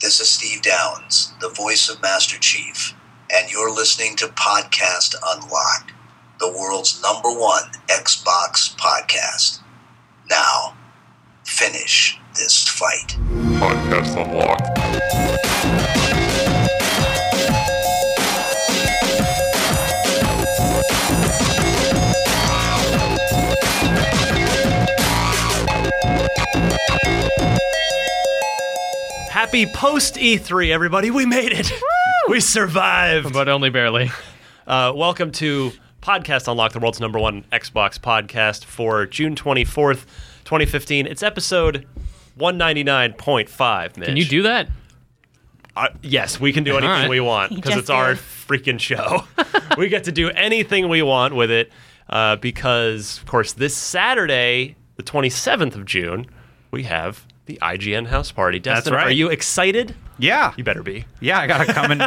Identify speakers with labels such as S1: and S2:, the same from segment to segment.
S1: This is Steve Downs, the voice of Master Chief, and you're listening to Podcast Unlocked, the world's number one Xbox podcast. Now, finish this fight.
S2: Podcast Unlocked.
S3: Happy post E3, everybody. We made it. We survived.
S4: but only barely.
S3: Uh, welcome to Podcast Unlock, the world's number one Xbox podcast for June 24th, 2015. It's episode 199.5, Mitch.
S4: Can you do that?
S3: Uh, yes, we can do anything
S4: right.
S3: we want because
S5: just
S3: it's our
S5: did.
S3: freaking show. we get to do anything we want with it uh, because, of course, this Saturday, the 27th of June, we have the IGN house party. Destin,
S6: right.
S3: are you excited?
S6: Yeah,
S3: You better be.
S6: yeah. I gotta come in.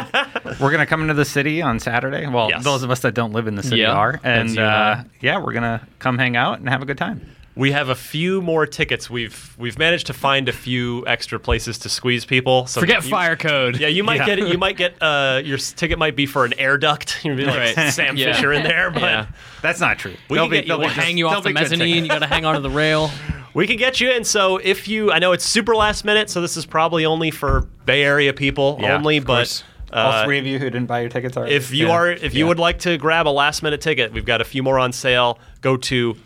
S6: we're gonna come into the city on Saturday. Well,
S3: Yes.
S6: those of us that don't live in the city
S4: Yeah,
S6: are,
S4: that's
S6: and
S4: you and
S6: uh, yeah, we're gonna come hang out and have a good time.
S3: We have a few more tickets. We've we've managed to find a few extra places to squeeze people. So
S4: Forget
S3: you-
S4: fire code.
S3: Yeah, you might get it. You might get uh, your s- ticket might be for an air duct. You'd be like
S4: Right.
S3: Sam
S4: Yeah.
S3: Fisher in there, but
S4: Yeah.
S6: That's not true.
S3: We
S6: They'll
S3: can
S6: be-
S3: get you-
S6: they'll be
S3: we'll
S6: just-
S4: hang you off
S6: they'll
S4: the
S6: be good
S4: mezzanine. You
S6: tickets.
S4: got to hang onto the rail.
S3: we can get you. And so if you, I know it's super last minute, so this is probably only for Bay Area people
S6: Yeah,
S3: only.
S6: of
S3: But
S6: course.
S3: uh,
S6: All three of you who didn't buy your tickets are.
S3: if you
S6: Yeah.
S3: are if you
S6: Yeah.
S3: would like to grab a last minute ticket we've got a few more on sale go to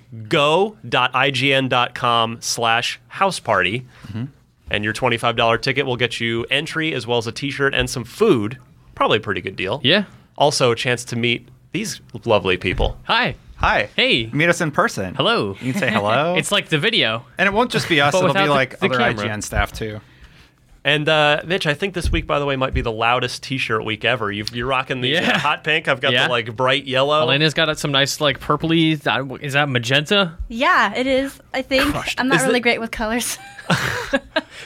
S3: go.ign.com slash house party
S6: Mm-hmm.
S3: and your $25 ticket will get you entry as well as a t-shirt and some food probably a pretty good deal
S4: Yeah.
S3: also a chance to meet these lovely people
S4: Hi.
S6: hi,
S4: Hey.
S6: meet us in person.
S4: Hello.
S6: You can say hello.
S4: It's like the video.
S6: and it won't just be us.
S4: But
S6: It'll
S4: without
S6: be
S4: the-
S6: like
S4: the
S6: other
S4: camera.
S6: IGN staff too.
S3: and uh, mitch i think this week by the way might be the loudest t-shirt week ever You've, you're rocking the uh,
S4: Yeah.
S3: hot pink i've got
S4: Yeah.
S3: the like bright yellow
S4: Elena's got some nice like purpley. that- Is that magenta?
S5: Yeah, it is. I think I'm not
S3: Is
S5: really
S3: it-
S5: great with colors.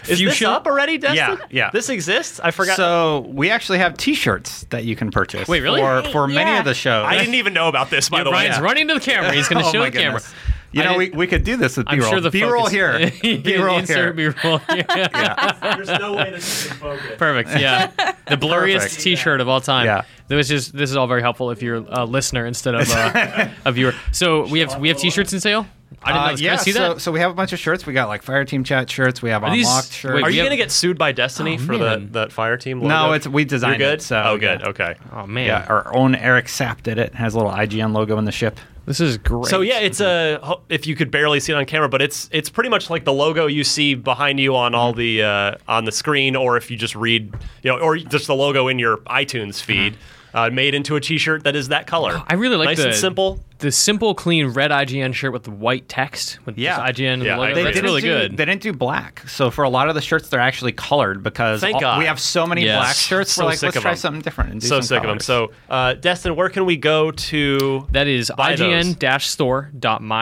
S3: is this
S4: fuchsia?
S3: up already destin
S6: Yeah, yeah.
S3: this exists i forgot
S6: So we actually have T-shirts that you can purchase.
S4: Wait, really?
S6: For, for many
S5: Yeah.
S6: of the shows.
S3: I didn't even know about this, by the way.
S4: Brian's running to the camera. He's going to
S6: Oh
S4: show
S6: my
S4: the camera.
S6: goodness. You
S4: I
S6: know, we,
S4: didn't-
S6: we could do this with
S4: I'm
S6: B-roll.
S4: sure the
S6: B-roll
S4: focus-
S6: here. B-roll
S4: Insert
S6: here.
S4: B-roll. here.
S3: There's no way this is in focus.
S4: Perfect. Yeah. The blurriest
S6: Perfect.
S4: T-shirt of all time.
S6: Yeah.
S4: This is this is all very helpful if you're a listener instead of a, a viewer. So we have we have T-shirts in sale. I didn't know
S6: Uh,
S4: this. Can I
S6: yeah,
S4: see
S6: so,
S4: that?
S6: so we have a bunch of shirts. We got like Fire Team Chat shirts. We have
S4: these-
S6: Unlocked
S4: wait,
S6: shirts.
S3: Are
S4: We
S3: you
S4: have- Oh,
S3: gonna get sued by Destiny for the
S4: man.
S3: that fire team? Logo?
S6: No, it's we designed
S3: You're good.
S6: it. So
S3: oh, good.
S6: yeah.
S3: Okay.
S4: Oh man.
S6: Yeah, our own Eric Sapp did it. Has a little IGN logo in the ship.
S4: This is great. Mm-hmm.
S3: So yeah, it's a ho- if you could barely see it on camera, but it's it's pretty much like the logo you see behind you on
S4: Mm-hmm.
S3: all the uh, on the screen, or if you just read, you know, or just the logo in your iTunes feed, uh, made into a T-shirt that is that color.
S4: Mm-hmm. Oh, I really like
S3: nice
S4: the
S3: and simple.
S4: The simple, clean red IGN shirt with the white text with
S6: Yeah.
S4: just IGN. and
S3: Yeah,
S4: the logo.
S3: I agree.
S4: That's
S6: didn't
S4: really
S6: do,
S4: good.
S6: They didn't do black. So for a lot of the shirts, they're actually colored because
S3: Thank
S6: all-
S3: God.
S6: we have so many
S4: Yes.
S6: black shirts.
S3: So
S6: we're like,
S3: sick
S6: let's
S3: of
S6: try
S3: them.
S6: something different. And do
S3: so
S6: some
S3: sick of them.
S6: colors.
S3: So, uh, Destin, where can we go to?
S4: that is
S3: Buy those.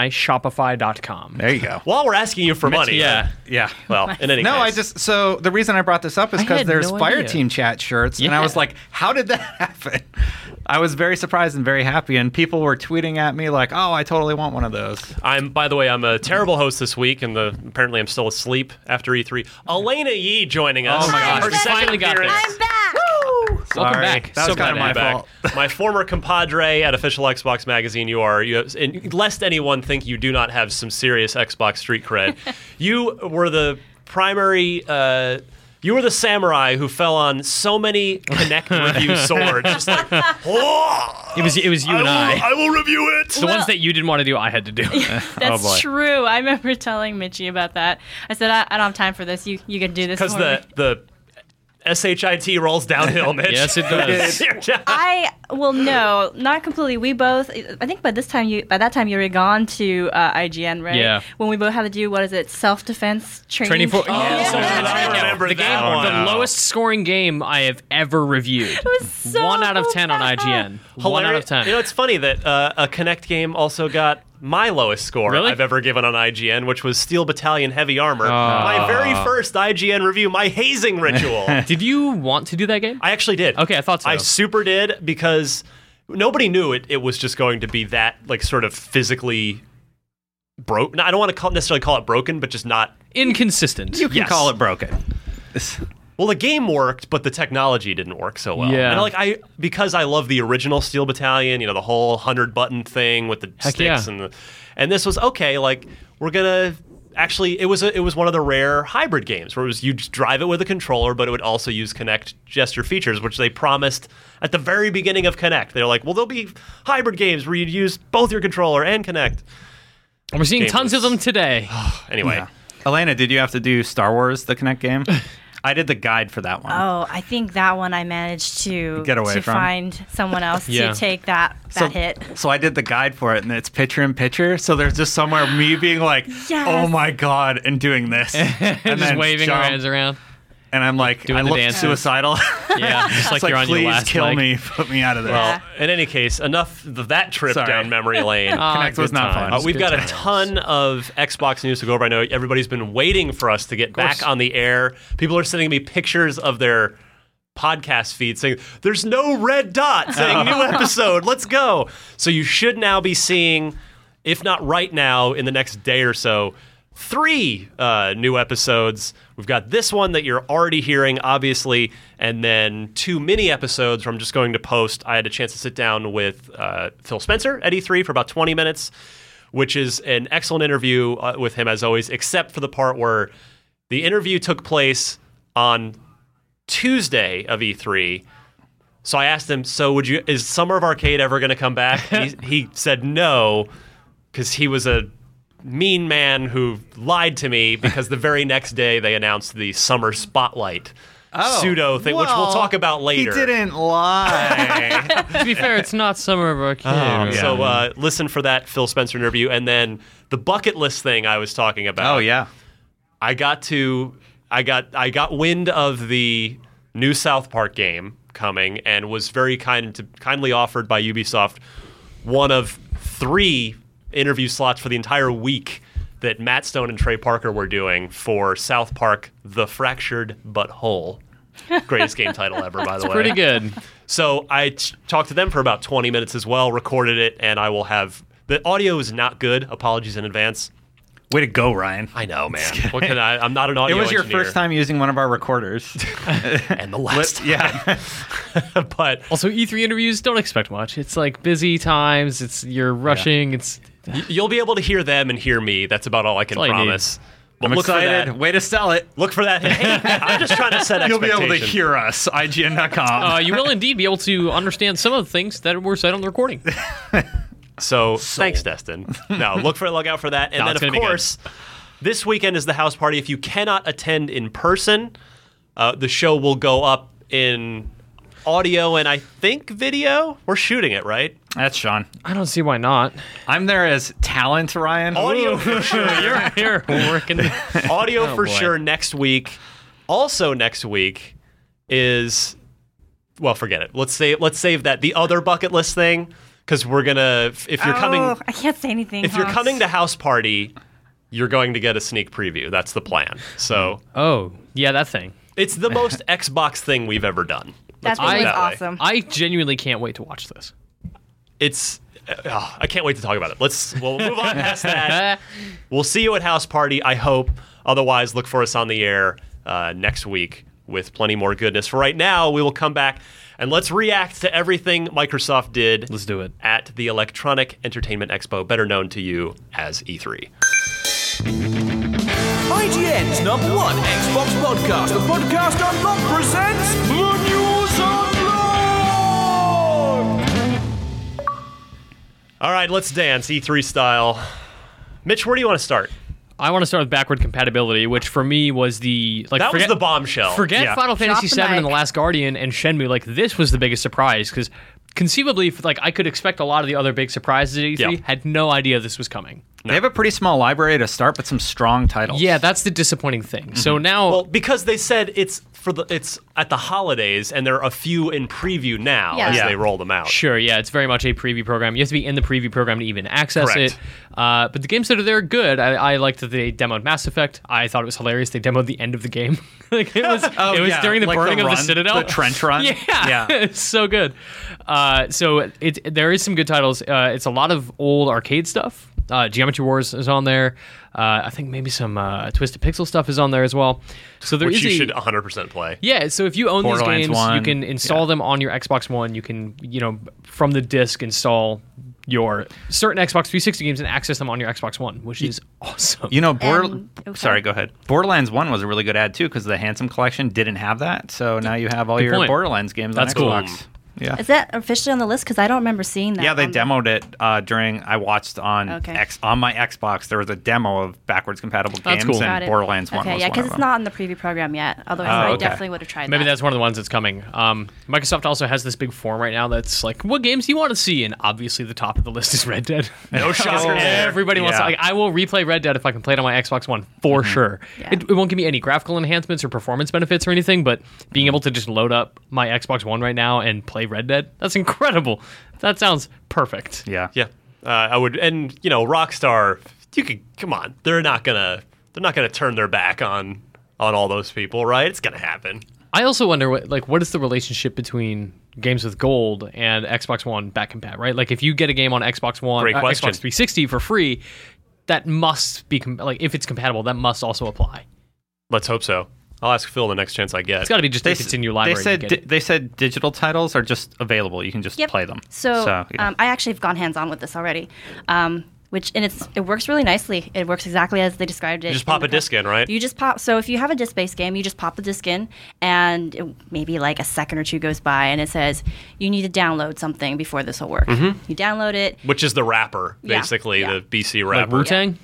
S4: ign-store.myshopify.com.
S6: there you go.
S3: While we're asking you for money,
S4: Yeah.
S6: Yeah.
S3: Well, in any
S6: No,
S3: case,
S6: I just so the reason I brought this up is
S4: I
S6: because
S4: had
S6: there's
S4: no
S6: fire
S4: idea.
S6: team chat shirts, and I was
S4: Yeah.
S6: like, how did that happen? I was very surprised and very happy, and people were tweeting at me like, oh, I totally want one of those.
S3: I'm by the way, I'm a terrible host this week, and the, apparently I'm still asleep after E3. Elena Yee joining us.
S6: Oh my gosh.
S3: Her
S5: We
S3: second
S4: finally got
S3: appearance.
S5: I'm back.
S6: Sorry.
S4: Welcome back.
S6: That was
S4: So glad
S6: kind of
S4: to
S6: my
S4: have you
S3: back.
S6: fault.
S3: my former compadre at official Xbox magazine. You are you have, and lest anyone think you do not have some serious Xbox street cred. you were the primary. Uh, you were the samurai who fell on so many Connect review swords. Just like, oh,
S4: It was it was you and
S3: will,
S4: I.
S3: I will review it.
S4: The
S5: Well-
S4: ones that you didn't want to do, I had to do. Oh,
S5: That's
S6: boy.
S5: true. I remember telling Mitchie about that. I said, I, I don't have time for this. You you can do this
S3: Because
S5: for
S3: the
S5: me."
S3: the S H I T rolls downhill, Mitch.
S4: yes, it does.
S5: I well no, not completely. We both I think by this time you by that time you were gone to uh, IGN, right?
S4: Yeah.
S5: When we both had to do what is it, self defense
S4: Training
S5: training?
S4: for.
S3: yeah.
S4: so-
S3: I
S4: yeah,
S3: remember
S4: the game,
S3: that one.
S4: the lowest scoring game I have ever reviewed. It
S5: was so
S4: one out of ten on
S5: bad.
S4: IGN. One out of
S3: Hilarious.
S4: ten.
S3: You know, it's funny that uh, a Connect game also got my lowest score
S4: Really?
S3: I've ever given on IGN, which was Steel Battalion Heavy Armor.
S4: Ah.
S3: My very first IGN review, my hazing ritual. I
S4: Did you want to do that game?
S3: actually did.
S4: Okay, I thought so.
S3: I super did because nobody knew it, it was just going to be that, like, sort of physically broken. I don't want to call, necessarily call it broken, but just not.
S4: Inconsistent.
S6: You can
S3: Yes.
S6: call it broken.
S3: well, the game worked, but the technology didn't work so well.
S4: Yeah.
S3: And like I because I love the original Steel Battalion, you know, the whole hundred button thing with the
S4: Heck
S3: sticks
S4: yeah.
S3: and the and this was okay, like we're gonna actually it was a, it was one of the rare hybrid games where it was you just drive it with a controller, but it would also use Kinect gesture features, which they promised at the very beginning of Kinect. They're like, well there'll be hybrid games where you'd use both your controller and Kinect.
S4: And we're seeing
S3: Game
S4: tons of
S3: was-
S4: them today.
S3: Anyway.
S6: Elena, did you have to do Star Wars the Connect game? I did the guide for that one.
S5: Oh, I think that one I managed to
S6: Get away
S5: to
S6: from.
S5: find someone else
S4: Yeah.
S5: to take that that
S6: so,
S5: hit.
S6: so I did the guide for it, and it's picture in picture. So there's just somewhere me being like,
S5: Yes.
S6: "Oh my god," and doing this, and
S4: Just waving our
S6: jump,
S4: hands around.
S6: and I'm like,
S4: doing
S6: I
S4: the
S6: look
S4: dances.
S6: suicidal.
S4: Yeah, just like,
S6: It's like,
S4: you're on
S6: please
S4: your last
S6: kill
S4: leg.
S6: me, put me out of this.
S5: Well,
S3: In any case, enough of that trip
S6: Sorry.
S3: down memory lane.
S4: Ah,
S6: Connect was
S4: good
S6: not
S4: times.
S6: fun.
S3: Uh,
S6: It's
S3: we've
S6: good
S3: got a
S6: times.
S3: ton of Xbox news to go over. I know everybody's been waiting for us to get back on the air. People are sending me pictures of their podcast feed saying, There's no red dot saying new episode. Let's go. So you should now be seeing, if not right now, in the next day or so, three uh, new episodes. We've got this one that you're already hearing, obviously, and then two mini episodes where I'm just going to post. I had a chance to sit down with uh, Phil Spencer at E3 for about 20 minutes which is an excellent interview uh, with him as always, except for the part where the interview took place on Tuesday of E3. So I asked him, "So would you? Is Summer of Arcade ever going to come back?" And he, he said no, because he was a mean man who lied to me. Because the very next day they announced the Summer Spotlight pseudo thing, which we'll
S6: Oh. Well,
S3: talk about later.
S6: He didn't lie.
S4: to be fair, it's not Summer of Arcade. right?
S6: Oh, yeah.
S3: So uh, listen for that Phil Spencer interview, and then the bucket list thing I was talking about.
S6: oh yeah.
S3: I got to I got I got wind of the new South Park game coming and was very kind to kindly offered by Ubisoft one of three interview slots for the entire week that Matt Stone and Trey Parker were doing for South Park The Fractured But Whole. Greatest game title ever, by the way.
S4: Pretty good.
S3: So I t- talked to them for about 20 minutes as well, recorded it, and I will have the audio is not good. Apologies in advance.
S6: Way to go, Ryan.
S3: I know, man. What can I? I'm not an audio.
S6: It was your
S3: engineer.
S6: first time using one of our recorders.
S3: and the last.
S6: yeah.
S3: but
S4: Also, E3 interviews don't expect much. It's like busy times. It's you're rushing. It's
S3: y- you'll be able to hear them and hear me. That's about all I can
S4: all you need.
S3: promise. But
S6: I'm
S3: look for
S6: excited.
S3: that.
S6: Way to sell it.
S3: Look for that. Hey, I'm just trying to set
S6: You'll be
S3: expectations.
S6: able to hear us. IGN.com.
S4: uh, you will indeed be able to understand some of the things that were said on the recording.
S3: So thanks, Destin. No, look for look out for that. And
S4: No, it's
S3: then
S4: gonna
S3: of
S4: be good.
S3: course, this weekend is the house party. If you cannot attend in person, uh, the show will go up in audio and I think video. We're shooting it right.
S6: That's Sean.
S4: I don't see why not.
S6: I'm there as talent, Ryan.
S3: Audio for sure.
S4: You're here working.
S3: audio for
S4: boy.
S3: sure next week. Also next week is well, forget it. Let's save let's save that the other bucket list thing because we're gonna if you're coming
S5: Oh, I can't say anything.
S3: if you're
S5: huh?
S3: coming to house party, you're going to get a sneak preview. That's the plan. So
S4: Oh, yeah, that thing.
S3: it's the most Xbox thing we've ever done.
S5: that
S3: put it
S5: thing was
S3: that way.
S5: awesome.
S4: I genuinely can't wait to watch this.
S3: It's uh, I can't wait to talk about it. Let's we'll move on past that.
S4: Eh,
S3: We'll see you at house party. I hope. Otherwise, look for us on the air uh, next week with plenty more goodness. For right now, we will come back and let's react to everything Microsoft did.
S4: Let's do it.
S3: at the Electronic Entertainment Expo, better known to you as E E3.
S7: IGN's number one Xbox podcast, the podcast unlocked presents the news unlocked.
S3: All right, let's dance E3 style. Mitch, where do you want to start?
S4: I want to start with backward compatibility, which for me was the like
S3: That was
S4: forget-
S3: the bombshell.
S4: Forget
S3: Yeah.
S4: Final Fantasy
S5: the
S4: VII and The
S5: mic.
S4: Last Guardian and Shenmue. Like this was the biggest surprise because conceivably, if, like I could expect a lot of the other big surprises at E3.
S3: Yeah.
S4: Had no idea this was coming.
S6: They have a pretty small library to start, but some strong titles.
S4: Yeah, that's the disappointing thing. So now,
S3: Well, because they said it's for the it's at the holidays, and there are a few in preview now
S5: Yeah.
S3: as
S5: Yeah.
S3: they roll them out.
S4: sure, yeah, it's very much a preview program. You have to be in the preview program to even access
S3: Correct.
S4: it. Uh, but the games that are there are good. I, I liked that they demoed Mass Effect. I thought it was hilarious. They demoed the end of the game. like it was,
S6: Oh,
S4: it was
S6: yeah,
S4: during the
S6: like the
S4: burning of
S6: run,
S4: the Citadel,
S6: the trench run.
S4: Yeah,
S6: Yeah.
S4: it's so good. Uh, so it, there is some good titles. Uh, it's a lot of old arcade stuff. Uh, Geometry Wars is on there. Uh, I think maybe some uh, Twisted Pixel stuff is on there as well. So there is
S3: which you
S4: a-
S3: should 100% play.
S4: yeah, so if you own these
S6: Borderlands
S4: games, you
S6: 1,
S4: can install
S6: yeah.
S4: them on your Xbox One. You can, you know, from the disc install your certain Xbox 360 games and access them on your Xbox One, which is awesome.
S6: You know, Border-
S5: And- Um, okay.
S6: sorry, go ahead. Borderlands One was a really good ad too because the Handsome Collection didn't have that, so now you have all your
S4: point.
S6: Borderlands games
S4: That's
S6: on
S4: cool.
S6: Xbox. Yeah,
S5: Is that officially on the list? Because I don't remember seeing that.
S6: yeah, they
S5: on-
S6: demoed it uh, during. I watched on
S5: Okay.
S6: X on my Xbox. There was a demo of backwards compatible
S4: That's
S6: games,
S4: cool.
S5: Got
S6: and
S5: it.
S6: Borderlands One
S5: Okay,
S6: was
S5: yeah,
S6: one of
S5: because it's
S6: them.
S5: not in the preview program yet. Otherwise,
S6: Oh,
S5: I
S6: okay.
S5: definitely would have tried.
S4: Maybe
S5: that.
S4: that's one of the ones that's coming. Um, Microsoft also has this big form right now that's like, what games do you want to see? And obviously, the top of the list is Red Dead.
S3: No shocker there.
S4: Everybody wants to.
S6: Yeah. Mm-hmm.
S4: Like, I will replay Red Dead if I can play it on my Xbox One for sure.
S5: Yeah.
S4: It, it won't give me any graphical enhancements or performance benefits or anything, but being able to just load up my Xbox One right now and play Red Dead, that's incredible. That sounds perfect.
S6: Yeah,
S3: Yeah, uh, I would, and you know, Rockstar, you could come on. They're not gonna, they're not gonna turn their back on on all those people, right? It's gonna happen.
S4: I also wonder what like what is the relationship between games with gold and Xbox One back compat, right? Like if you get a game on Xbox One,
S3: Great
S4: uh,
S3: question.
S4: Xbox 360 for free, that must be com- like if it's compatible, that must also apply.
S3: Let's hope so. I'll ask Phil the next chance I get.
S4: It's got to be just if it's in your library.
S6: They
S4: you
S6: said
S4: get
S6: di-
S4: it.
S6: they said digital titles are just available. You can just play them.
S5: So,
S6: yeah.
S5: um, I actually have gone hands on with this already, um, which and it's it works really nicely. It works exactly as they described it.
S3: just pop
S5: the
S3: a disc
S5: pro-
S3: in, right?
S5: You just pop. So if you have a disc based game, you just pop the disc in, and it- maybe like a second or two goes by, and it says you need to download something before this will work.
S3: Mm-hmm.
S5: You download it.
S3: Which is the rapper,
S5: Yeah,
S3: basically
S5: yeah.
S3: the BC
S4: like
S3: rapper.
S4: Wu Tang.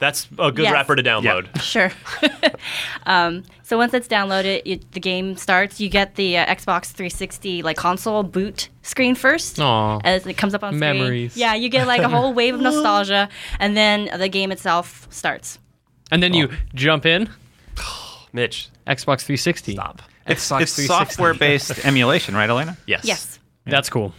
S3: That's a good
S5: Yes.
S3: rapper to download.
S5: Sure. um, so once it's downloaded, it, the game starts. You get the uh, Xbox 360 like console boot screen first.
S4: Aw.
S5: As it comes up on screen.
S4: Oh. Memories.
S5: Yeah, you get like a whole wave of nostalgia, and then the game itself starts.
S4: And then you jump in
S3: Mitch,
S4: Xbox 360.
S3: stop.
S6: it's,
S4: Xbox
S6: it's
S4: 360.
S6: software based emulation, right, Elena?
S3: Yes.
S5: Yes.
S4: That's cool.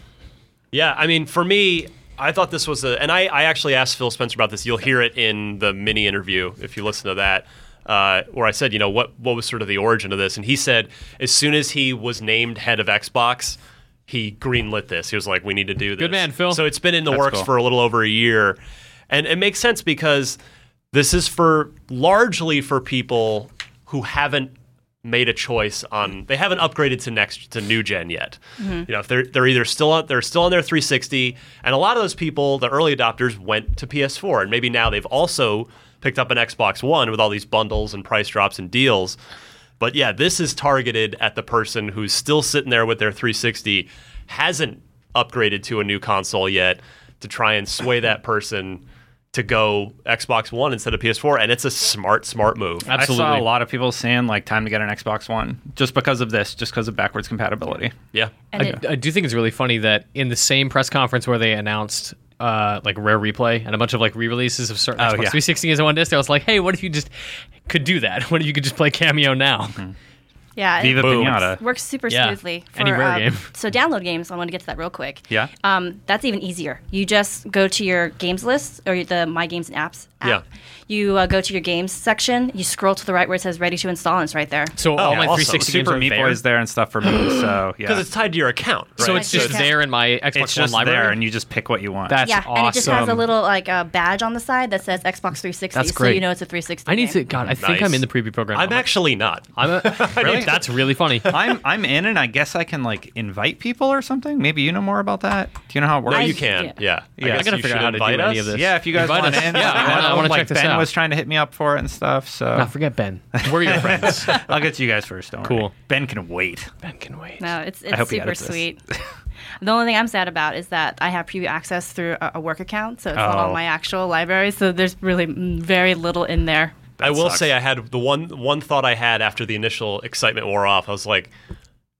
S3: Yeah, I mean, for me, I thought this was a, and I, I actually asked Phil Spencer about this. You'll hear it in the mini interview if you listen to that, uh, where I said, you know, what what was sort of the origin of this, and he said, as soon as he was named head of Xbox, he greenlit this. He was like, we need to do this.
S4: Good man, Phil.
S3: So it's been in the works
S6: cool.
S3: for a little over a year, and it makes sense because this is for largely for people who haven't made a choice on they haven't upgraded to next to new gen yet. You know, if they're they're either still on they're still on their 360, and a lot of those people, the early adopters, went to PS4, and maybe now they've also picked up an Xbox One with all these bundles and price drops and deals. But yeah, this is targeted at the person who's still sitting there with their 360, hasn't upgraded to a new console yet, to try and sway that person to go Xbox One instead of PS4, and it's a smart, smart move.
S6: I saw
S4: Absolutely.
S6: a lot of people saying like time to get an Xbox One just because of this, just because of backwards compatibility.
S3: Yeah.
S5: And
S4: I,
S5: it,
S4: I do think it's really funny that in the same press conference where they announced uh, like rare replay and a bunch of like re-releases of certain Xbox
S6: Oh, yeah.
S4: 360 as one disc, I was like, hey, what if you just could do that? What if you could just play Cameo now?
S6: Mm-hmm.
S5: yeah.
S6: Viva
S5: it,
S3: Boom.
S6: Pinata.
S5: Works super
S4: Yeah,
S5: smoothly. For,
S4: any rare
S5: um,
S4: game.
S5: So download games. I want to get to that real quick.
S6: Yeah.
S5: Um, that's even easier. You just go to your games list or the My Games and Apps app.
S3: Yeah.
S5: You uh, go to your games section. You scroll to the right where it says Ready to Install, and it's right there.
S4: So all my
S3: awesome.
S4: 360 games
S6: Oh, Super
S4: are
S6: Meat
S4: there.
S6: Boy is there and stuff for me. So yeah,
S3: Because it's tied to your account. Right?
S4: So it's
S5: Right.
S4: just
S5: Yeah.
S4: there in my Xbox
S6: It's
S4: One
S6: just
S4: library.
S6: there and you just pick what you want.
S4: That's
S5: yeah,
S4: awesome.
S5: and it just has a little like a badge on the side that says Xbox 360,
S4: That's
S5: so
S4: great.
S5: you know it's a 360.
S4: I need
S5: game.
S4: to. God, I think
S3: Nice.
S4: I'm in the preview program.
S3: I'm
S4: like-
S3: actually not.
S4: I'm a, really? That's really funny.
S6: I'm I'm in and I guess I can like invite people or something. Maybe you know more about that. Do you know how it works?
S3: No,
S5: I-
S3: you can.
S5: yeah.
S3: Yeah.
S6: Yeah. I
S3: guess
S4: gotta
S3: you
S4: figure
S3: should
S4: out how to do
S3: invite
S4: any
S3: us.
S4: of this.
S6: yeah, if you guys
S4: Invite
S6: want
S4: us.
S6: in,
S4: Yeah, I wanna- I wanna
S6: like
S4: check this
S6: Ben
S4: out.
S6: was trying to hit me up for it and stuff. So
S4: Now forget Ben. We're your friends.
S6: I'll get to you guys first. Don't
S4: Cool.
S6: worry. Ben can wait.
S4: ben can wait.
S5: No, it's
S6: hope
S5: it's
S6: he
S5: super
S6: edits this.
S5: sweet. the only thing I'm sad about is that I have preview access through a, a work account, so it's not
S6: Oh.
S5: on my actual library. So there's really mm, very little in there.
S3: I will
S6: sucks.
S3: say I had the one one thought I had after the initial excitement wore off. I was like,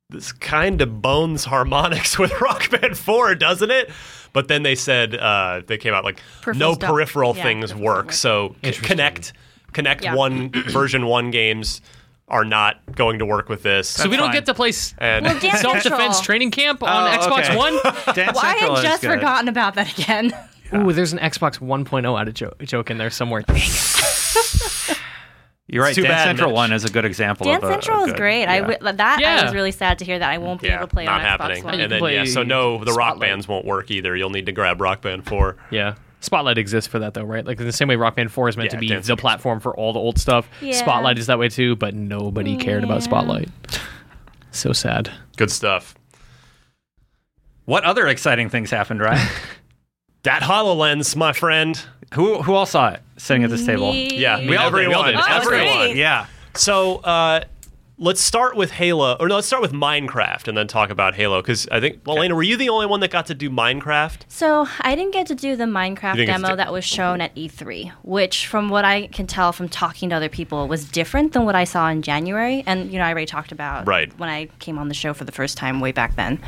S3: this kind of bones harmonics with Rock Band 4, doesn't it? But then they said uh, they came out like no
S5: Peripherals don't-
S3: peripheral
S5: yeah,
S3: things
S5: peripherals
S3: work.
S5: don't work.
S3: So c- connect connect
S5: Yeah.
S3: one version one games are not going to work with this.
S4: so we don't
S6: fine. Oh,
S4: get to play s-
S3: and
S5: Well, damn
S4: self-defense
S5: Central.
S4: training camp on Xbox
S6: okay.
S4: One.
S5: Well,
S6: Dance
S5: I
S6: Central
S5: had
S6: is
S5: just
S6: good.
S5: forgotten about that again.
S4: Ooh, there's an Xbox 1.0 out of joke, joke in there somewhere.
S6: You're right.
S3: It's too
S6: Dance
S3: bad,
S6: Central
S3: Mitch.
S6: One is a good example.
S5: Dance
S6: of a, a
S5: Central is
S6: uh, good-
S5: great. I
S6: yeah.
S5: w- that I
S4: Yeah.
S5: was really sad to hear that I won't be
S3: yeah,
S5: able to play
S3: not
S5: on
S3: happening.
S5: Xbox One.
S3: And then yeah, so
S4: Play
S3: no, the rock
S4: Spotlight.
S3: bands won't work either. You'll need to grab Rock Band 4.
S4: Yeah. Spotlight exists for that though, right? Like in the same way Rock Band 4 is meant
S3: Yeah,
S4: to be
S3: Dance
S4: the
S3: Music.
S4: platform for all the old stuff.
S5: Yeah.
S4: Spotlight is that way too, but nobody cared
S5: Yeah.
S4: about Spotlight. So sad.
S3: Good stuff.
S6: What other exciting things happened, Ryan?
S3: That HoloLens, my friend.
S6: who who all saw it sitting at this table?
S3: Yeah,
S5: Me.
S3: we
S4: all did, we
S3: everyone.
S4: all did. Oh,
S3: everyone.
S5: great.
S6: Yeah.
S3: So uh, let's start with Halo, or no, let's start with Minecraft and then talk about Halo. Because I think, Elena, were you the only one that got to do Minecraft?
S5: So I didn't get to do the
S3: You
S5: Minecraft
S3: didn't get to
S5: demo
S3: do-
S5: that was shown at E3, which, from what I can tell from talking to other people, was different than what I saw in January. And you know, I already talked about
S3: Right.
S5: when I came on the show for the first time way back then.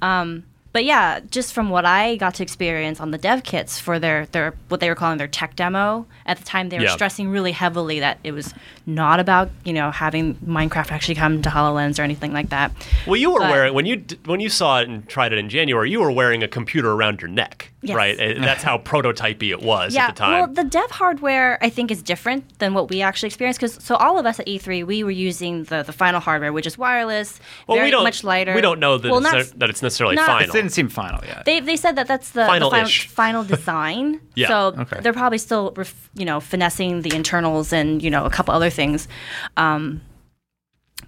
S5: Um, but yeah, just from what I got to experience on the dev kits for their their what they were calling their tech demo at the time, they were
S3: Yeah.
S5: stressing really heavily that it was not about you know having Minecraft actually come to Hololens or anything like that.
S3: Well, you were
S5: But-
S3: wearing when you d- when you saw it and tried it in January, you were wearing a computer around your neck,
S5: Yes.
S3: right? And That's how prototypey it was at the time.
S5: Well, the dev hardware I think is different than what we actually experienced because so all of us at E3 we were using the the final hardware, which is wireless,
S3: Well,
S5: very
S3: we don't
S5: much lighter.
S3: We don't know that,
S5: Well,
S3: it's,
S5: not-
S3: ne- that it's necessarily
S5: not-
S6: It
S3: final.
S6: didn't seem final yet.
S5: they, they said that that's the the final,
S3: Final-ish.
S5: final design.
S3: Yeah.
S5: So
S6: Okay.
S5: they're probably still, ref, you know, finessing the internals and, you know, a couple other things. Um,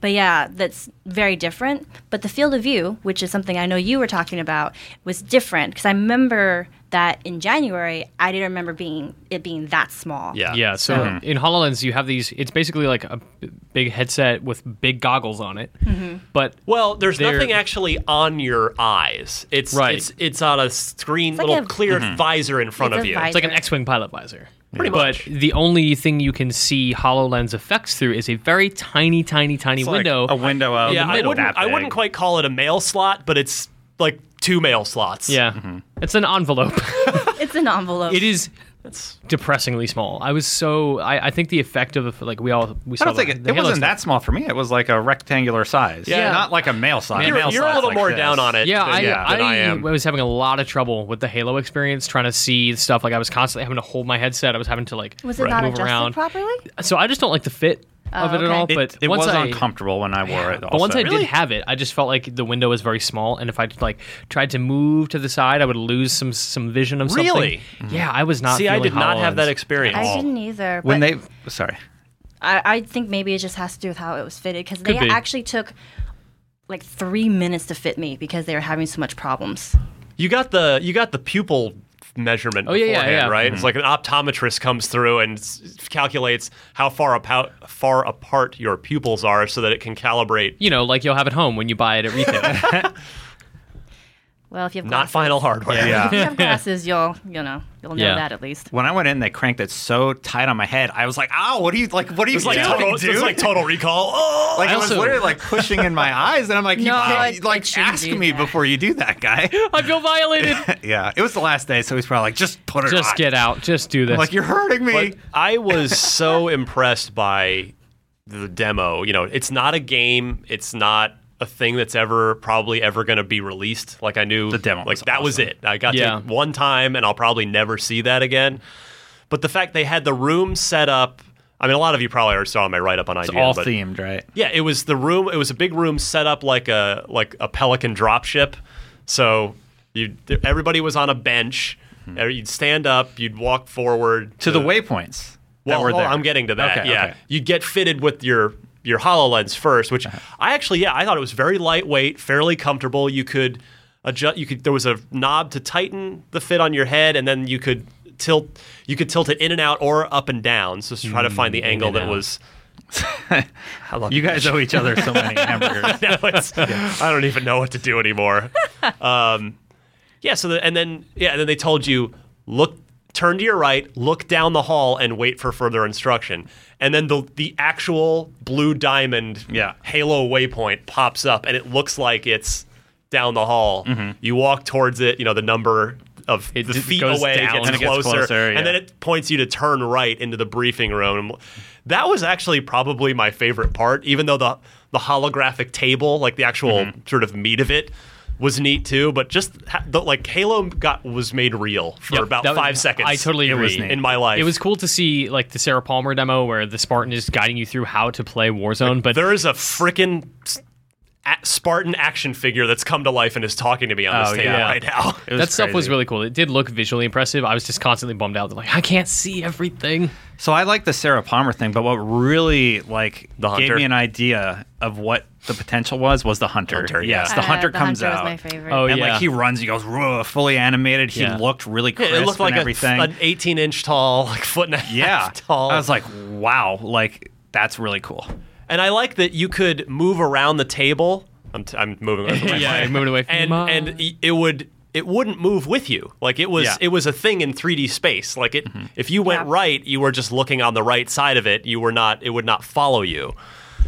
S5: but yeah, that's very different. But the field of view, which is something I know you were talking about, was different because I remember that in January, I didn't remember being it being that small.
S3: yeah.
S4: Yeah. So in HoloLens, you have these, it's basically like a b- big headset with big goggles on it.
S5: Mm-hmm.
S4: But
S3: Well, there's
S4: They're-
S3: nothing actually on your eyes. It's
S4: Right. Mm-hmm.
S3: it's it's on a screen,
S5: like
S3: little
S5: a-
S3: clear visor in front
S5: It's
S3: of
S5: a
S3: you.
S5: visor.
S4: It's like an X-wing pilot visor.
S3: Pretty
S4: but
S3: much.
S4: the only thing you can see Hololens effects through is a very tiny, tiny, tiny
S6: It's like
S4: window.
S6: a window out.
S3: yeah, I
S4: middle
S3: wouldn't I wouldn't quite call it a mail slot, but it's like two mail slots.
S4: yeah, it's an envelope.
S5: It's an envelope.
S4: it is depressingly small. I was so I, I think the effect of like we all we
S6: I
S4: saw
S6: don't
S4: the-
S6: think it,
S4: the
S6: it
S4: Halo
S6: wasn't
S4: stuff.
S6: that small for me. It was like a rectangular size.
S4: Yeah.
S6: Not like a mail size.
S3: You're,
S6: Mail
S3: you're a
S6: size
S3: little
S6: like
S3: more
S6: this.
S3: down on it
S4: Yeah,
S3: than,
S4: I,
S3: than I,
S4: I,
S3: am.
S4: was having a lot of trouble with the Halo experience, trying to see stuff. Like I was constantly having to hold my headset. I was having to like
S5: was it
S4: move
S5: not adjusted
S4: around.
S5: properly?
S4: So I just don't like the fit of
S5: Oh,
S4: it at
S5: okay.
S4: all.
S5: It-
S4: But
S6: it
S4: once
S6: was
S4: I,
S6: uncomfortable when I wore it. Also.
S4: But once I
S3: Really?
S4: did have it, I just felt like the window was very small, and if I like tried to move to the side, I would lose some some vision of something.
S3: Really?
S4: Yeah, I was not.
S3: See, I
S4: feeling
S3: did not have
S4: HoloLens.
S3: that experience.
S5: I didn't either.
S6: when
S5: but-
S6: they sorry,
S5: I, I think maybe it just has to do with how it was fitted because they
S4: Could be.
S5: actually took like three minutes to fit me because they were having so much problems.
S3: You got the you got the pupil measurement
S4: Oh, yeah, yeah,
S3: beforehand,
S4: yeah.
S3: right? It's like an optometrist comes through and s- calculates how far apart far apart your pupils are, so that it can calibrate.
S4: You know, like you'll have at home when you buy it at retail.
S5: Well, if you have
S3: Not
S5: glasses,
S3: final hardware.
S5: if you have glasses, you'll you know you'll know
S4: Yeah.
S5: that at least.
S6: when I went in, they cranked it so tight on my head. I was like, "Ow! What are you like? What are you
S3: It's like
S6: doing,
S3: total.
S6: dude?"
S3: It's like total recall. Oh,
S6: Like, I, was
S4: also-
S6: literally like pushing in my eyes, and I'm like, "You
S5: No,
S6: can't,
S5: it- it
S6: like
S5: shouldn't
S6: ask
S5: do
S6: me
S5: that.
S6: before you do that, guy."
S4: I feel violated.
S6: yeah, it was the last day, so he's probably like, "Just put it on."
S4: Just get out. Just do this.
S6: I'm like you're hurting me.
S3: But I was so impressed by the demo. You know, it's not a game. It's not a thing that's ever probably ever going to be released. Like I knew the
S6: demo
S3: Like
S6: was
S3: that was
S6: awesome.
S3: it. I got
S4: Yeah.
S3: to it one time, and I'll probably never see that again. But the fact they had the room set up. I mean, a lot of you probably already saw my write up on
S6: it's
S3: IGN.
S6: all
S3: but
S6: themed, right?
S3: yeah, it was the room. It was a big room set up like a like a pelican dropship. So you everybody was on a bench. Uh, You'd stand up. You'd walk forward
S6: Mm-hmm. To the waypoints that
S3: well,
S6: were
S3: hold on,
S6: there.
S3: I'm getting to that.
S6: Okay,
S3: yeah,
S6: okay.
S3: you get fitted with your your Hololens first, which
S6: Uh-huh.
S3: I actually, yeah, I thought it was very lightweight, fairly comfortable. You could adjust. You could there was a knob to tighten the fit on your head, and then you could tilt. You could tilt it in and out or up and down. So just try to
S6: Mm,
S3: find the angle that
S4: out.
S3: was. How long?
S6: You guys owe each other so many hamburgers.
S3: now it's, I don't even know what to do anymore. Um, yeah. So the, and then yeah, and then they told you look, turn to your right, look down the hall, and wait for further instruction. And then the the actual blue diamond
S6: Yeah.
S3: halo waypoint pops up, and it looks like it's down the hall. You walk towards it. You know the number. Of
S4: It
S3: the
S4: just
S3: feet
S4: goes
S3: away
S4: down
S3: gets
S6: and it gets
S3: closer,
S6: closer, yeah.
S3: and then it points you to turn right into the briefing room. That was actually probably my favorite part, even though the the holographic table, like the actual
S6: Mm-hmm.
S3: sort of meat of it, was neat too. But just ha- the, like Halo got was made real for
S4: Yep,
S3: about
S4: that was-
S3: five seconds.
S4: I totally agree.
S6: neat.
S3: in my life.
S4: It was cool to see like the Sarah Palmer demo where the Spartan is guiding you through how to play Warzone, but
S3: there is a freaking a- Spartan action figure that's come to life and is talking to me on this
S6: Oh,
S3: table
S6: yeah.
S3: right now.
S6: It
S4: that stuff was
S6: crazy.
S4: really cool. It did look visually impressive. I was just constantly bummed out. that, Like I can't see everything.
S6: So I like the Sarah Palmer thing, but what really like
S3: The
S6: gave
S3: Hunter.
S6: me an idea of what the potential was was the Hunter.
S3: Hunter, yeah.
S6: yes, the
S5: Uh,
S6: Hunter comes
S5: Hunter
S6: out.
S5: Was my favorite.
S4: Oh,
S6: and
S4: yeah.
S6: like he runs, he goes, "Whoa," fully animated. He
S4: Yeah.
S6: looked really crisp
S3: it looked like
S6: and
S3: a-
S6: everything.
S3: an 18 inch tall, like foot and a half
S6: yeah,
S3: tall.
S6: I was like, wow, like that's really cool.
S3: And I like that you could move around the table. I'm, t- I'm moving away from my
S4: Yeah,
S3: mic.
S4: you're moving away from
S3: and
S4: the mic.
S3: and y- it would it wouldn't move with you. Like it was
S6: Yeah.
S3: it was a thing in 3D space. Like it if you went
S5: Yeah.
S3: right, you were just looking on the right side of it. You were not it would not follow you.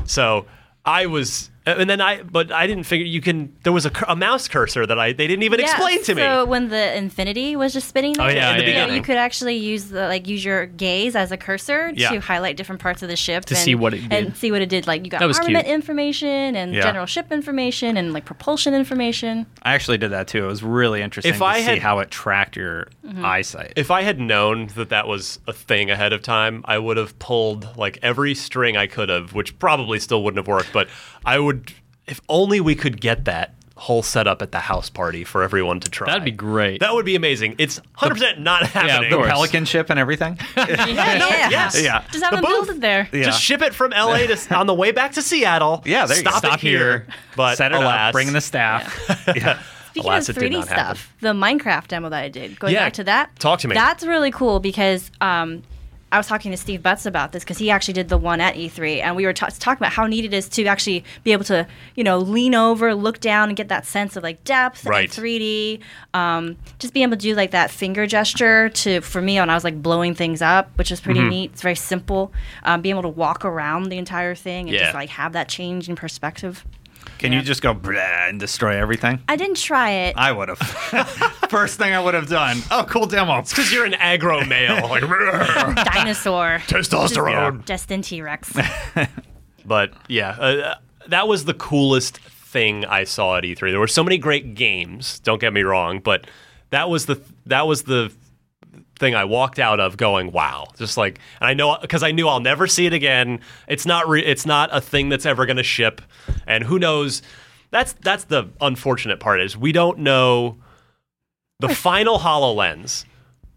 S3: So I was and then I but I didn't figure you can there was a, cur- a mouse cursor that I they didn't even
S5: Yeah,
S3: explain to me.
S5: So when the infinity was just spinning, there,
S4: yeah,
S3: In the yeah, yeah.
S5: you could actually use the like use your gaze as a cursor
S3: Yeah.
S5: to highlight different parts of the ship
S4: To
S5: and,
S4: see what it did.
S5: and see what it did. Like you got
S4: That was
S5: armament
S4: cute.
S5: information and
S6: Yeah.
S5: general ship information and like propulsion information.
S6: I actually did that too. It was really interesting
S3: If
S6: to
S3: I
S6: see
S3: had-
S6: how it tracked your eyesight.
S3: if I had known that that was a thing ahead of time, I would have pulled like every string I could have, which probably still wouldn't have worked. But I would, if only we could get that whole setup at the house party for everyone to try.
S4: That'd be great.
S3: That would be amazing. It's 100% not happening.
S4: of course.
S6: Pelican ship and everything.
S5: Yeah,
S3: yes.
S6: Yeah.
S5: Just have
S3: The
S5: them
S3: booth.
S5: build it there.
S6: Yeah.
S3: Just ship it from LA to on the way back to Seattle.
S6: Yeah, there you go.
S3: stop
S4: Stop
S3: it here.
S4: here.
S3: But
S6: Set it
S3: alas,
S6: up. Bring the staff. Yeah.
S5: Speaking
S3: Alas,
S5: of
S3: it did
S5: 3D
S3: not happen.
S5: stuff, the Minecraft demo that I did, going
S3: Yeah.
S5: back to that.
S3: Talk to me.
S5: That's really cool because um, I was talking to Steve Butts about this because he actually did the one at E3, and we were ta- talking about how neat it is to actually be able to, you know, lean over, look down, and get that sense of like depth
S3: Right.
S5: and 3D. Um, just being able to do like that finger gesture to for me when I was like blowing things up, which is
S3: Mm-hmm.
S5: pretty neat. It's very simple. Um, being able to walk around the entire thing and
S3: Yeah.
S5: just like have that change in perspective.
S6: Can you just go blah and destroy everything?
S5: I didn't try it.
S6: I would have. First thing I would have done. Oh, cool demo.
S3: Because you're an aggro male. Like,
S5: Dinosaur.
S3: testosterone.
S5: Destin T Rex.
S3: But yeah, uh, that was the coolest thing I saw at E3. There were so many great games. Don't get me wrong, but that was the that was the thing I walked out of going, wow. Just like, and I know because I knew I'll never see it again. It's not re- it's not a thing that's ever going to ship, and who knows? That's that's the unfortunate part is we don't know the final Hololens.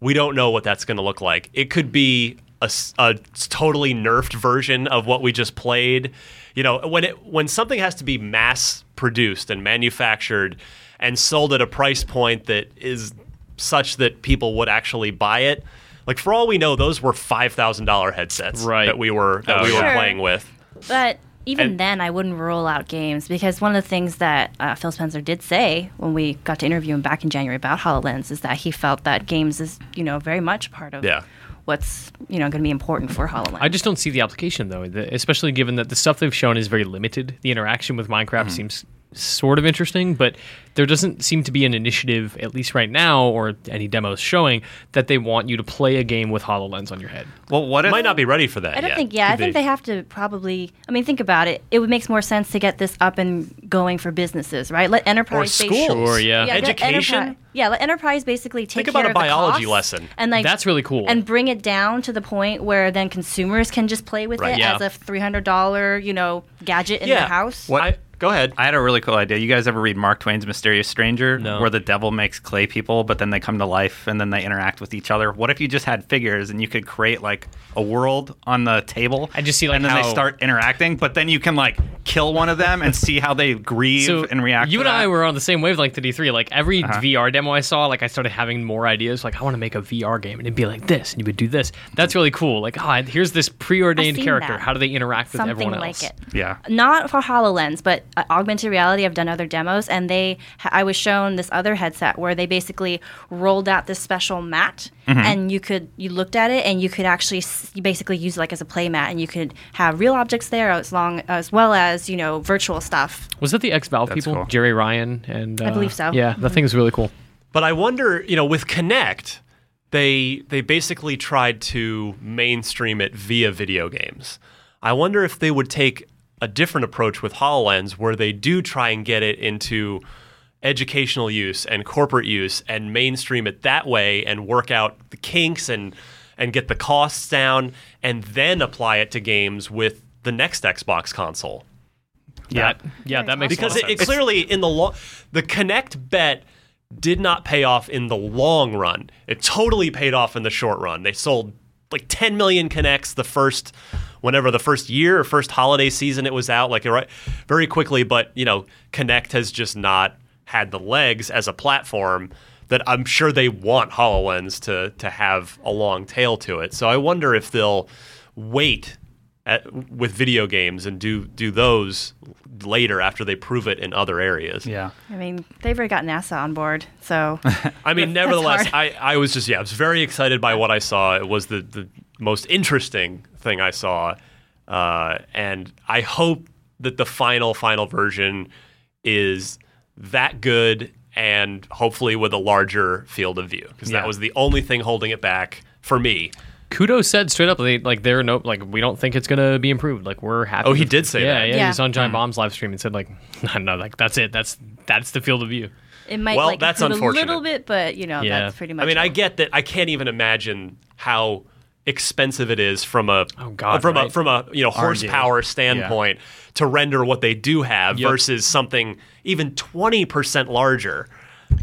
S3: We don't know what that's going to look like. It could be a, s- a totally nerfed version of what we just played. You know, when it when something has to be mass produced and manufactured and sold at a price point that is such that people would actually buy it. Like for all we know, those were five thousand dollar headsets
S4: Right.
S3: that we were that
S6: Oh,
S3: we were
S5: yeah.
S3: playing with.
S5: but even
S3: And-
S5: then, I wouldn't rule out games because one of the things that uh, Phil Spencer did say when we got to interview him back in January about HoloLens is that he felt that games is, you know, very much part of
S3: Yeah.
S5: what's, you know, going to be important for HoloLens.
S4: I just don't see the application though, the- especially given that the stuff they've shown is very limited. The interaction with
S6: Mm-hmm.
S4: Minecraft seems sort of interesting, but there doesn't seem to be an initiative, at least right now, or any demos showing that they want you to play a game with Hololens on your head.
S6: Well, what if
S3: Might not be ready for that.
S5: I don't
S3: yet.
S5: think, yeah, I
S3: Could
S5: think
S3: be.
S5: they have to probably, I mean, think about it. It would make more sense to get this up and going for businesses, right? Let
S3: or
S5: enterprise
S3: schools,
S4: Sure, yeah.
S5: let
S3: education.
S5: enterpri- yeah, let enterprise basically take
S3: Think about
S5: care
S3: a
S5: of the
S3: biology
S5: costs
S3: lesson.
S5: and like
S4: That's really cool.
S5: and bring it down to the point where then consumers can just play with
S3: Right.
S5: it
S4: Yeah.
S5: as a three hundred dollar you know gadget in
S3: Yeah.
S5: the house.
S6: What-
S3: I- go ahead.
S6: I had a really cool idea. You guys ever read Mark Twain's Mysterious Stranger,
S4: No.
S6: where the devil makes clay people, but then they come to life and then they interact with each other? What if you just had figures and you could create like a world on the table?
S4: I just see, like,
S6: and then they
S4: how-
S6: start interacting, but then you can like kill one of them and see how they grieve
S4: So
S6: and react.
S4: you
S6: to
S4: and I
S6: that. Uh-huh.
S4: were on the same wavelength to D3. Like every VR demo I saw, like I started having more ideas. Like I want to make a VR game, and it'd be like this, and you would do this. That's really cool. Like ah, here's this preordained
S5: seen
S4: character.
S5: that.
S4: How do they interact with
S5: Something
S4: everyone
S5: like
S4: else?
S5: it.
S6: Yeah.
S5: Not for Hololens, but uh, augmented reality. I've done other demos, and they I was shown this other headset where they basically rolled out this special mat, and you could you looked at it, and you could actually s- you basically use it like as a play mat, and you could have real objects there as long as well as you know virtual stuff.
S4: Was that the ex Valve
S6: That's
S4: people,
S6: cool.
S4: Jerry Ryan, and uh,
S5: believe so.
S4: Yeah, that thing's really cool.
S3: But I wonder, you know, with Connect, they they basically tried to mainstream it via video games. I wonder if they would take a different approach with HoloLens where they do try and get it into educational use and corporate use and mainstream it that way and work out the kinks and and get the costs down and then apply it to games with the next Xbox console.
S4: Yeah, yeah, that makes
S3: because
S4: a
S3: it,
S4: lot of
S3: it
S4: sense.
S3: clearly in the long the connect bet did not pay off in the long run it totally paid off in the short run they sold like 10 million connects the first whenever the first year or first holiday season it was out like right very quickly but you know connect has just not had the legs as a platform that I'm sure they want HoloLens to to have a long tail to it. So I wonder if they'll wait at, with video games and do do those later after they prove it in other areas.
S6: Yeah.
S5: I mean, they've already got NASA on board, so
S3: I mean, nevertheless,
S5: hard.
S3: I, I was just yeah, I was very excited by what I saw. It was the the most interesting thing I saw, uh, and I hope that the final final version is that good and hopefully with a larger field of view because
S4: Yeah.
S3: that was the only thing holding it back for me.
S4: Kudo said straight up, they, like they're no, like we don't think it's gonna be improved. Like we're happy.
S3: Oh, he
S4: with-
S3: did say that.
S4: yeah,
S3: Hmm.
S4: Yeah,
S5: Yeah.
S4: yeah. He's on Giant Bomb's live stream and said like, no, no, like that's it. That's that's the field of view.
S5: it might
S3: Well,
S5: like
S3: that's
S5: improve a
S3: unfortunate.
S5: little bit, but you know,
S4: Yeah.
S5: that's pretty much.
S3: I mean, I
S5: all.
S3: get that. I can't even imagine how expensive it is from a
S4: Oh, God,
S3: from a
S4: right.
S3: from a you know horsepower standpoint to render what they do have
S4: Yep.
S3: versus something even twenty percent larger.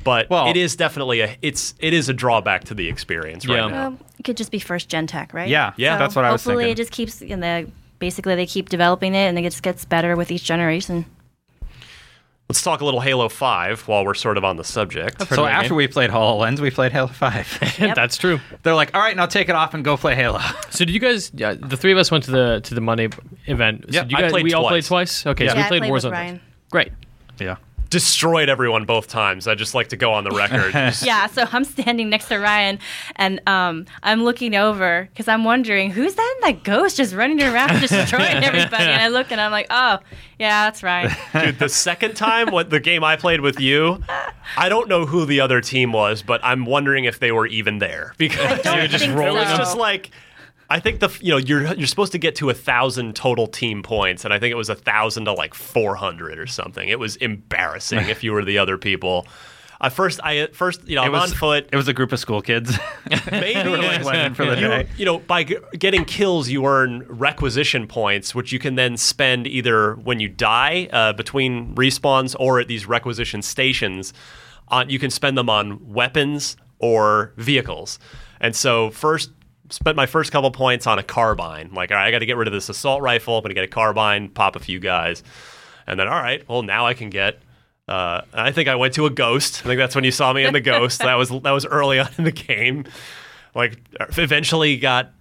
S3: But
S6: Well-
S3: it is definitely a it's it is a drawback to the experience
S4: Yeah.
S3: right now.
S5: Well, it could just be first gen tech, right?
S6: Yeah, yeah, that's what I was
S5: Hopefully,
S6: thinking.
S5: it just keeps and the basically they keep developing it and it just gets better with each generation.
S3: Let's talk a little Halo Five while we're sort of on the subject.
S6: So
S4: of that
S6: after
S4: game.
S6: we played HoloLens, we played Halo 5.
S5: Yep.
S4: that's true.
S6: They're like, all right, now take it off and go play Halo.
S4: So did you guys? Yeah, the three of us went to the to the Monday event.
S6: Yeah,
S4: so did you
S3: I
S4: guys,
S3: played
S4: we all played
S3: twice.
S4: twice. Okay, so
S5: Yeah,
S4: we
S5: I
S4: played,
S5: played with
S4: Warzone.
S5: Ryan.
S4: twice. Great.
S6: yeah.
S3: Destroyed everyone both times. I just like to go on the record. Just-
S5: Yeah, so I'm standing next to Ryan, and um, I'm looking over because I'm wondering who's that in that ghost just running around destroying everybody. And I look and I'm like, oh, yeah, that's Ryan.
S3: Dude, the second time, what the game I played with you, I don't know who the other team was, but I'm wondering if they were even there because
S5: don't
S3: they were just
S5: think
S3: rolling.
S5: so.
S3: It's just like I think the you know you're you're supposed to get to a thousand total team points, and I think it was a thousand to like four hundred or something. It was embarrassing if you were the other people. I first I at first you know
S6: It
S3: I'm
S6: was
S3: on foot.
S6: It was a group of school kids.
S3: Maybe
S6: like waiting for the
S3: you,
S6: day.
S3: you know, by g- getting kills, you earn requisition points, which you can then spend either when you die uh, between respawns or at these requisition stations. On you can spend them on weapons or vehicles. And so first. Spent my first couple points on a carbine. Like, all right, I got to get rid of this assault rifle. I'm gonna get a carbine, pop a few guys, and then all right, well now I can get uh, I think I went to a ghost. I think that's when you saw me in the ghost. That was that was early on in the game. Like eventually got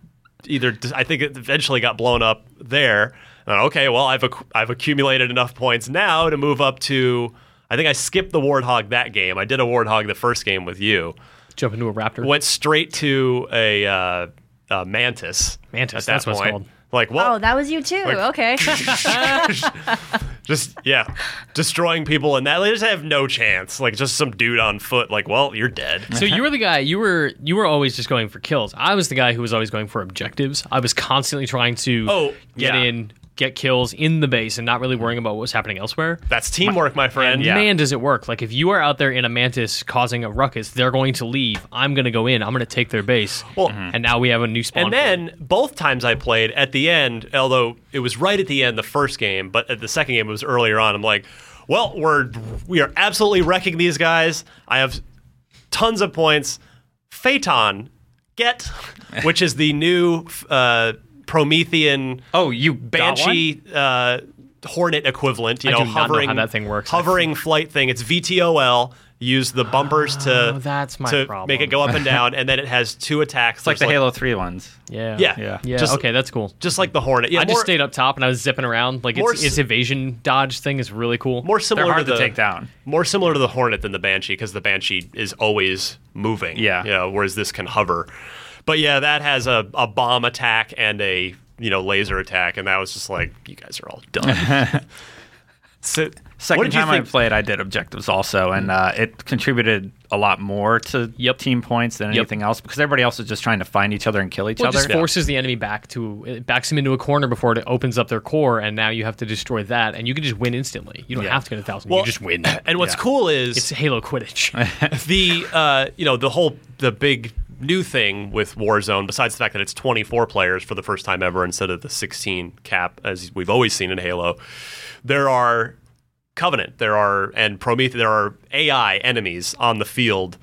S3: either I think it eventually got blown up there. And, okay, well I've acc- I've accumulated enough points now to move up to. I think I skipped the warthog that game. I did a warthog the first game with you.
S4: Jump into a raptor.
S3: Went straight to a, uh, a mantis.
S4: Mantis,
S3: At that
S4: that's what it's
S3: point.
S4: called.
S3: Like well,
S5: Oh, that was you too. Okay.
S3: just yeah, destroying people and that they just have no chance. Like just some dude on foot. Like well, you're dead.
S4: So you were the guy. You were you were always just going for kills. I was the guy who was always going for objectives. I was constantly trying to
S3: Oh,
S4: get
S3: yeah.
S4: in, get kills in the base, and not really worrying about what was happening elsewhere.
S3: That's teamwork, my friend.
S4: And man, does it work! Like if you are out there in a mantis causing a ruckus, they're going to leave. I'm going to go in. I'm going to take their base. Mm-hmm.
S3: Well-
S4: and now we have a new
S3: And
S4: spawn. point.
S3: then both times I played at the end, although it was right at the end the first game, but at the second game it was earlier on. I'm like, well, we're we are absolutely wrecking these guys. I have tons of points. Phaeton, get, which is the new uh, Promethean
S6: Oh, you
S3: banshee uh, hornet equivalent. You
S4: I
S3: know,
S4: do not know
S3: hovering
S4: how that thing works.
S3: Hovering flight thing. It's VTOL. Use the bumpers to
S4: Oh, that's my
S3: to
S4: problem.
S3: make it go up and down, and then it has two attacks.
S6: It's like the Halo 3 ones.
S4: yeah,
S3: Yeah.
S4: yeah,
S6: Yeah.
S3: Just-
S4: okay, that's cool.
S3: just like the Hornet. Yeah,
S4: I just
S3: more-
S4: stayed up top and I was zipping around. Like
S3: more
S4: its,
S3: s-
S4: its evasion dodge thing is really cool.
S3: more similar
S6: hard
S3: to
S6: to
S3: the
S6: take down.
S3: More similar to the Hornet than the Banshee because the Banshee is always moving.
S6: Yeah.
S3: you know, whereas this can hover. But yeah, that has a, a bomb attack and a you know laser attack, and that was just like you guys are all done. so what
S6: Second
S3: did you
S6: time I
S3: think?
S6: played, I did objectives also, and uh, it contributed a lot more to
S4: Yep.
S6: team points than
S4: Yep.
S6: anything else because everybody else was just trying to find each other and kill each
S4: Well, it
S6: other.
S4: just forces the enemy back to it backs them into a corner before it opens up their core, and now you have to destroy that, and you can just win instantly. You don't have to get a thousand;
S3: Well,
S4: you just win.
S3: And what's cool is
S4: it's Halo Quidditch.
S3: the uh, you know the whole the big new thing with Warzone, besides the fact that it's 24 players for the first time ever instead of the 16 cap as we've always seen in Halo, there are Covenant, there are and Prometheus, there are AI enemies on the field.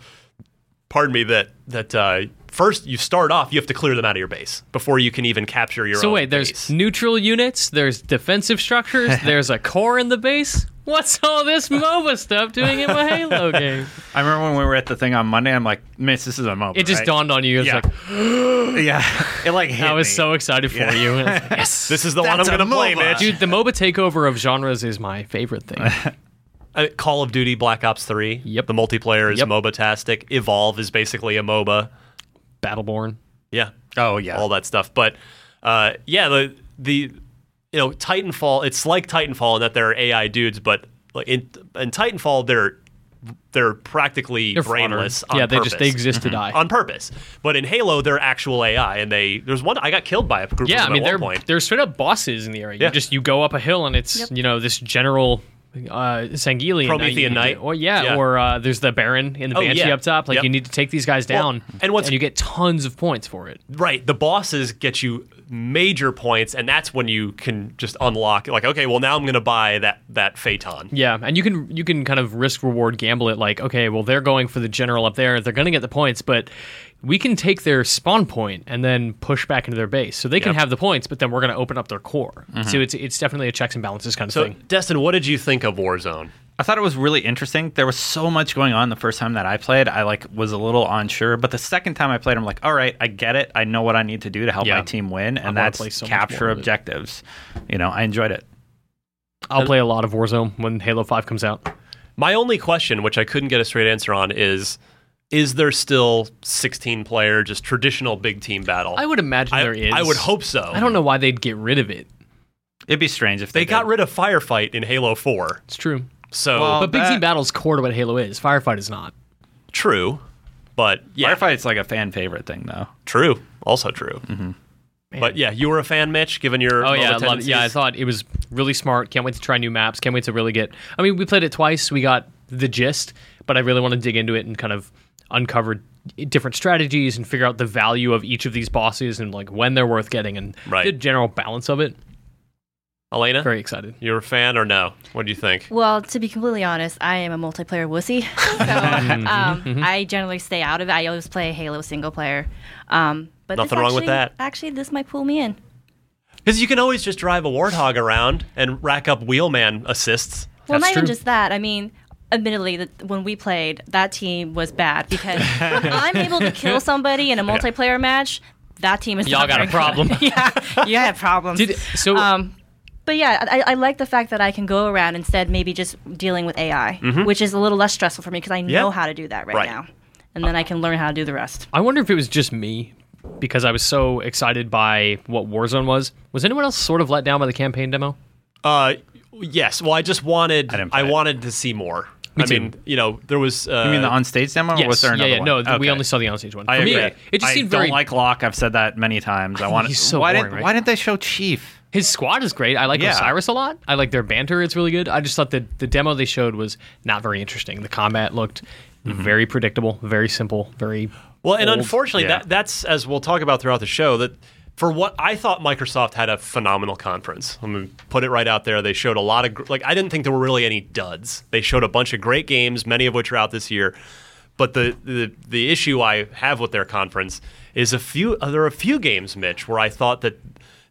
S3: Pardon me that that uh, first you start off, you have to clear them out of your base before you can even capture your
S4: So
S3: own.
S4: wait, there's
S3: base.
S4: neutral units, there's defensive structures, there's a core in the base. What's all this MOBA stuff doing in my Halo game?
S6: I remember when we were at the thing on Monday. I'm like, Miss, this is a MOBA.
S4: It just
S6: right?
S4: dawned on you. It's
S6: Yeah.
S4: like
S6: yeah. It like hit
S4: I was
S6: me.
S4: so excited for
S6: Yeah.
S4: you. And it's like, yes,
S3: this is the one I'm
S6: That's a
S3: going to play,
S6: MOBA.
S3: bitch.
S4: dude, the MOBA takeover of genres is my favorite thing.
S3: Uh, Call of Duty Black Ops 3.
S4: Yep.
S3: The multiplayer is
S4: Yep.
S3: MOBA tastic. Evolve is basically a MOBA.
S4: Battleborn.
S3: Yeah.
S6: Oh yeah.
S3: All that stuff. But uh, yeah, the the you know, Titanfall, it's like Titanfall in that there are AI dudes, but like in in Titanfall they're they're practically
S4: They're fodder.
S3: brainless on
S4: Yeah, they
S3: purpose.
S4: just they exist
S6: Mm-hmm.
S4: to die.
S3: on purpose. But in Halo they're actual AI and they there's one I got killed by a group
S4: Yeah,
S3: of
S4: I
S3: them
S4: mean
S3: at
S4: they're
S3: one point.
S4: they're straight up bosses in the area.
S3: Yeah.
S4: You just you go up a hill and it's
S5: Yep.
S4: you know this general uh Sangelian
S3: Promethean knight.
S4: Or yeah,
S3: Yeah.
S4: or uh, there's the Baron in the
S3: Oh,
S4: Banshee
S3: yeah.
S4: up top. Like
S3: Yep.
S4: you need to take these guys
S3: Well,
S4: down,
S3: and what's-
S4: and you get tons of points for it.
S3: Right. The bosses get you major points, and that's when you can just unlock. Like, okay, well now I'm gonna buy that that phaeton.
S4: Yeah, and you can you can kind of risk reward gamble it like, okay, well they're going for the general up there, they're going to get the points, but we can take their spawn point and then push back into their base. So they can
S3: Yep. Mm-hmm.
S4: have the points, but then we're going to open up their core. So it's it's definitely a checks and balances kind of
S3: So,
S4: thing.
S3: Destin, what did you think of Warzone?
S6: I thought it was really interesting. There was so much going on the first time that I played. I like was a little unsure, but the second time I played, I'm like, all right, I get it. I know what I need to do to help
S4: Yeah.
S6: my team win, and
S4: wanna
S6: that's
S4: play so much more
S6: capture
S4: of it.
S6: objectives. You know, I enjoyed it.
S4: I'll play a lot of Warzone when Halo 5 comes out.
S3: My only question, which I couldn't get a straight answer on, is: Is there still 16 player, just traditional big team battle?
S4: I would imagine
S3: I,
S4: there is.
S3: I would hope so.
S4: I don't know why they'd get rid of it.
S6: It'd be strange if they,
S3: They got
S6: did.
S3: rid of firefight in Halo 4,
S4: It's true.
S3: so
S6: Well-
S4: But big team
S6: that-
S4: battle's core to what Halo is. Firefight is not.
S3: true. But yeah,
S6: Firefight's like a fan favorite thing, though.
S3: true, also true. But yeah, you were a fan, Mitch, given your
S4: Oh yeah, I
S3: MOBA
S4: love it. yeah. I
S3: tendencies.
S4: thought it was really smart. Can't wait to try new maps. Can't wait to really get. I mean, we played it twice. We got the gist, but I really want to dig into it and kind of uncover different strategies and figure out the value of each of these bosses and like when they're worth getting and
S3: Right.
S4: the general balance of it.
S3: Elena,
S4: Very excited.
S3: you're a fan or no? What do you think?
S5: Well, to be completely honest, I am a multiplayer wussy.
S4: Mm-hmm.
S5: So um, I generally stay out of it. I always play Halo single player. Um, but this
S3: Nothing wrong with
S5: actually-
S3: that.
S5: Actually, this might pull me in.
S3: Because you can always just drive a warthog around and rack up wheelman assists.
S5: Well,
S4: That's
S5: not even
S4: true.
S5: just that. I mean, admittedly, that when we played, that team was bad because when I'm able to kill somebody in a multiplayer match. That team is
S4: Y'all
S5: not
S4: got a
S5: very good.
S4: problem.
S5: yeah, you had problems.
S4: Did so.
S5: um, but yeah, I, I like the fact that I can go around instead, maybe just dealing with AI, which is a little less stressful for me because I know how to do that right,
S3: Mm-hmm. Right.
S5: now, and then I can learn how to do the rest.
S4: I wonder if it was just me because I was so excited by what Warzone was. Was anyone else sort of let down by the campaign demo?
S3: Uh, yes. Well, I just wanted I,
S6: didn't play it.
S3: wanted to see more.
S4: Me
S3: I
S4: too.
S3: mean, you know, there was. Uh,
S6: You mean the on stage demo, or Oh, was there
S4: yeah,
S6: another
S4: yeah.
S6: one?
S4: No, th- we
S6: Okay.
S4: only saw the onstage one.
S6: I
S4: For me,
S6: agree.
S4: it just
S6: I
S4: seemed
S6: don't
S4: very
S6: like Locke. I've said that many times. I want.
S4: he's so
S6: why
S4: boring,
S6: didn't
S4: right?
S6: Why didn't they show Chief?
S4: His squad is great. I like
S6: Yeah.
S4: Osiris a lot. I like their banter. It's really good. I just thought that the demo they showed was not very interesting. The combat looked
S6: Mm-hmm.
S4: very predictable, very simple, very.
S3: well, and
S4: old-
S3: unfortunately,
S6: Yeah.
S3: that that's as we'll talk about throughout the show that. For what I thought, Microsoft had a phenomenal conference. I'm gonna put it right out there. They showed a lot of gr- like I didn't think there were really any duds. They showed a bunch of great games, many of which are out this year. But the the, the issue I have with their conference is a few uh, there are a few games, Mitch, where I thought that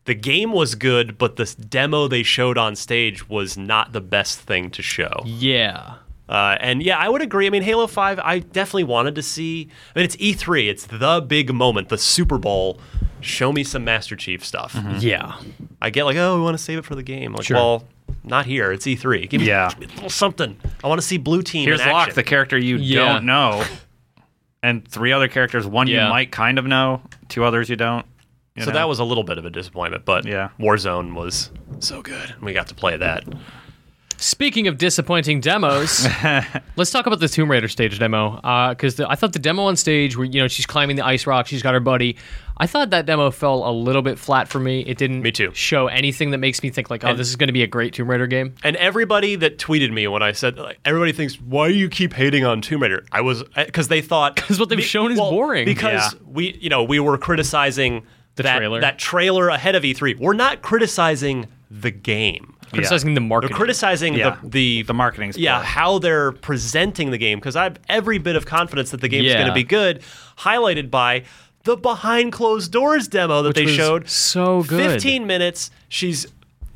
S3: the game was good, but this demo they showed on stage was not the best thing to show.
S4: Yeah.
S3: Uh, and yeah, I would agree. I mean, Halo 5, I definitely wanted to see. I mean, it's E3, it's the big moment, the Super Bowl. Show me some Master Chief stuff.
S6: Mm-hmm.
S4: Yeah.
S3: I get like, oh, we want to save it for the game. Like,
S4: Sure.
S3: well, not here. It's E3. Give me,
S6: Yeah.
S3: give me a little something. I want to see Blue Team.
S6: Here's
S3: in action.
S6: Locke, the character you
S4: Yeah.
S6: don't know, and three other characters. One
S4: Yeah.
S6: you might kind of know, two others you don't. you
S3: so
S6: know?
S3: that was a little bit of a disappointment, but
S6: Yeah.
S3: Warzone was so good. and We got to play that.
S4: Speaking of disappointing demos, let's talk about the Tomb Raider stage demo because I thought the demo on stage, where you know she's climbing the ice rock, she's got her buddy. I thought that demo fell a little bit flat for me. It didn't
S3: Me too.
S4: show anything that makes me think like, oh, this is going to be a great Tomb Raider game.
S3: And everybody that tweeted me when I said, like, everybody thinks, why do you keep hating on Tomb Raider? I was, because they thought. Because
S4: what they've shown is boring.
S3: Because
S6: Yeah.
S3: we, you know, we were criticizing
S4: The
S3: that,
S4: trailer.
S3: that trailer ahead of E3. We're not criticizing the game.
S4: Criticizing the
S3: We're
S4: market.
S3: criticizing
S6: Yeah.
S3: the, the
S6: The marketing's
S3: yeah
S6: poor.
S3: how they're presenting the game because I have every bit of confidence that the game is
S4: Yeah.
S3: going to be good, highlighted by the behind closed doors demo that
S4: Which
S3: they
S4: was
S3: showed.
S4: so good.
S3: 15 minutes. She's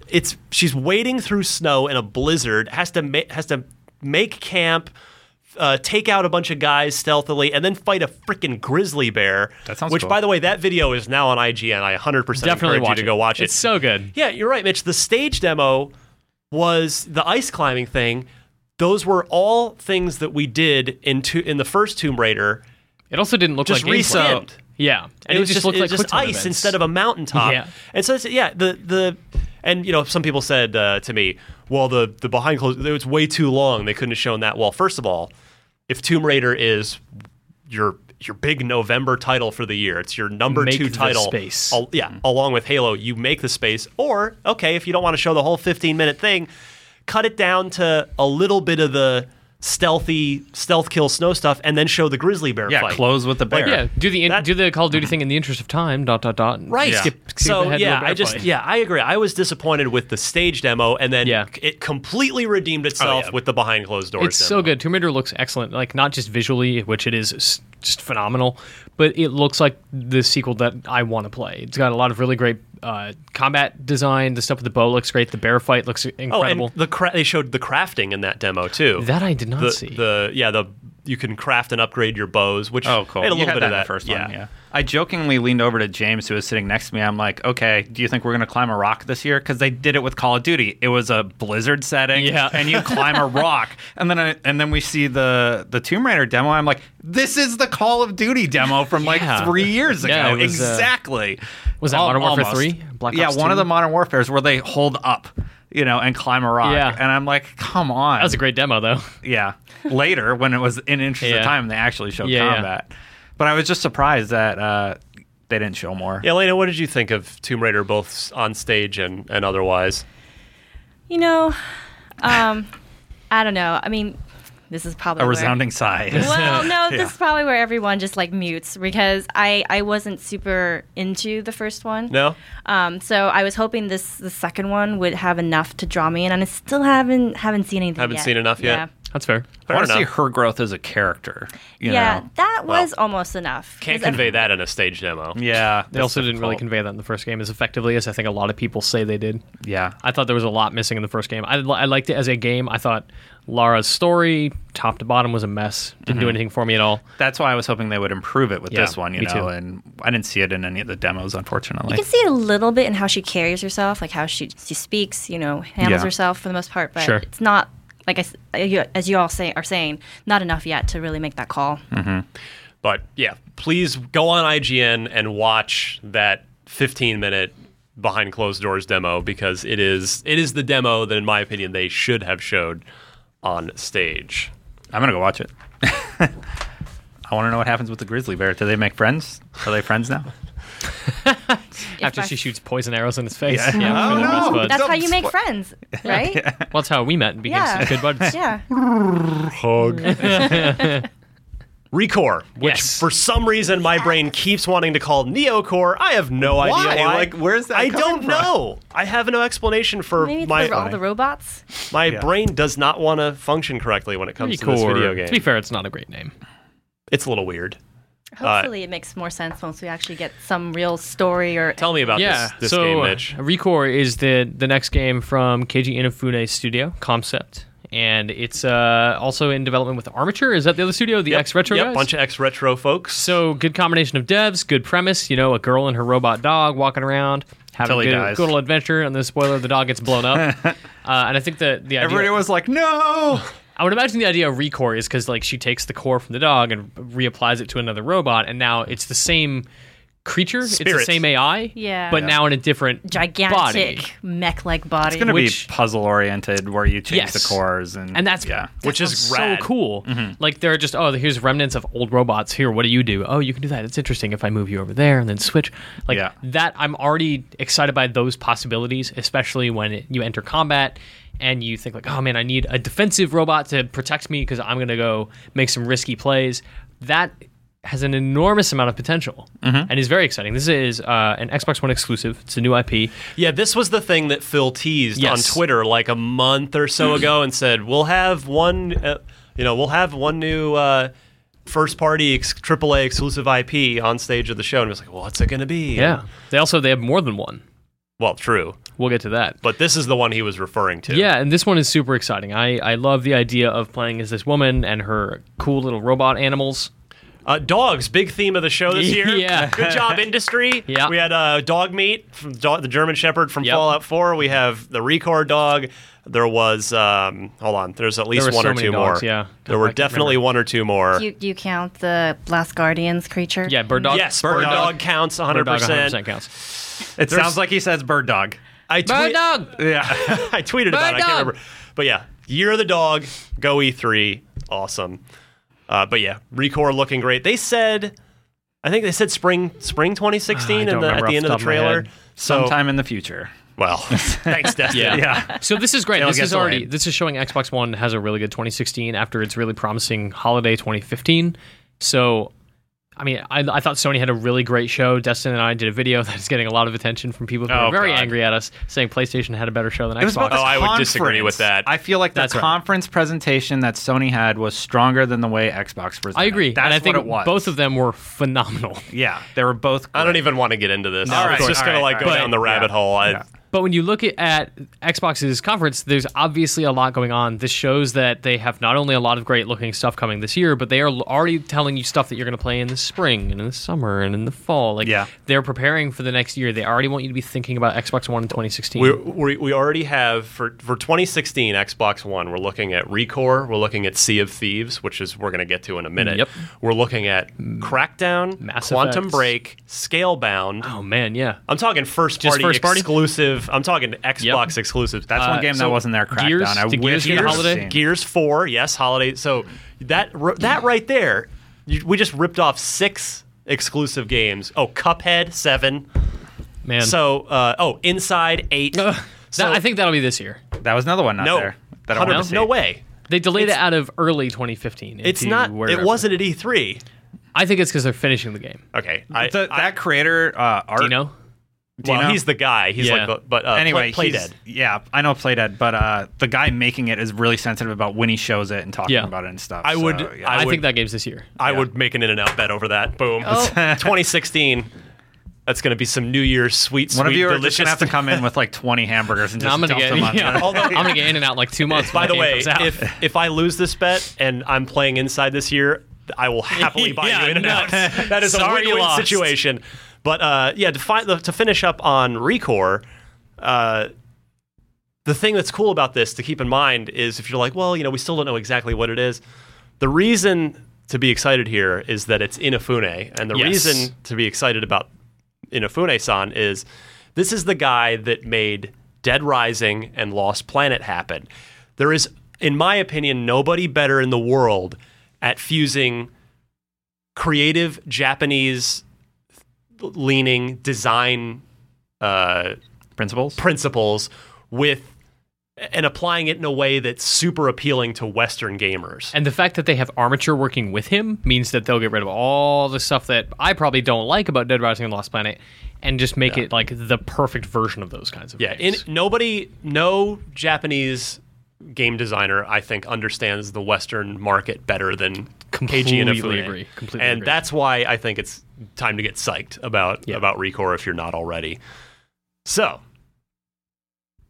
S3: it's she's wading through snow in a blizzard. Has to ma- has to make camp. Uh, take out a bunch of guys stealthily and then fight a freaking grizzly bear.
S6: That sounds
S3: Which,
S6: cool.
S3: by the way, that video is now on IGN. I 100%
S4: Definitely
S3: encourage
S4: watch
S3: you
S4: it.
S3: to go watch it.
S4: It's so good.
S3: Yeah, you're right, Mitch. The stage demo was the ice climbing thing. Those were all things that we did in two, in the first Tomb Raider.
S4: It also didn't look
S3: Just
S4: like gameplay.
S3: reskinned.
S4: Yeah, and it,
S3: was
S4: just, looked
S3: it
S4: like
S3: was just
S4: QuickTime
S3: ice
S4: events.
S3: instead of a mountaintop.
S4: Yeah.
S3: And so it's, yeah, the the and you know some people said uh, to me, well the the behind closed it's way too long. They couldn't have shown that. Well, first of all, if Tomb Raider is your your big November title for the year, it's your number
S4: Make
S3: two
S4: the
S3: title.
S4: space. Mm-hmm.
S3: al- yeah, along with Halo, you make the space. Or okay, if you don't want to show the whole 15 minute thing, cut it down to a little bit of the stealthy stealth kill snow stuff, and then show the grizzly bear
S6: Yeah,
S3: fight.
S6: close with the bear.
S4: yeah. Do the in,
S3: That-
S4: do the Call of Duty thing in the interest of time. Dot dot dot.
S3: Right.
S4: Skip, skip
S3: so
S4: ahead to
S3: yeah,
S4: a bear
S3: I just
S4: fight.
S3: yeah, I agree. I was disappointed with the stage demo, and then
S4: Yeah.
S3: c- it completely redeemed
S6: Oh,
S3: itself with the behind closed doors.
S4: It's so
S3: demo.
S4: good. Tomb Raider looks excellent. Like not just visually, which it is s- just phenomenal, but it looks like the sequel that I want to play. It's got a lot of really great uh, combat design. The stuff with the bow looks great. The bear fight looks
S3: Oh,
S4: incredible.
S3: and the cra- they showed the crafting in that demo too.
S4: that I did not
S3: the,
S4: see.
S3: the yeah the you can craft and upgrade your bows, which
S6: Oh, cool.
S3: had a
S6: you
S3: little
S6: had
S3: bit
S6: that
S3: of
S6: in
S3: that
S6: the first
S3: yeah.
S6: one. Yeah. I jokingly leaned over to James, who was sitting next to me. I'm like, "Okay, do you think we're gonna climb a rock this year?" Because they did it with Call of Duty. It was a blizzard setting,
S4: Yeah.
S6: and you climb a rock, and then I, and then we see the the Tomb Raider demo. I'm like, "This is the Call of Duty demo from like three years ago,
S4: Yeah, it was, uh,
S6: exactly."
S4: was that
S6: Al-
S4: Modern Warfare
S6: almost.
S4: 3? Black
S6: yeah,
S4: Ops
S6: one of
S4: 2?
S6: the Modern Warfare's where they hold up, you know, and climb a rock.
S4: Yeah.
S6: and I'm like, "Come on."
S4: that was a great demo though.
S6: Yeah. Later, when it was in interest
S4: Yeah.
S6: of time, they actually showed
S4: Yeah, yeah.
S6: combat. But I was just surprised that uh, they didn't show more.
S3: Yeah, Elena, what did you think of Tomb Raider, both s- on stage and, and otherwise?
S5: You know, um, I don't know. I mean, this is probably
S6: A
S5: where-
S6: resounding sigh.
S5: Well, no,
S6: Yeah.
S5: this is probably where everyone just like mutes because I I wasn't super into the first one.
S3: No,
S5: Um, so I was hoping this the second one would have enough to draw me in, and I still haven't haven't seen anything.
S3: Haven't
S5: yet.
S3: seen enough yet?
S5: Yeah.
S4: That's fair.
S6: I want to
S3: Fair
S6: see
S3: enough.
S6: her growth as a character. You
S5: yeah,
S6: Know?
S5: that
S3: Well,
S5: was almost enough.
S3: can't
S5: 'Cause I-
S3: convey that in a stage demo.
S6: Yeah.
S4: They also didn't really convey that in the first game as effectively as I think a lot of people say they did.
S6: Yeah.
S4: I thought there was a lot missing in the first game. I, I liked it as a game. I thought Lara's story, top to bottom, was a mess. Didn't
S3: Mm-hmm.
S4: do anything for me at all.
S6: That's why I was hoping they would improve it with
S4: Yeah,
S6: this one, you
S4: me
S6: know,
S4: too.
S6: and I didn't see it in any of the demos, unfortunately.
S5: You can see a little bit in how she carries herself, like how she she speaks, you know, handles
S6: Yeah.
S5: herself for the most part. But
S4: Sure.
S5: it's not like I s- uh, you- as you all say are saying, not enough yet to really make that call.
S3: But yeah, please go on IGN and watch that 15 minute behind closed doors demo because it is it is the demo that in my opinion they should have showed on stage.
S6: I'm going to go watch it. I want to know what happens with the grizzly bear. Do they make friends? Are they friends now?
S5: If
S4: After
S5: I-
S4: she shoots poison arrows in his face.
S6: Yeah.
S4: Yeah, for the best buds.
S5: that's how you make friends, right?
S4: Well, that's how we met and became
S5: Yeah.
S4: such good buds.
S5: yeah.
S3: Recore, which
S4: Yes.
S3: for some reason my brain keeps wanting to call Neocore. I have no
S6: Why?
S3: idea why.
S6: Like, where's that
S3: I
S6: coming
S3: don't
S6: from?
S3: know. I have no explanation for
S5: Maybe it's
S3: my
S5: the, all the robots.
S3: my brain does not want to function correctly when it comes to this
S4: Record.
S3: video game.
S4: To be fair, it's not a great name.
S3: It's a little weird.
S5: Hopefully, it makes more sense once we actually get some real story or
S3: Tell me about
S4: yeah.
S3: this, this
S4: so
S3: game, Mitch.
S4: uh, Recore is the the next game from Keiji Inafune's studio, Concept, and it's uh, also in development with Armature. Is that the other studio? The X Retro
S3: yep,
S4: guys?
S3: bunch of X Retro folks.
S4: So good combination of devs, good premise. You know, a girl and her robot dog walking around having
S6: Till
S4: a
S6: he
S4: good,
S6: dies.
S4: good little adventure. And the spoiler, the dog gets blown up. uh, and I think that the idea,
S6: Everybody was like, no.
S4: I would imagine the idea of recore is because like she takes the core from the dog and reapplies it to another robot, and now it's the same creature. It's the
S3: Spirit.
S4: same AI,
S5: Yeah.
S4: but
S5: Yeah.
S4: now in a different
S5: gigantic
S4: body.
S5: mech-like body.
S6: It's going to
S4: Which-
S6: be puzzle oriented where you change
S4: Yes.
S6: the cores and
S4: and that's
S6: yeah.
S4: that
S3: Which is
S4: sounds
S3: rad.
S4: so cool. Like they're just oh, here's remnants of old robots. Here, what do you do? Oh, you can do that. It's interesting if I move you over there and then switch. Like
S6: Yeah.
S4: that, I'm already excited by those possibilities, especially when it, you enter combat and you think like, oh man, I need a defensive robot to protect me because I'm gonna go make some risky plays. That has an enormous amount of potential and is very exciting. This is uh, an Xbox One exclusive. It's a new IP.
S3: Yeah, this was the thing that Phil teased
S4: Yes.
S3: on Twitter like a month or so ago and said, "We'll have one, uh, you know, we'll have one new uh, first party ex- AAA exclusive IP on stage of the show." And it was like, "What's it going to be?"
S4: Yeah. They also they have more than one.
S3: Well, true,
S4: We'll get to that.
S3: but this is the one he was referring to.
S4: Yeah, and this one is super exciting. I, I love the idea of playing as this woman and her cool little robot animals.
S3: Uh, dogs, big theme of the show this year.
S4: Yeah.
S3: Good job, industry.
S4: Yeah.
S3: We had uh, dog meat from dog, the German Shepherd from
S4: Yep.
S3: Fallout 4. We have the Record dog. There was, um, hold on, there's at least
S4: were
S3: one
S4: so
S3: or
S4: many
S3: two
S4: dogs,
S3: more.
S4: yeah.
S3: There
S4: I
S3: were
S4: can't
S3: definitely
S4: remember.
S3: one or two more.
S5: Do you, do you count the Blast Guardians creature?
S4: Yeah, bird dog.
S3: yes,
S4: bird,
S3: bird,
S4: dog.
S3: dog, counts 100%.
S4: Bird dog 100% counts.
S6: It sounds like he says bird dog.
S3: I,
S4: Bird
S3: tweet-
S4: dog.
S6: Yeah.
S3: I tweeted about it. I
S4: dog.
S3: can't remember. But yeah, Year of the Dog, Go E3. Awesome. Uh, but yeah, Record looking great. They said, I think they said spring spring 2016
S4: Ah, I
S3: in
S4: don't
S3: the, at
S4: remember
S3: the
S4: off
S3: end
S4: the
S3: of
S4: top
S3: the
S4: of my
S3: trailer.
S4: head.
S3: so,
S6: Sometime in the future.
S3: well, thanks, Destiny.
S4: Yeah.
S6: Yeah.
S4: So this is great.
S6: It'll
S4: This
S6: get
S4: is already
S6: delayed.
S4: this is showing Xbox One has a really good 2016 after its really promising holiday 2015. So I mean, I, I thought Sony had a really great show. Destin and I did a video that is getting a lot of attention from people who
S6: Oh,
S4: are very
S6: God.
S4: angry at us, saying PlayStation had a better show than
S6: It was
S4: Xbox.
S6: about this
S3: Oh, I would disagree
S6: conference.
S3: with that.
S6: I feel like the
S4: That's right.
S6: conference presentation that Sony had was stronger than the way Xbox presented.
S4: I agree,
S6: That's
S4: and I think
S6: what it was.
S4: both of them were phenomenal.
S6: Yeah, they were both.
S3: I don't
S6: great.
S3: even want to get into this.
S6: of
S3: it's
S6: course.
S3: just going
S6: All
S3: to
S6: right,
S3: like
S6: all
S3: go
S6: right.
S3: down the
S6: But-
S3: rabbit hole. I,
S6: yeah.
S4: But when you look at, at Xbox's conference, there's obviously a lot going on. This shows that they have not only a lot of great looking stuff coming this year, but they are l- already telling you stuff that you're going to play in the spring and in the summer and in the fall. Like
S6: Yeah.
S4: they're preparing for the next year. They already want you to be thinking about Xbox One in 2016.
S3: We, we, we already have for, for 2016 Xbox One. We're looking at Recore. We're looking at Sea of Thieves, which is we're going to get to in a minute.
S4: Yep.
S3: We're looking at Crackdown,
S4: Mass
S3: Quantum
S4: Effects.
S3: Break, Scalebound.
S4: oh man, yeah.
S3: I'm talking first
S4: Just
S3: party
S4: first party?
S3: exclusive. I'm talking Xbox exclusive.
S6: That's one game
S4: so
S6: that wasn't there. Crackdown.
S4: Gears-
S6: I
S4: did
S6: wish
S4: Gears get a
S6: you would've
S4: holiday?
S6: seen.
S3: Gears Four. Yes, holiday. So that r- that right there, you, we just ripped off six exclusive games. Oh, Cuphead seven.
S4: Man.
S3: So, uh, oh, inside eight.
S4: That-
S3: so-
S4: I think that'll be this year.
S6: That was another one not
S3: no,
S6: there. That I wanted
S3: 100%,
S6: to
S3: no
S6: see.
S3: way.
S4: They delayed it out of early 2015.
S3: It's
S4: into
S3: not.
S4: wherever.
S3: It wasn't at E3.
S4: I think it's because they're finishing the game.
S3: Okay, I,
S6: It's a-
S3: I-
S6: that creator uh, art.
S4: Do you know?
S6: you
S3: well,
S6: know?
S3: he's the guy. He's
S4: Yeah.
S3: like, the, but uh,
S6: Anyway,
S3: play, play
S6: he's-
S3: dead.
S6: Yeah, I know Playdead, but uh, the guy making it is really sensitive about when he shows it and talking
S4: Yeah.
S6: about it and stuff.
S3: I
S6: so,
S3: would-
S6: yeah.
S3: I
S4: I,
S3: would-
S4: think that game's this year.
S3: I would make an in and out bet over that. Boom.
S5: Oh.
S3: 2016. That's going to be some New Year's sweet, sweet,
S6: one of you are
S3: delicious.
S6: just gonna have to come in with like 20 hamburgers and
S4: No,
S6: just
S4: I'm gonna
S6: dump
S4: get.
S6: them on
S4: yeah.
S6: there.
S4: I'm gonna get in and out like two months.
S3: By
S4: when
S3: the
S4: game
S3: way,
S4: comes out.
S3: if if I lose this bet and I'm playing inside this year, I will happily buy
S4: Yeah,
S3: you in and out.
S4: nuts.
S3: That is
S4: Sorry
S3: a
S4: you
S3: win-win
S4: lost.
S3: situation. But uh, yeah, to, fi- to finish up on Recore, uh, the thing that's cool about this to keep in mind is if you're like, well, you know, we still don't know exactly what it is. The reason to be excited here is that it's Inafune, and the
S4: Yes.
S3: reason to be excited about Inafune-san is this is the guy that made Dead Rising and Lost Planet happen. There is, in my opinion, nobody better in the world at fusing creative Japanese leaning design uh,
S6: Principles.
S3: principles with and applying it in a way that's super appealing to Western gamers.
S4: And the fact that they have Armature working with him means that they'll get rid of all the stuff that I probably don't like about Dead Rising and Lost Planet and just make it like the perfect version of those kinds of
S3: Yeah, in,
S4: games.
S3: nobody, no Japanese game designer, I think, understands the Western market better than Keiji Inafune.
S4: Completely agree. Completely
S3: and
S4: agree.
S3: that's why I think it's time to get psyched about
S4: Yeah.
S3: about Recore if you're not already. So,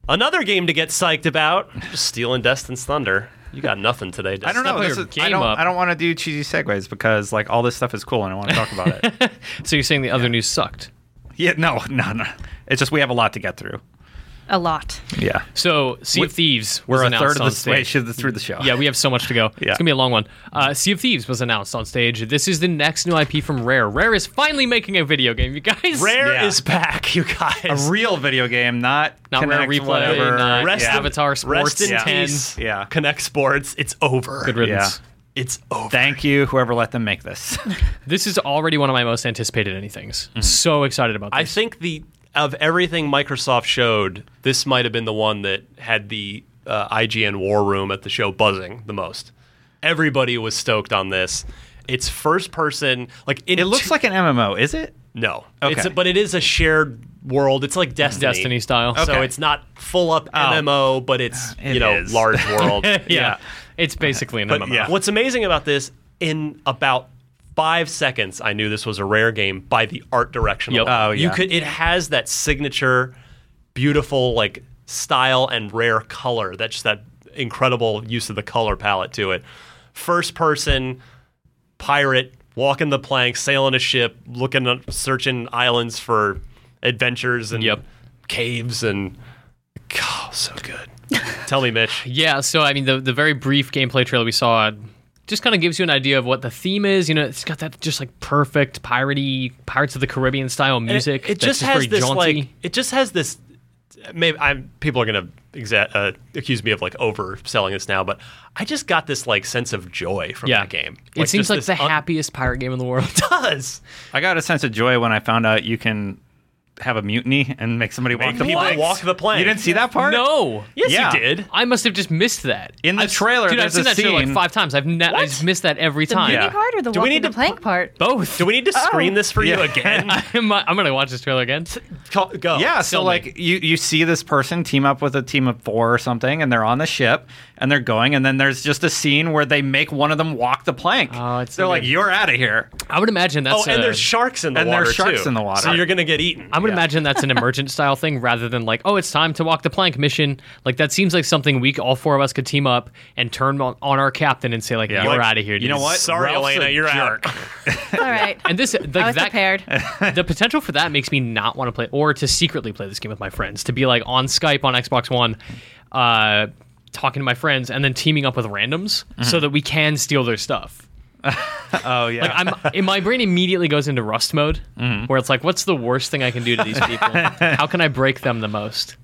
S3: another game to get psyched about, just stealing Destin's thunder. You got nothing today. Destin.
S6: I don't know.
S4: Stop
S6: This
S4: your
S6: is, I
S4: game
S6: don't.
S4: up.
S6: I don't want to do cheesy segues because like all this stuff is cool and I want to talk about it.
S4: so you're saying the other news sucked.
S6: yeah. No. No. No. It's just we have a lot to get through.
S5: a lot.
S6: Yeah.
S4: So, Sea of Thieves was
S6: We're a
S4: announced
S6: third of
S4: on
S6: the
S4: stage.
S6: way through the- through the show.
S4: Yeah, we have so much to go.
S6: Yeah.
S4: It's gonna be a long one. Uh, sea of Thieves was announced on stage. This is the next new IP from Rare. Rare is finally making a video game, you guys.
S3: Rare
S6: Yeah.
S3: is back, you guys.
S6: a real video game, not
S4: Not Rare
S6: Kinect,
S4: Replay,
S6: whatever.
S4: not
S3: Rest
S4: yeah.
S3: in-
S4: Avatar Sports
S3: Rest in
S6: Yeah.
S4: 10.
S3: peace.
S6: Yeah.
S3: Connect Sports. It's over.
S4: Good riddance.
S6: Yeah.
S3: It's over.
S6: Thank you, whoever let them make this.
S4: This is already one of my most anticipated anythings.
S6: Mm-hmm.
S4: So excited about
S3: I
S4: this.
S3: think the of everything Microsoft showed, this might have been the one that had the uh, IGN war room at the show buzzing the most. Everybody was stoked on this. It's first person, like in
S6: it looks like an MMO, is it?
S3: no,
S6: Okay.
S3: it's but it is a shared world. It's like Destiny,
S4: Destiny style.
S3: So
S6: Okay. Oh.
S3: it's not full up MMO, but it's
S6: It
S3: you know
S6: is.
S3: large world.
S4: yeah. It's basically an
S3: But
S4: MMO.
S6: yeah.
S3: what's amazing about this, in about five seconds, I knew this was a rare game by the art direction.
S4: Yep.
S3: alone.
S6: Oh,
S3: You
S6: yeah.
S3: could it has that signature, beautiful like style and rare color. That's just that incredible use of the color palette to it. First person, pirate, walking the plank, sailing a ship, looking up searching islands for adventures and
S4: Yep.
S3: caves and oh, so good. Tell me, Mitch.
S4: Yeah, so I mean, the the very brief gameplay trailer we saw just kind of gives you an idea of what the theme is. You know, it's got that just like perfect piratey Pirates of the Caribbean style
S3: And it-
S4: music.
S3: It,
S4: that's
S3: just has
S4: very
S3: this
S4: jaunty.
S3: like. It just has this. Maybe I'm. People are gonna exa- uh, accuse me of like overselling this now, but I just got this like sense of joy from
S4: yeah
S3: the game.
S4: It seems
S3: just
S4: like
S3: this
S4: the
S3: un-
S4: happiest pirate game in the world.
S3: does.
S6: I got a sense of joy when I found out you can have a mutiny and make somebody walk the
S3: people
S6: planks.
S3: walk the plank.
S6: You didn't see that part?
S4: no,
S3: Yes,
S6: Yeah.
S3: you did.
S4: I must have just missed that
S6: In the
S4: I've,
S6: trailer,
S4: Dude, I've
S6: there's
S4: seen
S6: a
S4: that trailer like
S6: scene-
S4: five times. I've ne-
S3: What?
S4: I've missed that every
S5: The
S4: time.
S5: mini
S6: Yeah.
S5: part or the
S3: Do we
S5: walking
S3: need
S5: the
S3: to
S5: plank part?
S4: Both. Oh.
S3: Do we need to screen this for you
S6: Yeah.
S3: again?
S4: I'm, I'm gonna watch this trailer again.
S3: Go. go.
S6: Yeah, so
S4: Tell me.
S6: like you you see this person team up with a team of four or something, and they're on the ship and they're going, and then there's just a scene where they make one of them walk the plank.
S4: Oh, it's so
S6: they're like,
S4: good.
S6: "You're out of here."
S4: I would imagine
S3: Oh,
S4: that's.
S3: and
S4: a-
S3: there's sharks in the
S6: and
S3: water
S6: there's sharks
S3: too.
S6: in the water.
S3: so you're gonna get eaten.
S4: I would imagine that's an emergent style thing rather than like, oh, it's time to walk the plank mission. Like that seems like something we c- all four of us could team up and turn on, on our captain and say like, you're
S6: Like,
S4: out of here. Dude.
S6: you know what?
S3: Sorry,
S6: Ralph's a
S3: Elena, you're
S6: jerk.
S3: out.
S5: All right.
S4: And this, like,
S5: I was
S4: that,
S5: prepared.
S4: the potential for that makes me not want to play or to secretly play this game with my friends to be like on skype on xbox one uh, talking to my friends and then teaming up with randoms
S6: Mm-hmm.
S4: so that we can steal their stuff
S6: Oh yeah.
S4: like i'm in my brain immediately goes into rust mode
S6: Mm-hmm.
S4: where it's like what's the worst thing i can do to these people how can i break them the most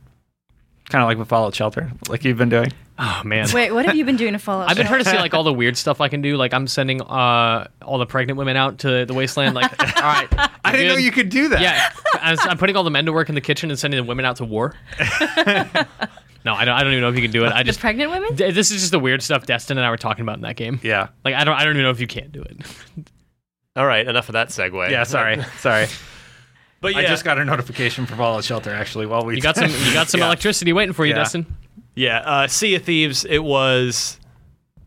S6: kind of like with Fallout Shelter, like you've been doing.
S4: oh man
S5: Wait, what have you been doing to follow?
S4: I've been trying to see like all the weird stuff I can do. Like I'm sending uh, all the pregnant women out to the wasteland. Like, all right,
S6: I didn't know
S4: good?
S6: you could do that.
S4: Yeah, I was- I'm putting all the men to work in the kitchen and sending the women out to war. no, I don't, I don't even know if you can do it. I
S5: the
S4: just
S5: pregnant women?
S4: D- this is just the weird stuff Destin and I were talking about in that game.
S6: Yeah.
S4: Like I don't I don't even know if you can do it.
S3: All right, enough of that segue.
S6: Yeah, sorry. sorry.
S3: but yeah,
S6: I just got a notification for Fallout Shelter actually while we
S4: You got some you got some
S6: Yeah.
S4: electricity waiting for you,
S6: Yeah.
S4: Destin.
S3: Yeah, uh, Sea of Thieves. It was,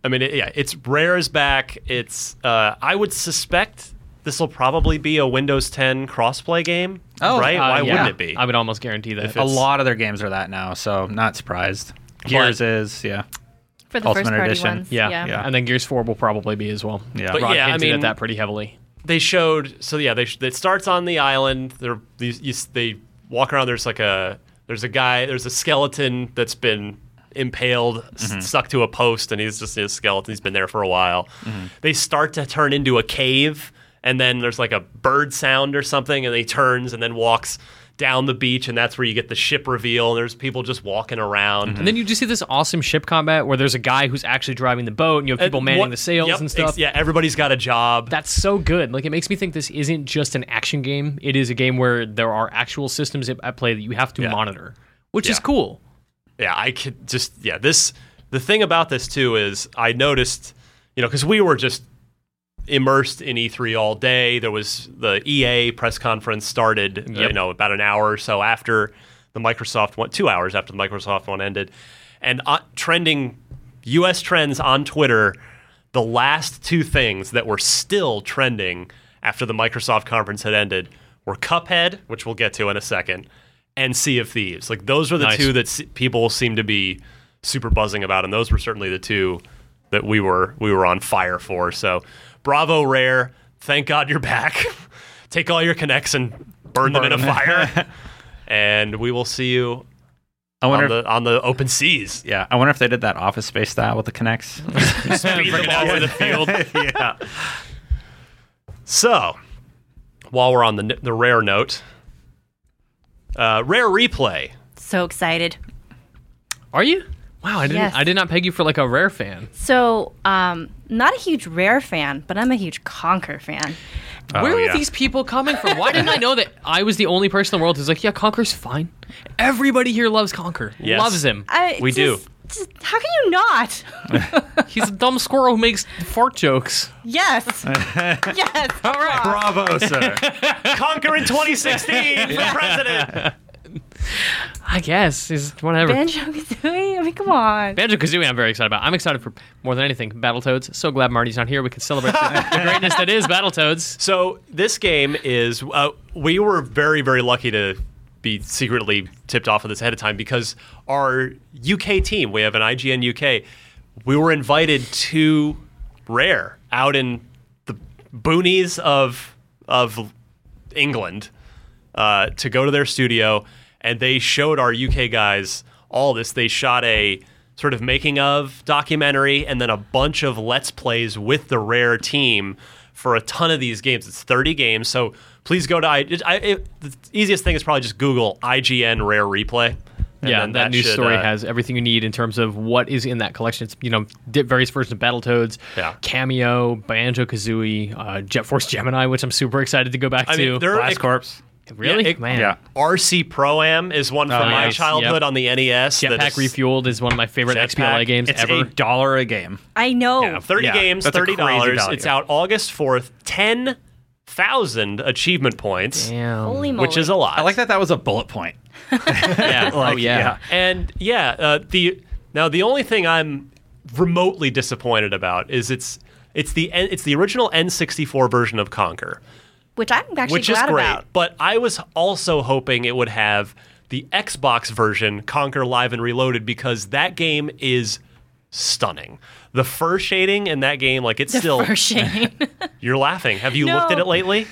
S3: I mean, it, yeah, it's rare as back. It's, uh, I would suspect this will probably be a Windows 10 crossplay game.
S6: Oh,
S3: right?
S4: Uh,
S3: Why
S4: yeah.
S3: wouldn't it be?
S4: I would almost guarantee that.
S6: a
S3: it's-
S6: lot of their games are that now, so I'm not surprised. Gears is, yeah.
S5: For the
S6: Ultimate
S5: first party
S6: Edition.
S5: ones.
S4: yeah.
S5: yeah.
S4: And then Gears 4 will probably be as well.
S6: Yeah.
S3: But
S4: Rock
S3: yeah, I
S4: hinted
S3: mean-
S4: at that pretty heavily.
S3: they showed. So yeah, they sh- it starts on the island. They're these. You, s- they walk around. There's like a there's a guy. There's a skeleton that's been impaled,
S4: Mm-hmm.
S3: s- stuck to a post, and he's just a skeleton. He's been there for a while.
S4: Mm-hmm.
S3: They start to turn into a cave, and then there's like a bird sound or something, and he turns and then walks down the beach, and that's where you get the ship reveal. And there's people just walking around.
S4: Mm-hmm. And then you just see this awesome ship combat where there's a guy who's actually driving the boat and you have people
S3: Uh,
S4: manning
S3: what-
S4: the sails
S3: yep,
S4: and
S3: ex-
S4: stuff.
S3: yeah, everybody's got a job.
S4: That's so good. Like it makes me think this isn't just an action game. It is a game where there are actual systems at at play that you have to
S3: Yeah.
S4: monitor, which is
S3: Yeah.
S4: cool.
S3: yeah, I could just yeah. This the thing about this too is I noticed, you know, because we were just immersed in E3 all day. There was the EA press conference started, uh, you know, about an hour or so after the Microsoft one, two hours after the Microsoft one ended, and uh, trending U.S. trends on Twitter. The last two things that were still trending after the Microsoft conference had ended were Cuphead, which we'll get to in a second, and Sea of Thieves. Like those were the
S4: Nice.
S3: two that s- people seem to be super buzzing about, and those were certainly the two that we were we were on fire for. So, bravo, Rare! Thank God you're back. Take all your connects and burn, them in a fire, and we will see you
S6: I wonder.
S3: on
S6: If,
S3: the on the open seas.
S6: yeah, I wonder if they did that Office Space style with the connects.
S3: Speed it out to the field.
S6: yeah.
S3: So, while we're on the the rare note, uh, rare replay.
S5: So excited.
S4: Are you? Wow, I didn't.
S5: Yes.
S4: I did not peg you for like a rare fan.
S5: So, um, not a huge Rare fan, but I'm a huge Conquer fan.
S3: Oh,
S4: Where
S6: yeah.
S4: are these people coming from? Why didn't I know that I was the only person in the world who's like, yeah, Conker's fine. Everybody here loves Conker.
S3: Yes.
S4: Loves him.
S5: I,
S3: We
S5: just- just- how can you not?
S4: He's a dumb squirrel who makes fart jokes.
S5: Yes. yes. All right.
S6: Bravo, sir.
S3: Conquer in 2016 for president.
S4: I guess is whatever.
S5: Banjo Kazooie. I mean, come on.
S4: Banjo Kazooie, I'm very excited about. I'm excited for more than anything, Battletoads. So glad Marty's not here. We can celebrate the, the greatness that is Battletoads.
S3: So this game is. Uh, we were very very lucky to be secretly tipped off of this ahead of time because our UK team, we have an IGN UK, we were invited to Rare out in the boonies of of England uh, to go to their studio, and they showed our UK guys all this. They shot a sort of making of documentary, and then a bunch of let's plays with the Rare team for a ton of these games. It's 30 games, so please go to. I, I, it, the easiest thing is probably just Google IGN Rare Replay. and
S4: yeah,
S3: then
S4: that, news
S3: should,
S4: story
S3: uh,
S4: has everything you need in terms of what is in that collection. It's you know di- various versions of Battletoads,
S3: Yeah.
S4: Cameo, Banjo Kazooie, uh, Jet Force Gemini, which I'm super excited to go back
S3: I
S4: to.
S3: mean, there
S6: Blast
S3: it-
S6: Corpse.
S4: really,
S3: yeah, it-
S4: man.
S6: Yeah.
S3: RC Pro Am is one from my
S4: Oh, nice.
S3: childhood
S4: Yep.
S3: on the NES. that
S4: Jetpack
S3: is-
S4: Refueled is one of my favorite XBLA
S3: Jetpack,
S4: games
S6: It's
S4: ever.
S6: a dollar a game.
S5: I know.
S3: Yeah, 30
S6: Yeah,
S3: games,
S6: that's a
S3: $30.
S6: crazy value.
S3: It's out August 4th, 10,000 achievement points,
S4: Damn.
S5: Holy moly.
S3: which is a lot.
S6: I like that that was a bullet point.
S4: yeah. oh yeah.
S6: yeah.
S3: And yeah, uh, the now the only thing I'm remotely disappointed about is it's it's the N- it's the original N64 version of Conquer,
S5: Which I'm actually
S3: which is
S5: glad
S3: great.
S5: about.
S3: But I was also hoping it would have the Xbox version, Conquer Live and Reloaded, because that game is stunning. The fur shading in that game, like it's still
S5: For shame.
S3: you're laughing. Have you looked
S5: No.
S3: at it lately?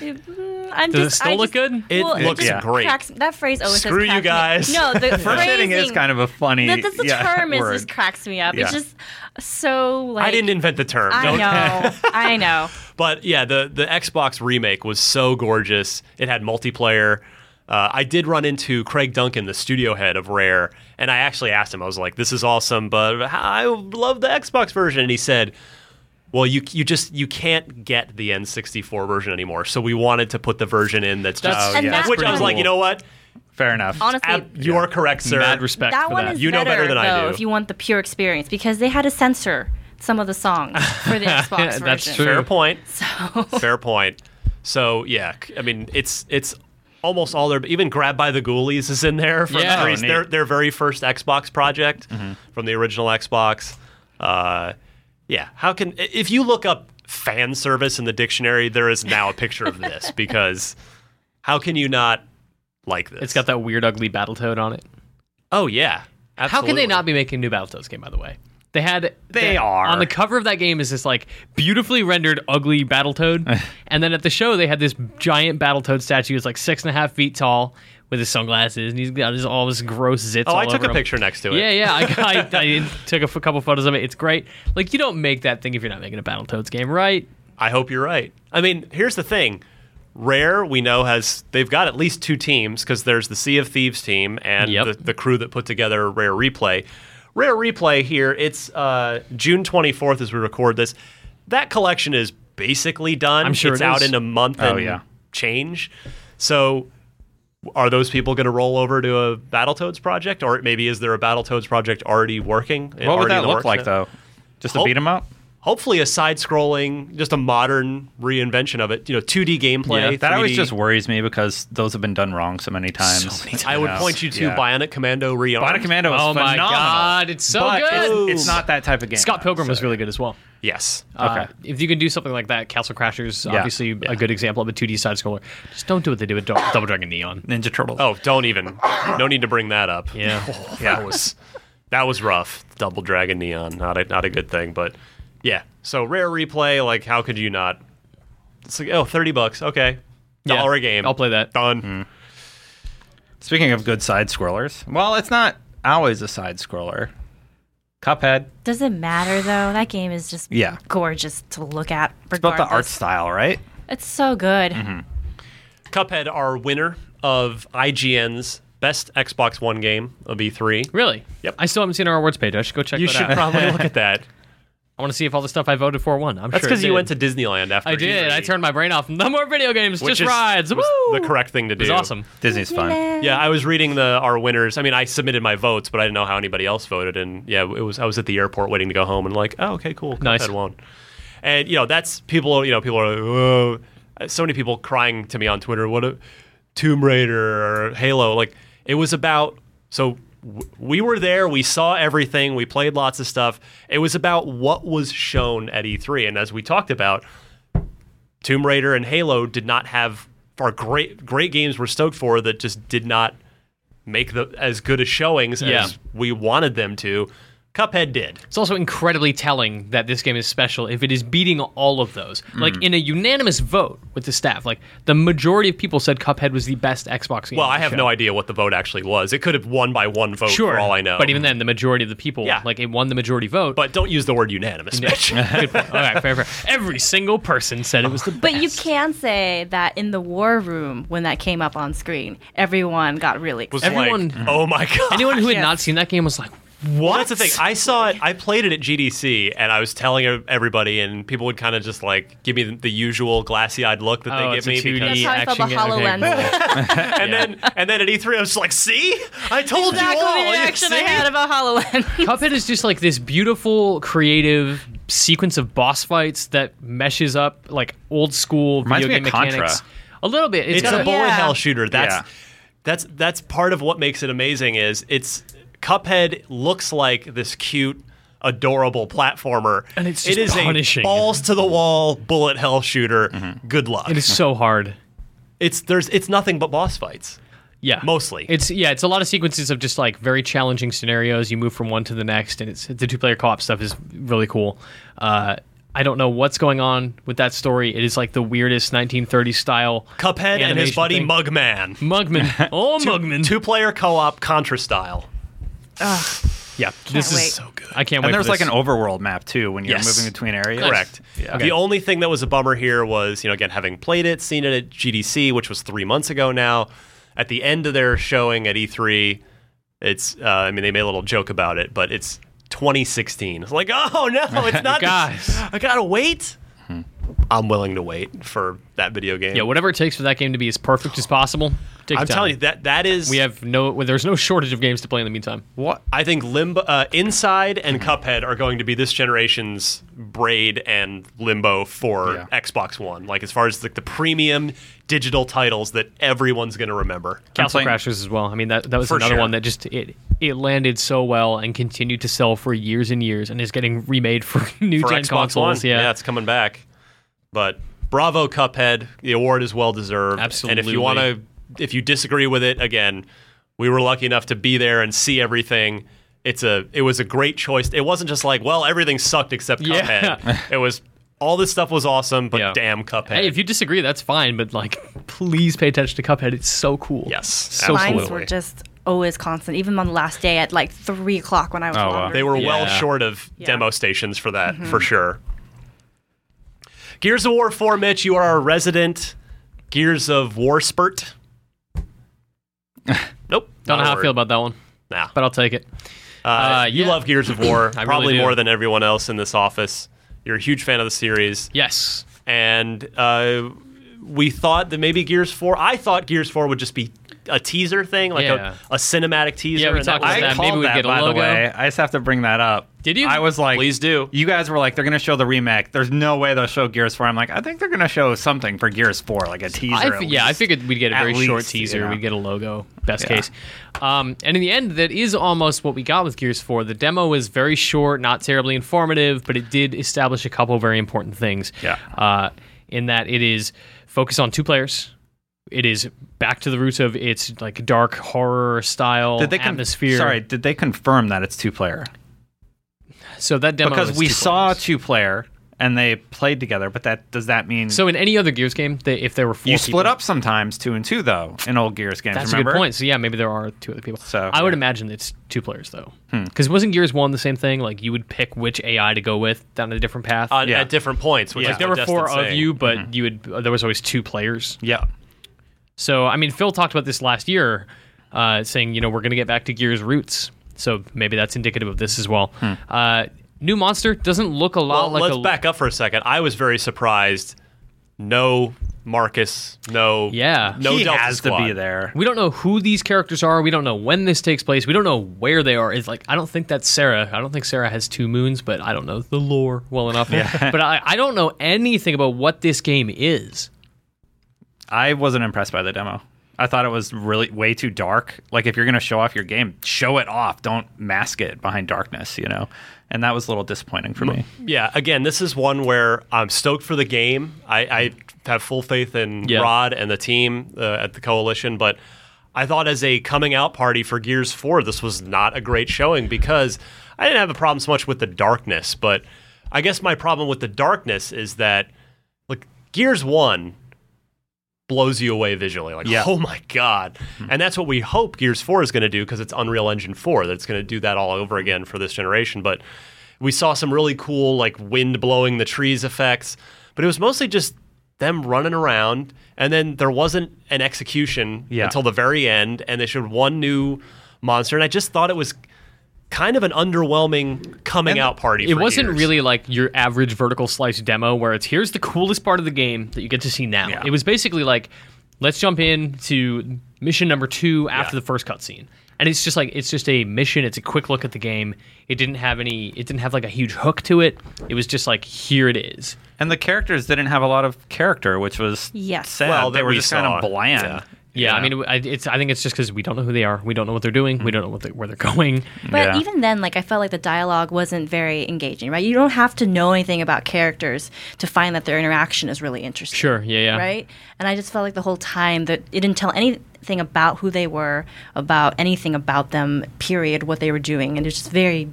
S5: I'm
S4: Does it
S5: just,
S4: still
S5: I
S4: look
S5: just-
S4: good?
S3: It
S5: well,
S3: looks
S5: just
S3: great.
S5: Cracks, that phrase always says
S3: Screw you
S5: cracks
S3: guys.
S5: me- No, the
S6: First hitting is kind of a funny.
S5: That, that's the
S6: yeah,
S5: term is
S6: word.
S5: just cracks me up. It's
S6: Yeah.
S5: just so like
S3: I didn't invent the term.
S5: I
S3: Don't-
S5: know. I know.
S3: But yeah, the the Xbox remake was so gorgeous. It had multiplayer. Uh, I did run into Craig Duncan, the studio head of Rare, and I actually asked him. I was like, "This is awesome, but I love the Xbox version." And he said, "Well, you you just you can't get the N64 version anymore. So we wanted to put the version in that's just
S4: That's-
S5: And yeah. that's
S3: which I was
S5: pretty
S3: like,
S5: cool.
S3: you know what?
S6: Fair enough.
S5: Honestly,
S3: Ab, you are correct, sir.
S4: Mad respect
S5: that
S4: for
S5: one
S4: that.
S5: is
S3: You know better than I
S5: though,
S3: do.
S5: If you want the pure experience, because they had to censor some of the songs for the Xbox version.
S4: That's true.
S3: Fair point. Fair point. So yeah, c- I mean it's it's almost all their even Grab by the Ghoulies is in there from
S4: Yeah. Mm-hmm.
S3: their-
S6: Oh, neat.
S3: their their very first Xbox project from the original Xbox. Uh, yeah, how can i- if you look up fan service in the dictionary, there is now a picture of this because how can you not like this?
S4: It's got that weird, ugly Battletoad on it.
S3: oh yeah.
S4: How can
S3: Absolutely.
S4: they not be making a new Battletoads game? By the way, they had
S6: They are.
S4: on the cover of that game is this like beautifully rendered ugly Battletoad, and then at the show they had this giant Battletoad statue. It's like six and a half feet tall with his sunglasses, and he's got his, all this gross zits.
S3: Oh,
S4: all
S3: I took
S4: over
S3: a
S4: him.
S3: picture next to it.
S4: Yeah, yeah, I, I, I took a f- couple photos of it. It's great. Like you don't make that thing if you're not making a Battletoads game, right?
S3: I hope you're right. I mean, here's the thing. Rare, we know, has they've got at least two teams because there's the Sea of Thieves team and
S4: Yep.
S3: the, the crew that put together Rare Replay. Rare Replay here, it's uh, June 24th as we record this. That collection is basically done.
S4: I'm sure
S3: it's
S4: it
S3: out
S4: is.
S3: in a month
S6: Oh,
S3: and
S6: yeah.
S3: change. So, are those people going to roll over to a Battletoads project, or maybe is there a Battletoads project already working?
S6: What would
S3: already in
S6: that
S3: the
S6: look
S3: works
S6: like,
S3: now?
S6: though? Just a
S3: Hope-
S6: beat 'em up?
S3: hopefully a side-scrolling, just a modern reinvention of it. You know, 2D gameplay.
S4: Yeah,
S6: That always
S3: 3D.
S6: just worries me because those have been done wrong so many times.
S3: I would point you to
S6: Yeah.
S3: Bionic Commando Rearmed.
S6: Bionic Commando is
S4: oh my
S6: phenomenal,
S4: god, it's so
S6: but it's-
S4: good.
S6: It's, not that type of game.
S4: Scott Pilgrim
S6: so-
S4: was really good as well.
S3: Oh, Yes.
S4: Uh,
S6: Okay.
S4: if you can do something like that, Castle Crashers
S6: Yeah.
S4: obviously a good example of a 2D side scroller. Just don't do what they do with Dou- Double Dragon Neon.
S6: Ninja Turtles.
S3: oh, don't even. No need to bring that up.
S4: Yeah.
S3: that was that was rough. Double Dragon Neon, not a, not a good thing, but yeah. So rare replay, like how could you not? It's like oh, 30 bucks. Okay. Dollar a game.
S4: I'll play that.
S3: Done.
S6: Speaking of good side scrollers, well, it's not. I- always a side scroller. Cuphead.
S5: Does it matter though? That game is just
S6: Yeah.
S5: gorgeous to look at.
S6: It's about the art
S5: regardless.
S6: style, right?
S5: It's so good.
S3: Cuphead, our winner of IGN's best Xbox One game of E E3.
S4: Really?
S3: Yep.
S4: I still haven't seen our awards page. I should go check
S3: You
S4: that
S3: should
S4: out.
S3: probably look at that.
S4: I want to see if all the stuff I voted for won. I'm
S3: That's
S4: sure it
S3: because you
S4: did.
S3: went to Disneyland after.
S4: I did.
S3: E3,
S4: I turned my brain off. No more video games,
S3: which
S4: just
S3: is-
S4: rides.
S3: was
S4: Woo!
S3: The correct thing to
S4: It
S3: do.
S4: was awesome.
S6: Disney's fun.
S3: Yeah, I was reading the our winners. I mean, I submitted my votes, but I didn't know how anybody else voted. And yeah, it was I was at the airport waiting to go home, and like, oh, okay, cool,
S4: Nice.
S3: Cuphead won. And you know, that's people. You know, people are like, whoa. So many people crying to me on Twitter. What a Tomb Raider or Halo. Like it was about. So w- we were there. We saw everything. We played lots of stuff. It was about what was shown at E3. And as we talked about, Tomb Raider and Halo did not have are great great games we're stoked for that just did not make the as good a showings
S4: Yeah.
S3: as we wanted them to. Cuphead did.
S4: It's also incredibly telling that this game is special if it is beating all of those.
S3: Hmm.
S4: Like in a unanimous vote with the staff, like the majority of people said Cuphead was the best Xbox game.
S3: Well,
S4: to
S3: I have
S4: show.
S3: no idea what the vote actually was. It could have won by one vote
S4: sure,
S3: for all I know.
S4: But even then, the majority of the people,
S3: Yeah.
S4: like it won the majority vote.
S3: but don't use the word unanimous, Mitch.
S4: Good point. All right, fair, fair. Every single person said it was the
S5: But you
S4: best.
S5: can say that in the war room when that came up on screen, everyone got really
S3: Was
S5: excited.
S4: Everyone-
S3: like, oh my god.
S4: Anyone who had
S5: Yes.
S4: not seen that game was like,
S3: Well, that's the thing. I saw it. I played it at GDC, and I was telling ev- everybody, and people would kind of just like give me the, the usual glassy-eyed look that
S4: "Oh,
S3: they
S4: it's
S3: give
S4: a
S3: me.
S4: 2D
S3: because-
S5: That's how I
S4: action
S5: felt about
S4: game." Okay,
S5: HoloLens.
S4: cool.
S3: and then and then at E3, I was like, "See, I told
S5: Exactly
S3: you all."
S5: the
S3: You
S5: reaction I
S3: see?
S5: had about HoloLens.
S4: Cuphead is just like this beautiful, creative sequence of boss fights that meshes up like old school
S6: Reminds
S4: video
S6: me
S4: game
S6: of Contra.
S4: mechanics. A little bit.
S3: it's
S4: got
S3: a
S5: Yeah.
S3: bullet hell shooter. That's
S6: Yeah.
S3: that's that's part of what makes it amazing. Is it's Cuphead looks like this cute, adorable platformer,
S4: And it's
S3: it
S4: just
S3: is
S4: punishing.
S3: a balls to the wall bullet hell shooter. Good luck.
S4: It is so hard.
S3: It's there's it's nothing but boss fights.
S4: Yeah,
S3: Mostly.
S4: It's yeah, it's a lot of sequences of just like very challenging scenarios. You move from one to the next, and it's the two-player co-op stuff is really cool. Uh, I don't know what's going on with that story. It is like the weirdest 1930s style
S3: Cuphead and his
S4: animation
S3: buddy
S4: thing.
S3: Mugman,
S4: Mugman. Oh, Mugman.
S3: two player co op Contra style.
S4: yeah, this
S5: wait.
S4: is so good. I can't wait.
S6: And
S4: for
S6: there's like
S4: this.
S6: an overworld map too when you're
S3: Yes.
S6: moving between areas.
S3: Correct.
S6: Yeah.
S3: The only thing that was a bummer here was, you know, again, having played it, seen it at GDC, which was three months ago now, at the end of their showing at E3, it's, uh, I mean, they made a little joke about it, but it's 2016. It's like, oh no, it's not.
S4: Guys. Hmm.
S3: I gotta wait. I'm willing to wait for that video game.
S4: yeah, whatever it takes for that game to be as perfect as possible. Take your
S3: I'm
S4: time.
S3: telling you that that is.
S4: we have no. well, there's no shortage of games to play in the meantime.
S6: What?
S3: I think Limbo, uh, Inside, and Cuphead are going to be this generation's Braid and Limbo for
S6: Yeah.
S3: Xbox One. Like as far as like the premium digital titles that everyone's going to remember.
S4: Castle
S6: playing-
S4: Crashers as well. I mean, that that was
S3: For
S4: another
S3: sure.
S4: one that just it it landed so well and continued to sell for years and years and is getting remade for new
S3: for
S4: gen
S3: Xbox
S4: consoles.
S3: One.
S4: Yeah.
S3: it's coming back. But bravo, Cuphead. The award is well deserved. And if
S4: Absolutely.
S3: you want to, if you disagree with it, again, we were lucky enough to be there and see everything. It's a, it was a great choice. It wasn't just like, well, everything sucked except
S4: Yeah.
S3: Cuphead. it was all this stuff was awesome, but
S4: Yeah.
S3: damn Cuphead.
S4: Hey, if you disagree, that's fine, but like, please pay attention to Cuphead. It's so cool.
S3: Yes,
S4: so
S5: Mines
S4: cool.
S5: were
S3: absolutely.
S5: just always constant, even on the last day at like three o'clock when I was.
S6: Oh, wow.
S5: wandering.
S3: They were well
S4: Yeah.
S3: short of
S5: Yeah.
S3: demo stations for that, for sure. Gears of War 4, Mitch, you are our resident Gears of War spurt. nope.
S4: Don't know
S3: not a
S4: how I
S3: word.
S4: feel about that one,
S3: Nah.
S4: but I'll take it.
S3: Uh,
S4: uh,
S3: you
S4: yeah.
S3: love Gears of War
S4: I really
S3: probably
S4: do.
S3: more than everyone else in this office. You're a huge fan of the series.
S4: Yes.
S3: And uh, we thought that maybe Gears 4, I thought Gears 4 would just be a teaser thing, like
S4: Yeah.
S3: a, a cinematic teaser.
S4: we
S3: and that
S4: talked
S3: was
S4: about
S3: it.
S6: I
S4: that. Maybe
S6: called
S4: we
S6: that,
S4: get a
S6: by
S4: logo.
S6: the way. I just have to bring that up.
S4: Did you?
S6: I was like,
S3: Please do.
S6: You guys were like, they're gonna show the remake. There's no way they'll show Gears Four. I'm like, I think they're gonna show something for Gears Four, like a teaser.
S4: I
S6: at
S4: fi- yeah, I
S6: least.
S4: figured we'd get a
S6: At
S4: very short
S6: least, you
S4: teaser.
S6: know.
S4: We'd get a logo, best
S6: Yeah.
S4: case. Um, and in the end, that is almost what we got with Gears 4. The demo was very short, not terribly informative, but it did establish a couple very important things.
S6: Yeah.
S4: Uh, in that it is focused on two players. It is back to the roots of its like dark horror style
S6: Did they con-
S4: atmosphere.
S6: Sorry, did they confirm that it's two player?
S4: so that demo
S6: Because
S4: was
S6: we
S4: two
S6: saw
S4: players.
S6: two player and they played together. But that does that mean
S4: So in any other Gears game, they, if there were four
S6: you
S4: people,
S6: split up sometimes two and two though in old Gears games?
S4: That's
S6: remember?
S4: a good point. So yeah, maybe there are two other people.
S6: So,
S4: I would
S6: yeah.
S4: imagine it's two players though, because wasn't Gears One the same thing? Like you would pick which AI to go with down a different path.
S3: on,
S6: Yeah.
S3: at different points. Which
S6: Yeah.
S3: is
S4: like there
S3: what
S4: were four
S3: Dustin's
S4: of
S3: saying.
S4: you, but you would uh, there was always two players.
S6: Yeah.
S4: So I mean, Phil talked about this last year, uh, saying you know we're going to get back to Gears roots. So maybe that's indicative of this as well. Uh, new monster doesn't look a lot
S3: Well,
S4: like
S3: let's
S4: a
S3: back up for a second. I was very surprised. No Marcus. No.
S4: Yeah.
S3: No
S6: he
S3: Delta
S6: has
S3: Squad.
S6: to be there.
S4: We don't know who these characters are. We don't know when this takes place. We don't know where they are. It's like I don't think that's Sarah. I don't think Sarah has two moons, but I don't know the lore well enough. but I, I don't know anything about what this game is.
S6: I wasn't impressed by the demo. I thought it was really way too dark. Like if you're gonna show off your game, show it off. Don't mask it behind darkness, you know. And that was a little disappointing for me.
S3: Yeah. Again, this is one where I'm stoked for the game. I, I have full faith in
S4: Yeah.
S3: Rod and the team uh, at the coalition, but I thought as a coming out party for Gears 4, this was not a great showing because I didn't have a problem so much with the darkness, but I guess my problem with the darkness is that like Gears 1 blows you away visually. Like,
S6: Yeah.
S3: oh my God. And that's what we hope Gears 4 is going to do because it's Unreal Engine 4 that's going to do that all over again for this generation. But we saw some really cool, like, wind blowing the trees effects, but it was mostly just them running around. And then there wasn't an execution
S6: Yeah.
S3: until the very end. And they showed one new monster. And I just thought it was kind of an underwhelming coming out party.
S4: It
S3: for
S4: wasn't
S3: Gears.
S4: really like your average vertical slice demo where it's here's the coolest part of the game that you get to see now.
S6: Yeah.
S4: It was basically like, let's jump in to mission number two after
S3: Yeah.
S4: the first cutscene. And it's just like it's just a mission. It's a quick look at the game. It didn't have any. It didn't have like a huge hook to it. It was just like here it is.
S6: And the characters didn't have a lot of character, which was
S5: Yes.
S6: sad.
S3: Well,
S6: they
S3: that
S6: were
S3: we
S6: just kind
S3: saw.
S6: of bland.
S3: Yeah. Mm-hmm.
S4: Yeah, I
S6: You know?
S4: mean, I- it's. I think it's just because we don't know who they are. We don't know what they're doing. We don't know what they, where they're going.
S5: But
S6: Yeah.
S5: even then, like I felt like the dialogue wasn't very engaging, right? You don't have to know anything about characters to find that their interaction is really interesting.
S4: Sure. Yeah. Yeah.
S5: Right? And I just felt like the whole time that it didn't tell anything about who they were, about anything about them, period, what they were doing. And it's just very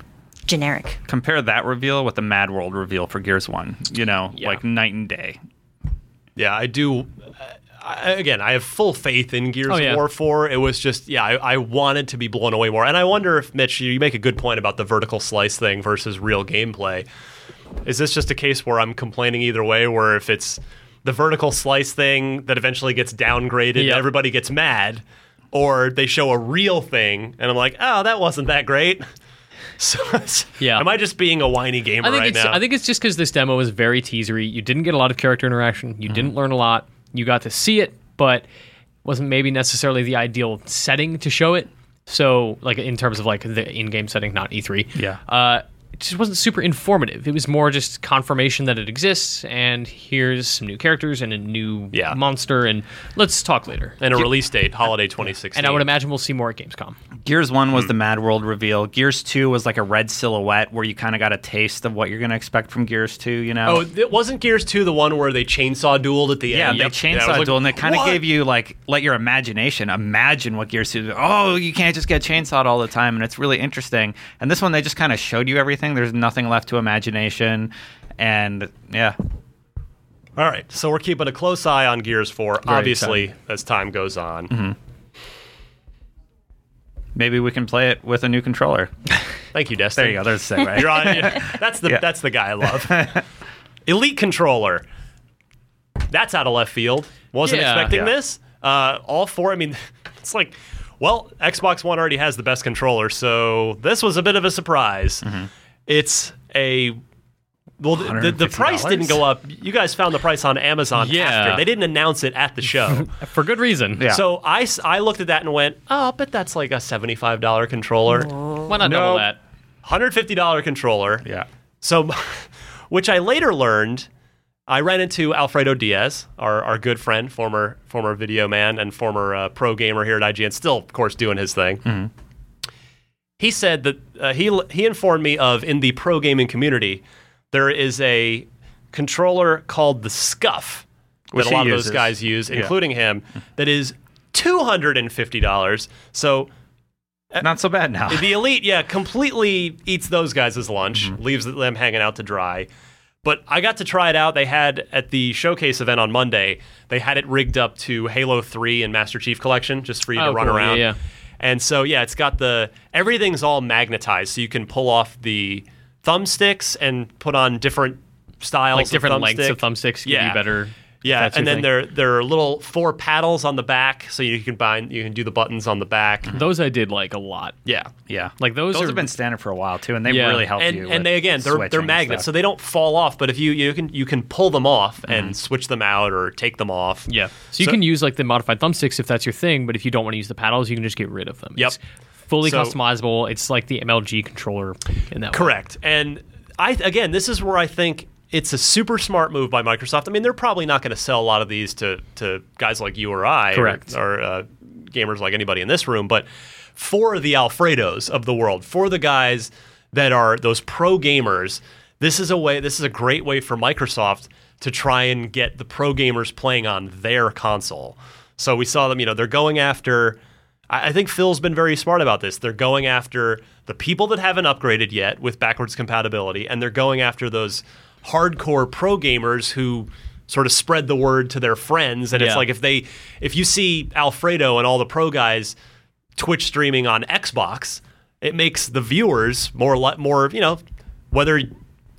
S5: generic.
S6: compare that reveal with the Mad World reveal for Gears One. You know,
S4: Yeah.
S6: like night and day.
S3: Yeah, I do. I, again, I have full faith in Gears
S4: Oh,
S3: of
S4: yeah.
S3: War 4. It was just, yeah, I, I wanted to be blown away more. And I wonder if, Mitch, you make a good point about the vertical slice thing versus real gameplay. Is this just a case where I'm complaining either way, where if it's the vertical slice thing that eventually gets downgraded and
S4: Yep.
S3: everybody gets mad, or they show a real thing and I'm like, oh, that wasn't that great? So,
S4: Yeah.
S3: am I just being a whiny gamer
S4: I think
S3: right
S4: it's,
S3: now?
S4: I think it's just because this demo was very teasery. You didn't get a lot of character interaction. You
S3: Mm-hmm.
S4: didn't learn a lot. You got to see it, but wasn't maybe necessarily the ideal setting to show it. So, like in terms of like the in-game setting, not E3.
S6: Yeah.
S4: Uh, it just wasn't super informative. It was more just confirmation that it exists, and here's some new characters and a new
S3: Yeah.
S4: monster, and let's talk later.
S3: and a release date, holiday 2016.
S4: And I would imagine we'll see more at Gamescom.
S6: Gears 1 was the Mad World reveal. Gears 2 was like a red silhouette where you kind of got a taste of what you're going to expect from Gears 2, you know?
S3: Oh, it wasn't Gears 2 the one where they chainsaw dueled at the
S6: yeah,
S3: end?
S6: they
S3: I
S6: chainsaw
S3: was like,
S6: duel, and it kind of
S3: "What?"
S6: gave you like let your imagination imagine what Gears 2 Oh, you can't just get chainsawed all the time, and it's really interesting. And this one, they just kind of showed you everything. There's nothing left to imagination. And yeah,
S3: All right, so we're keeping a close eye on Gears 4, obviously, as time goes on.
S6: Mm-hmm. maybe we can play it with a new controller.
S3: Thank you, Destin.
S6: There you go. There's the segue.
S3: You're on. that's the
S6: Yeah.
S3: that's the guy I love. Elite controller. That's out of left field. Wasn't
S4: Yeah.
S3: expecting
S6: Yeah.
S3: this. Uh, all four. I mean, it's like, well, Xbox One already has the best controller, so this was a bit of a surprise.
S6: Mm-hmm.
S3: It's a well, the, the price
S6: $150?
S3: didn't go up. You guys found the price on Amazon
S4: Yeah.
S3: after they didn't announce it at the show.
S4: For good reason.
S6: Yeah.
S3: So I, s- I looked at that and went, oh, I'll bet that's like a seventy five dollar controller,
S4: Why not double
S6: Nope.
S4: that?
S3: hundred fifty dollar controller.
S6: yeah.
S3: So, which I later learned, I ran into Alfredo Diaz, our, our good friend, former former video man and former uh, pro gamer here at IGN, still of course doing his thing.
S6: Mm-hmm.
S3: He said that uh, he he informed me of in the pro gaming community there is a controller called the Scuff
S6: Which
S3: that a
S6: he
S3: lot of
S6: uses.
S3: those guys use, including him, that is two hundred and fifty dollars. So
S6: Not so bad now.
S4: Mm-hmm.
S3: the elite, yeah, completely eats those guys' lunch, leaves them hanging out to dry. But I got to try it out. They had at the showcase event on Monday, they had it rigged up to Halo 3 and Master Chief Collection just for you to
S4: Oh,
S3: run
S4: cool. Yeah,
S3: around.
S4: yeah.
S3: And so yeah, it's got the everything's all magnetized, so you can pull off the thumbsticks and put on different styles,
S4: like different
S3: of
S4: lengths of
S3: thumbstick.
S4: thumbsticks give
S3: Yeah.
S4: you better.
S3: Yeah,
S4: that's
S3: and
S4: your
S3: then
S4: thing.
S3: there there are little four paddles on the back, so you can bind you can do the buttons on the back.
S4: those I did like a lot.
S3: Yeah,
S6: Yeah,
S4: Like, those are-
S6: have been standard for a while too, and they
S4: Yeah.
S6: really help
S3: and
S6: you. with
S3: and they again they're
S6: switching
S3: they're
S6: and
S3: magnets, so
S6: stuff.
S3: they don't fall off. But if you you can you can pull them off
S6: Mm-hmm.
S3: and switch them out or take them off.
S4: Yeah. So, you
S3: So-
S4: can use like the modified thumbsticks if that's your thing, but if you don't want to use the paddles, you can just get rid of them.
S3: Yep.
S4: It's fully
S3: So-
S4: customizable. It's like the MLG controller in that way.
S3: Correct. And I again, this is where I think it's a super smart move by Microsoft. I mean, they're probably not going to sell a lot of these to to guys like you or I, or-
S4: Correct.
S3: or, uh, gamers like anybody in this room, but for the Alfredos of the world, for the guys that are those pro gamers, this is a way. This is a great way for Microsoft to try and get the pro gamers playing on their console. So we saw them. You know, they're going after. I I think Phil's been very smart about this. They're going after the people that haven't upgraded yet with backwards compatibility, and they're going after those hardcore pro gamers who sort of spread the word to their friends. And it's
S4: Yeah.
S3: like if they, if you see Alfredo and all the pro guys Twitch streaming on Xbox, it makes the viewers more, li- more, you know, whether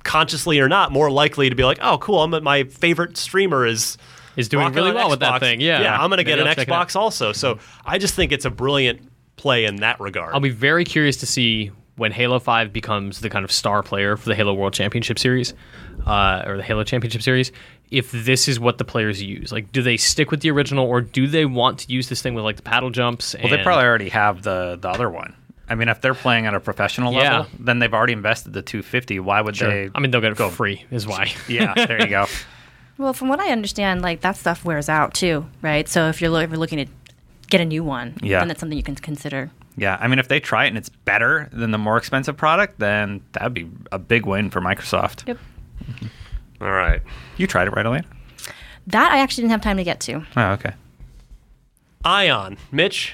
S3: consciously or not, more likely to be like, oh, cool, I'm at my favorite streamer is
S4: Is doing
S3: rocking
S4: really
S3: an
S4: well with that
S3: Xbox.
S4: thing. Yeah.
S3: yeah, I'm gonna
S4: Maybe
S3: get an
S4: I'll check it out.
S3: Xbox also. So
S4: Mm-hmm.
S3: I just think it's a brilliant play in that regard.
S4: I'll be very curious to see when Halo 5 becomes the kind of star player for the Halo World Championship Series uh, or the Halo Championship Series if this is what the players use. Like, do they stick with the original or do they want to use this thing with like the paddle jumps?
S6: Well, they probably already have the the other one. I mean, if they're playing at a professional
S4: Yeah.
S6: level, then they've already invested the 250. Why would they?
S4: I mean, they'll get it for free, is why.
S6: yeah, there you go.
S5: Well, from what I understand, like that stuff wears out too, right? So if you're, lo- if you're looking to get a new one,
S6: Yeah.
S5: then that's something you can consider.
S6: Yeah, I mean, if they try it and it's better than the more expensive product, then that'd be a big win for Microsoft.
S5: Yep.
S3: All right.
S6: You tried it right away.
S5: That I actually didn't have time to get to.
S6: Oh, okay.
S3: Ion, Mitch,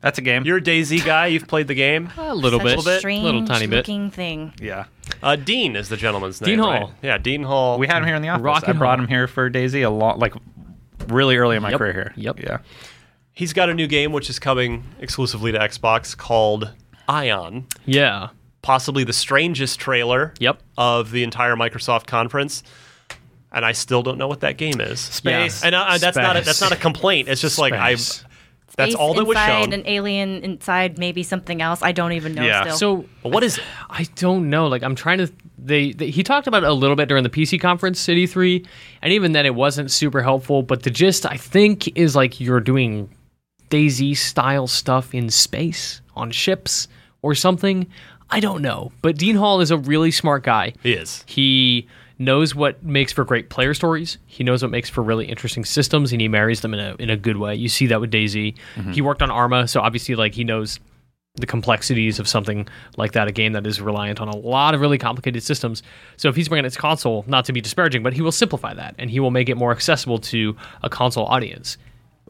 S6: That's a game.
S3: you're a Daisy guy. You've played the game.
S4: A little
S5: Such
S4: bit.
S5: a strange
S4: little tiny bit.
S5: looking thing.
S6: yeah.
S3: Uh, Dean is the gentleman's
S4: Dean
S3: name.
S4: Hall.
S3: right? Yeah, Dean Hall.
S6: We had him here in the office.
S4: Rock
S6: I
S4: and
S6: brought
S4: roll.
S6: him here for Daisy a lot, like really early in my
S4: Yep.
S6: career here.
S4: Yep.
S6: Yeah.
S3: He's got a new game which is coming exclusively to Xbox called Ion.
S4: Yeah.
S3: Possibly the strangest trailer
S4: Yep.
S3: of the entire Microsoft conference. And I still don't know what that game is.
S4: Space.
S3: And I, I- that's not a, that's not a
S4: Space.
S3: complaint. It's just like I.
S4: Space.
S3: That's
S5: Space
S3: all that was
S5: inside,
S3: shown.
S5: An alien inside, maybe something else. I don't even know.
S6: Yeah.
S5: Still.
S4: So
S3: But what is it?
S4: I don't know. Like I'm trying to. They, they he talked about it a little bit during the PC conference at E3, and even then it wasn't super helpful. But the gist I think is like you're doing Daisy style stuff in space on ships or something. I don't know. But Dean Hall is a really smart guy.
S3: He is.
S4: He knows what makes for great player stories. He knows what makes for really interesting systems, and he marries them in a in a good way. You see that with Daisy. He worked on Arma, so obviously, like he knows the complexities of something like that, a game that is reliant on a lot of really complicated systems. So if he's bringing its console, not to be disparaging, but he will simplify that and he will make it more accessible to a console audience.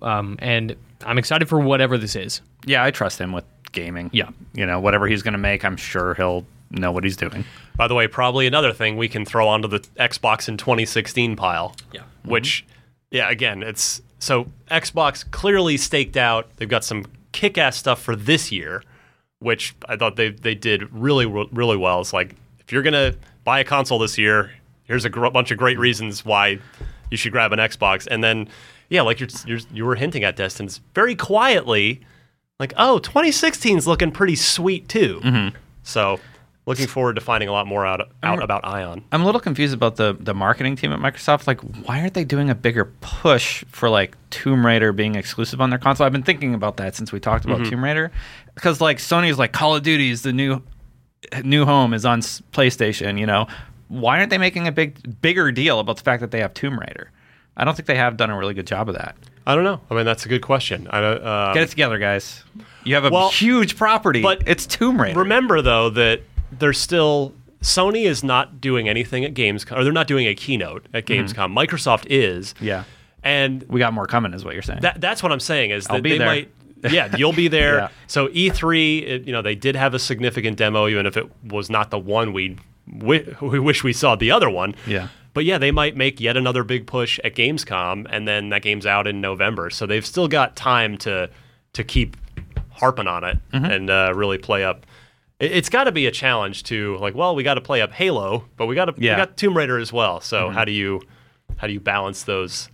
S4: Um, and I'm excited for whatever this is.
S6: Yeah, I trust him with gaming.
S4: Yeah.
S6: You know, whatever he's going to make, I'm sure he'll know what he's doing.
S3: By the way, probably another thing we can throw onto the Xbox in 2016 pile. Yeah. Which, yeah, again, it's so Xbox clearly staked out. They've got some kick ass stuff for this year, which I thought they, they did really, really well. It's like, if you're going to buy a console this year, here's a gr- bunch of great reasons why you should grab an Xbox. And then, yeah, like you're, you're, you were hinting at, Destin, it's very quietly, like, oh, 2016's looking pretty sweet too. So, looking forward to finding a lot more out, out about Ion.
S6: I'm a little confused about the the marketing team at Microsoft. Like, why aren't they doing a bigger push for like Tomb Raider being exclusive on their console? I've been thinking about that since we talked about Tomb Raider, because like Sony's like Call of Duty is the new new home is on s- PlayStation. You know, why aren't they making a big bigger deal about the fact that they have Tomb Raider? I don't think they have done a really good job of that.
S3: I don't know. I mean, that's a good question. I don't, uh,
S6: Get it together, guys. You have a
S3: Well,
S6: huge property,
S3: but
S6: but it's Tomb Raider.
S3: remember though that there's still Sony is not doing anything at Gamescom, or they're not doing a keynote at Gamescom. Microsoft is.
S6: Mm-hmm. Yeah.
S3: and
S6: we got more coming, is what you're saying.
S3: That, that's what I'm saying is that
S6: be
S3: they
S6: there.
S3: might. Yeah, you'll be there.
S6: Yeah.
S3: So E3, it, you know, they did have a significant demo, even if it was not the one we we wish we saw the other one.
S6: Yeah.
S3: But yeah, they might make yet another big push at Gamescom, and then that game's out in November. So they've still got time to to keep harping on it
S6: Mm-hmm.
S3: and uh, really play up. It, it's got to be a challenge to like, well, we got to play up Halo, but we got to
S6: Yeah. Mm-hmm.
S3: we got Tomb Raider as well. So how do you how do you balance those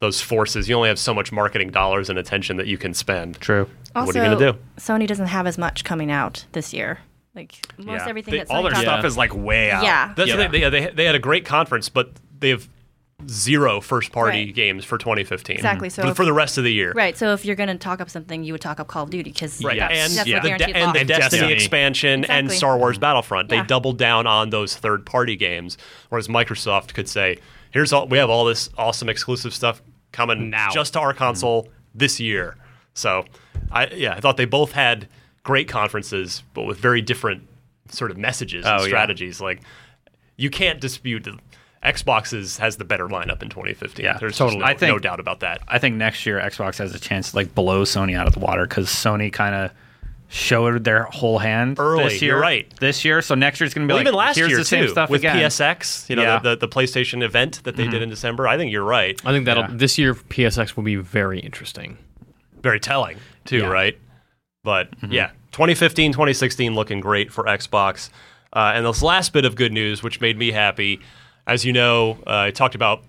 S3: those forces? You only have so much marketing dollars and attention that you can spend.
S6: True.
S3: what are you gonna do?
S5: Sony doesn't have as much coming out this year. Like most
S3: Yeah.
S5: everything
S3: They-
S5: that's
S3: all their
S5: coming
S4: stuff
S5: out-
S4: is,
S6: like way out.
S5: yeah.
S3: That's the thing. They, they, they had a great conference, but they have zero first party
S5: Right.
S3: games for 2015.
S5: Exactly, so
S3: for,
S5: if-
S3: for the rest of the year.
S5: Right. So if you're going to talk up something, you would talk up Call of Duty because
S3: Right.
S4: Yes.
S3: And,
S5: That's
S3: yeah.
S5: not
S3: the, de-
S5: guaranteed
S3: and the
S5: launch.
S3: Destiny,
S4: Destiny.
S3: expansion and
S5: Exactly.
S3: Star Wars Battlefront. They
S5: Yeah.
S3: doubled down on those third party games, whereas Microsoft could say, here's all, we have all this awesome exclusive stuff coming
S4: Now.
S3: just to our console
S6: Mm-hmm.
S3: this year. So, I yeah, I thought they both had great conferences, but with very different sort of messages and
S6: Oh, yeah.
S3: strategies. Like, you can't dispute that Xbox's has the better lineup in 2015.
S6: Yeah,
S3: There's
S6: totally.
S3: just no,
S6: I think-
S3: no doubt about that.
S6: I think next year Xbox has a chance to like blow Sony out of the water because Sony kind of showed their whole hand
S3: Early,
S6: this year.
S3: you're right.
S6: This year, so next year's gonna be
S3: Well,
S6: like
S3: even last
S6: here's
S3: year
S6: the same
S3: too,
S6: stuff
S3: with
S6: again.
S3: PSX, you know,
S6: Yeah. Mm-hmm.
S3: the, the PlayStation event that they did in December. I think you're right.
S4: I think that'll
S6: Yeah.
S4: this year PSX will be very interesting.
S3: Very telling too,
S4: Yeah.
S3: right? But
S6: Mm-hmm.
S3: yeah, 2015, 2016 looking great for Xbox. Uh, and this last bit of good news, which made me happy, as you know, uh, I talked about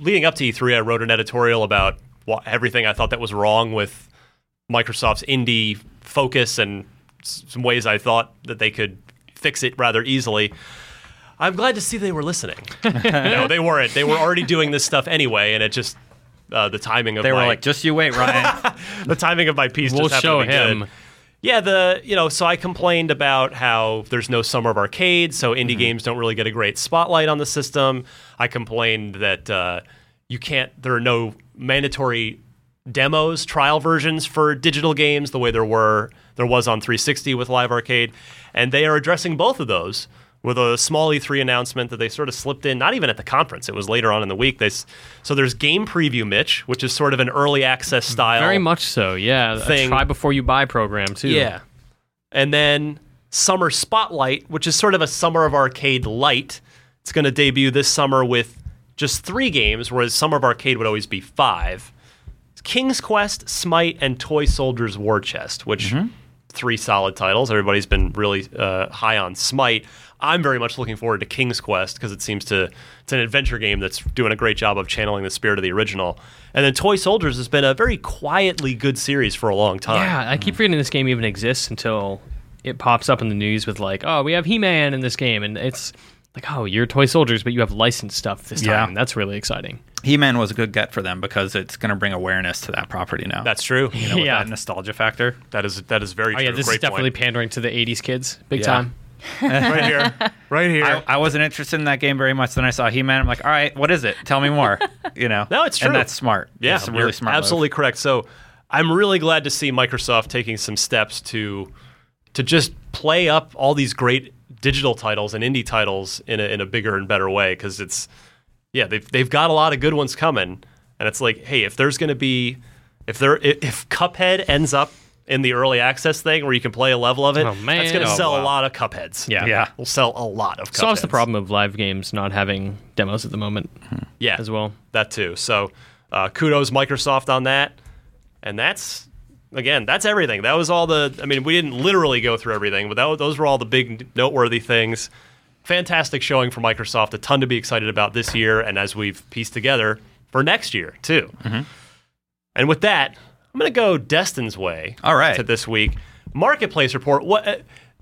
S3: leading up to E3. I wrote an editorial about wha- everything I thought that was wrong with Microsoft's indie focus and s- some ways I thought that they could fix it rather easily. I'm glad to see they were listening. no, they weren't. They were already doing this stuff anyway, and it just uh, the timing of
S6: They were
S3: my-
S6: like, just you wait, Ryan.
S3: the timing of my piece.
S4: We'll
S3: just
S4: show
S3: happened to be
S4: him.
S3: good. Yeah, the you know, so I complained about how there's no summer of arcade, so indie
S4: Mm-hmm.
S3: games don't really get a great spotlight on the system. I complained that uh, you can't. There are no mandatory demos, trial versions for digital games the way there were there was on 360 with Live Arcade, and they are addressing both of those with a small E3 announcement that they sort of slipped in, not even at the conference. It was later on in the week. They, s- so there's game preview, Mitch, which is sort of an early access style.
S4: Very much so. Yeah, a
S3: Thing-
S4: try before you buy program too.
S3: Yeah. And then Summer Spotlight, which is sort of a Summer of Arcade light. It's going to debut this summer with just three games, whereas Summer of Arcade would always be five. It's King's Quest, Smite, and Toy Soldiers War Chest, which
S4: Mm-hmm.
S3: three solid titles. Everybody's been really uh, high on Smite. I'm very much looking forward to King's Quest because it seems to it's an adventure game that's doing a great job of channeling the spirit of the original. And then Toy Soldiers has been a very quietly good series for a long time.
S4: Yeah, I keep forgetting this game even exists until it pops up in the news with like, oh, we have He-Man in this game, and it's like, oh, you're toy soldiers, but you have licensed stuff this time.
S6: Yeah.
S4: and That's really exciting.
S6: he Man was a good get for them because it's gonna bring awareness to that property now.
S3: That's true.
S6: you know, with
S4: yeah.
S6: that nostalgia factor.
S3: That is that is very
S4: Oh
S3: true.
S4: yeah, this
S3: Great
S4: is definitely
S3: point.
S4: pandering to the '80s kids, big
S6: Yeah.
S4: time.
S3: right here, right here.
S6: I, I wasn't interested in that game very much. Then I saw He Man. I'm like, all right, what is it? Tell me more. You know?
S3: No, it's true.
S6: And that's smart.
S3: yeah,
S6: That's a
S3: you're
S6: really smart. move.
S3: Absolutely correct. So I'm really glad to see Microsoft taking some steps to to just play up all these great digital titles and indie titles in a, in a bigger and better way because it's yeah they've they've got a lot of good ones coming and it's like hey if there's going to be if there i- if Cuphead ends up in the early access thing where you can play a level of it
S4: Oh, man.
S3: that's going to
S4: Oh,
S3: sell a
S4: wow.
S3: lot of Cupheads
S4: Yeah.
S6: Yeah.
S3: we'll sell a lot of Cupheads.
S4: Solves the problem of live games not having demos at the moment
S3: yeah
S4: as well.
S3: that too. So uh, kudos Microsoft on that. And that's again, that's everything. That was all the. I mean, we didn't literally go through everything, but that, wa- those were all the big noteworthy things. Fantastic showing for Microsoft. A ton to be excited about this year, and as we've pieced together for next year too.
S6: Mm-hmm.
S3: And with that, I'm going to go Destin's way.
S6: All right.
S3: To this week marketplace report. What? Uh,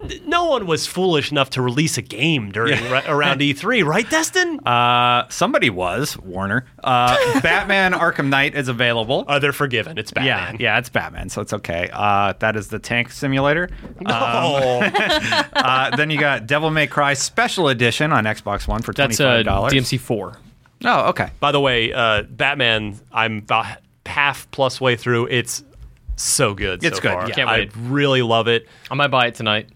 S3: th- no one was foolish enough to release a game during ri- around E3, right, Destin?
S6: Uh, somebody was Warner. Uh, Batman Arkham Knight is available.
S3: Are they Uh, forgiven? It's Batman.
S6: Yeah, yeah, it's Batman, so it's okay. Uh, that is the tank simulator.
S3: Oh.
S6: Uh, then you got Devil May Cry Special Edition on Xbox One for
S4: That's uh,
S6: twenty-five dollars.
S4: DMC4.
S6: Oh, okay.
S3: By the way, uh, Batman, I'm about half plus way through. It's so good.
S6: It's
S3: so
S6: good,
S3: Far.
S6: yeah.
S4: Can't
S3: I
S4: wait.
S3: really love it.
S4: I might buy it tonight,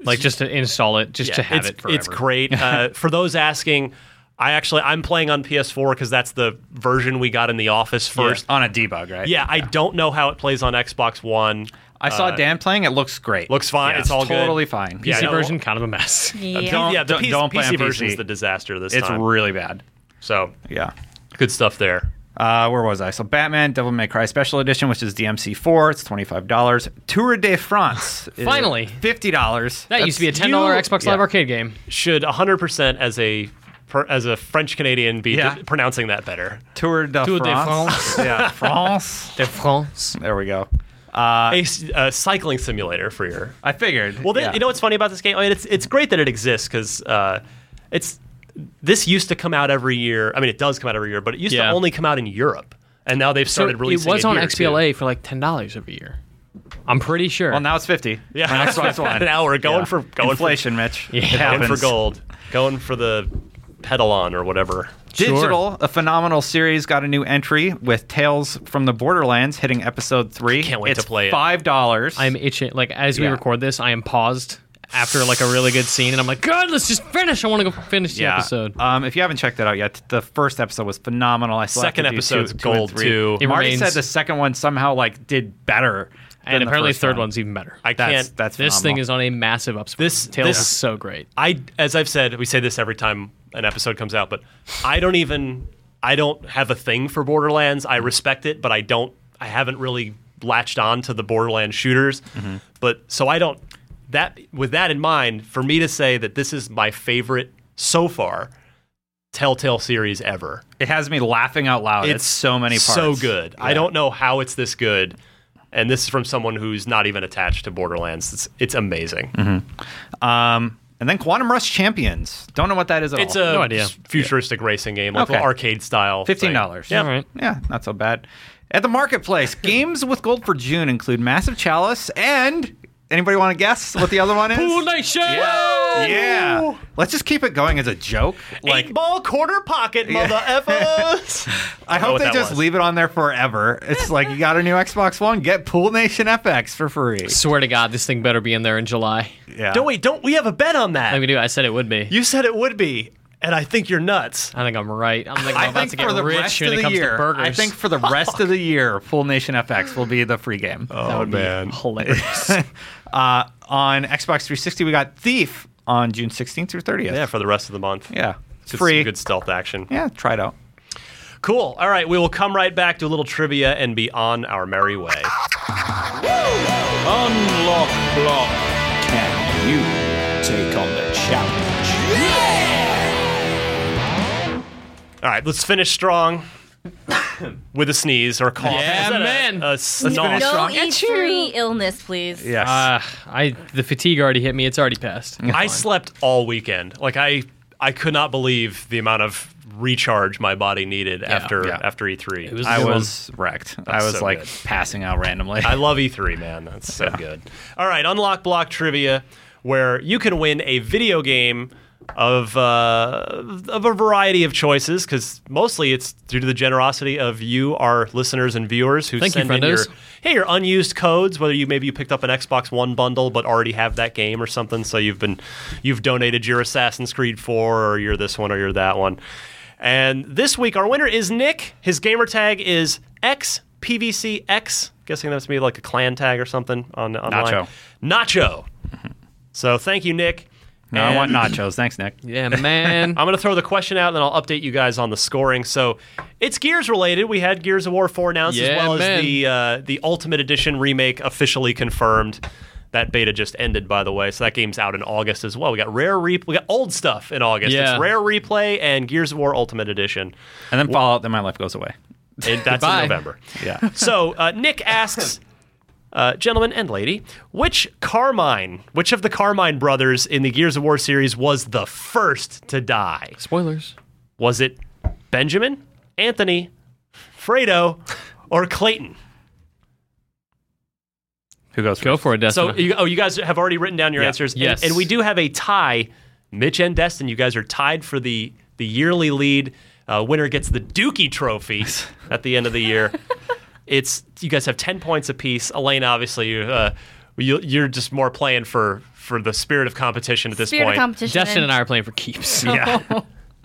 S4: like just to install it, just
S3: Yeah,
S4: to have
S3: it's,
S4: it forever.
S3: It's great. Uh, for those asking, I actually I'm playing on PS4 because that's the version we got in the office first.
S6: on a debug, right?
S3: Yeah, I don't know how it plays on Xbox One.
S6: I saw Dan playing. It looks great.
S3: Uh, Looks fine.
S6: Yeah,
S3: It's all good.
S6: totally fine.
S3: Yeah,
S4: PC
S3: no,
S4: version kind of a mess.
S5: Yeah.
S3: Yeah, the
S6: Don't-
S3: PC,
S6: don't play on
S3: PC version
S6: PC.
S3: is the disaster this
S6: it's
S3: time.
S6: really bad.
S3: So
S6: Yeah.
S3: good stuff there.
S6: Uh, where was I? So Batman Devil May Cry Special Edition, which is DMC4, it's $25. Tour de France. is
S4: Finally.
S6: $50.
S4: That used to be a
S3: That's
S4: ten dollar
S3: you-
S4: Xbox
S6: yeah.
S4: Live Arcade game.
S3: Should 100% as a per, as a French Canadian be
S6: Yeah.
S3: pronouncing that better.
S6: Tour de
S4: Tour de
S6: France. yeah, France.
S4: De France.
S6: There we go.
S3: a, s- a cycling simulator for your
S6: I figured.
S3: Well, they,
S6: yeah.
S3: you know what's funny about this game? I mean, it's it's great that it exists because uh, it's this used to come out every year. I mean, it does come out every year, but it used
S4: Yeah.
S3: to only come out in Europe, and now they've
S4: So
S3: started
S4: it was
S3: releasing.
S4: on
S3: here,
S4: XBLA for like ten dollars every year. I'm pretty sure.
S6: Well, now it's 50
S3: Too. Yeah,
S6: On Xbox One.
S3: now we're going
S6: Yeah.
S3: for going
S6: Inflation, Mitch.
S4: Yeah.
S6: It
S3: for, going
S6: happens.
S3: for gold, going for the pedalon or whatever.
S4: Sure.
S6: Digital, a phenomenal series, got a new entry with Tales from the Borderlands hitting episode three.
S3: can't wait
S6: It's
S3: to play it.
S6: Five dollars.
S4: I'm itching. Like as we
S6: Yeah.
S4: record this, I am paused after like a really good scene, and I'm like, God, let's just finish. I want to go finish the episode.
S6: Um, if you haven't checked it out yet, the first episode was phenomenal. I still have
S3: Second
S6: to do
S3: episode's
S6: two, two and
S3: gold,
S6: three.
S3: too. It
S6: Marty
S4: remains-
S6: said the second one somehow like did better, than
S4: and apparently,
S6: the
S4: third
S6: one.
S4: one's even better.
S3: I
S6: That's
S3: can't.
S6: that's
S4: this
S6: phenomenal.
S4: thing is on a massive upswing.
S3: This-
S4: Tails
S3: this-
S4: is so great.
S3: I, as I've said, we say this every time an episode comes out, but I don't even, I don't have a thing for Borderlands. I respect it, but I don't, I haven't really latched on to the Borderlands shooters.
S6: Mm-hmm.
S3: But so I don't, that, with that in mind, for me to say that this is my favorite so far Telltale series ever,
S6: it has me laughing out loud. It's, so many parts.
S3: So good. I
S6: Yeah.
S3: don't know how it's this good. And this is from someone who's not even attached to Borderlands. It's, it's amazing.
S6: Mm-hmm. Um, and then Quantum Rush Champions. Don't know what that is at
S3: It's
S6: all.
S3: a
S4: No idea.
S3: futuristic racing game, like
S6: Okay.
S3: arcade style. thing.
S6: Fifteen dollars.
S4: All right.
S6: Yeah, not so bad. At the marketplace, games with gold for June include Massive Chalice and anybody want to guess what the other one is?
S4: Pool Nation.
S6: Yeah. Let's just keep it going as a joke. Like
S3: Eight ball quarter pocket, mother effers.
S6: I
S3: know
S6: hope
S3: what
S6: they
S3: that
S6: just
S3: was.
S6: leave it on there forever. It's like you got a new Xbox One, get Pool Nation FX for free.
S4: Swear to God, this thing better be in there in July.
S6: Yeah.
S3: don't wait, don't we have a bet on that?
S4: I mean, dude, I said it would be.
S3: you said it would be, and I think you're nuts.
S4: I think I'm right. I'm like
S6: I
S4: I'm about
S6: think
S4: to
S6: for
S4: get
S6: the
S4: rich
S6: rest
S4: when it
S6: of the
S4: comes to
S6: year,
S4: burgers.
S6: I think for the rest of the year, Pool Nation FX will be the free game.
S3: Oh man.
S4: hilarious.
S6: Uh, on Xbox 360, we got Thief on June 16th through 30th.
S3: Yeah, for the rest of the month.
S6: yeah, it's
S3: It's
S6: free.
S3: good stealth action.
S6: Yeah, try it out.
S3: Cool. All right, we will come right back, do a little trivia, and be on our merry way.
S7: Unlock block. Can you take on the challenge?
S3: All right, let's finish strong with a sneeze or a cough.
S4: Yeah,
S3: Is that a-
S4: man.
S3: A, snarl?
S5: No
S6: strong.
S5: E3 illness, please.
S6: Yes.
S4: uh, I the fatigue already hit me. It's already passed.
S3: I slept all weekend. Like I, I could not believe the amount of recharge my body needed after
S6: Yeah.
S3: after E E3.
S4: It was a
S6: I
S4: good one.
S6: was wrecked. I was
S3: so
S6: like
S3: good.
S6: passing out randomly.
S3: I love E3, man. That's so good. All right, unlock block trivia, where you can win a video game of uh, of a variety of choices, because mostly it's due to the generosity of you, our listeners and viewers, who
S4: Thank you,
S3: send in your
S4: friendos.
S3: hey your unused codes. Whether you maybe you picked up an Xbox One bundle but already have that game or something, so you've been you've donated your Assassin's Creed 4 or you're this one or you're that one. And this week our winner is Nick. His gamer tag is XPVCX. Guessing that's maybe like a clan tag or something on online.
S6: Nacho.
S3: Nacho. So thank you, Nick.
S6: no, I
S3: And-
S6: want nachos. Thanks, Nick.
S4: Yeah, man.
S3: I'm going to throw the question out and then I'll update you guys on the scoring. So it's Gears related. We had Gears of War 4 announced as
S4: Yeah,
S3: well as
S4: man.
S3: the uh, the Ultimate Edition remake officially confirmed. That beta just ended, by the way. So that game's out in August as well. We got rare re- we got old stuff in August.
S4: Yeah.
S3: It's rare replay and Gears of War Ultimate Edition.
S6: And then Fallout, then my life goes away.
S3: And that's in
S4: Goodbye.
S3: November.
S6: Yeah.
S3: So uh, Nick asks, uh, gentlemen and lady, which Carmine, which of the Carmine brothers in the Gears of War series was the first to die?
S4: Spoilers.
S3: Was it Benjamin, Anthony, Fredo, or Clayton?
S6: Who goes
S4: Go
S6: first?
S4: for it, Destiny.
S3: So, you, oh, you guys have already written down your
S6: Yeah.
S3: answers. And-
S4: Yes.
S3: And, we do have a tie. Mitch and Destin, you guys are tied for the, the yearly lead. Uh, winner gets the Dookie Trophy at the end of the year. It's you guys have ten points apiece. Elaine, obviously, you, uh, you you're just more playing for for the spirit of competition at this
S5: Spirit
S3: point.
S5: of competition.
S4: Destin and I are playing for keeps.
S3: yeah,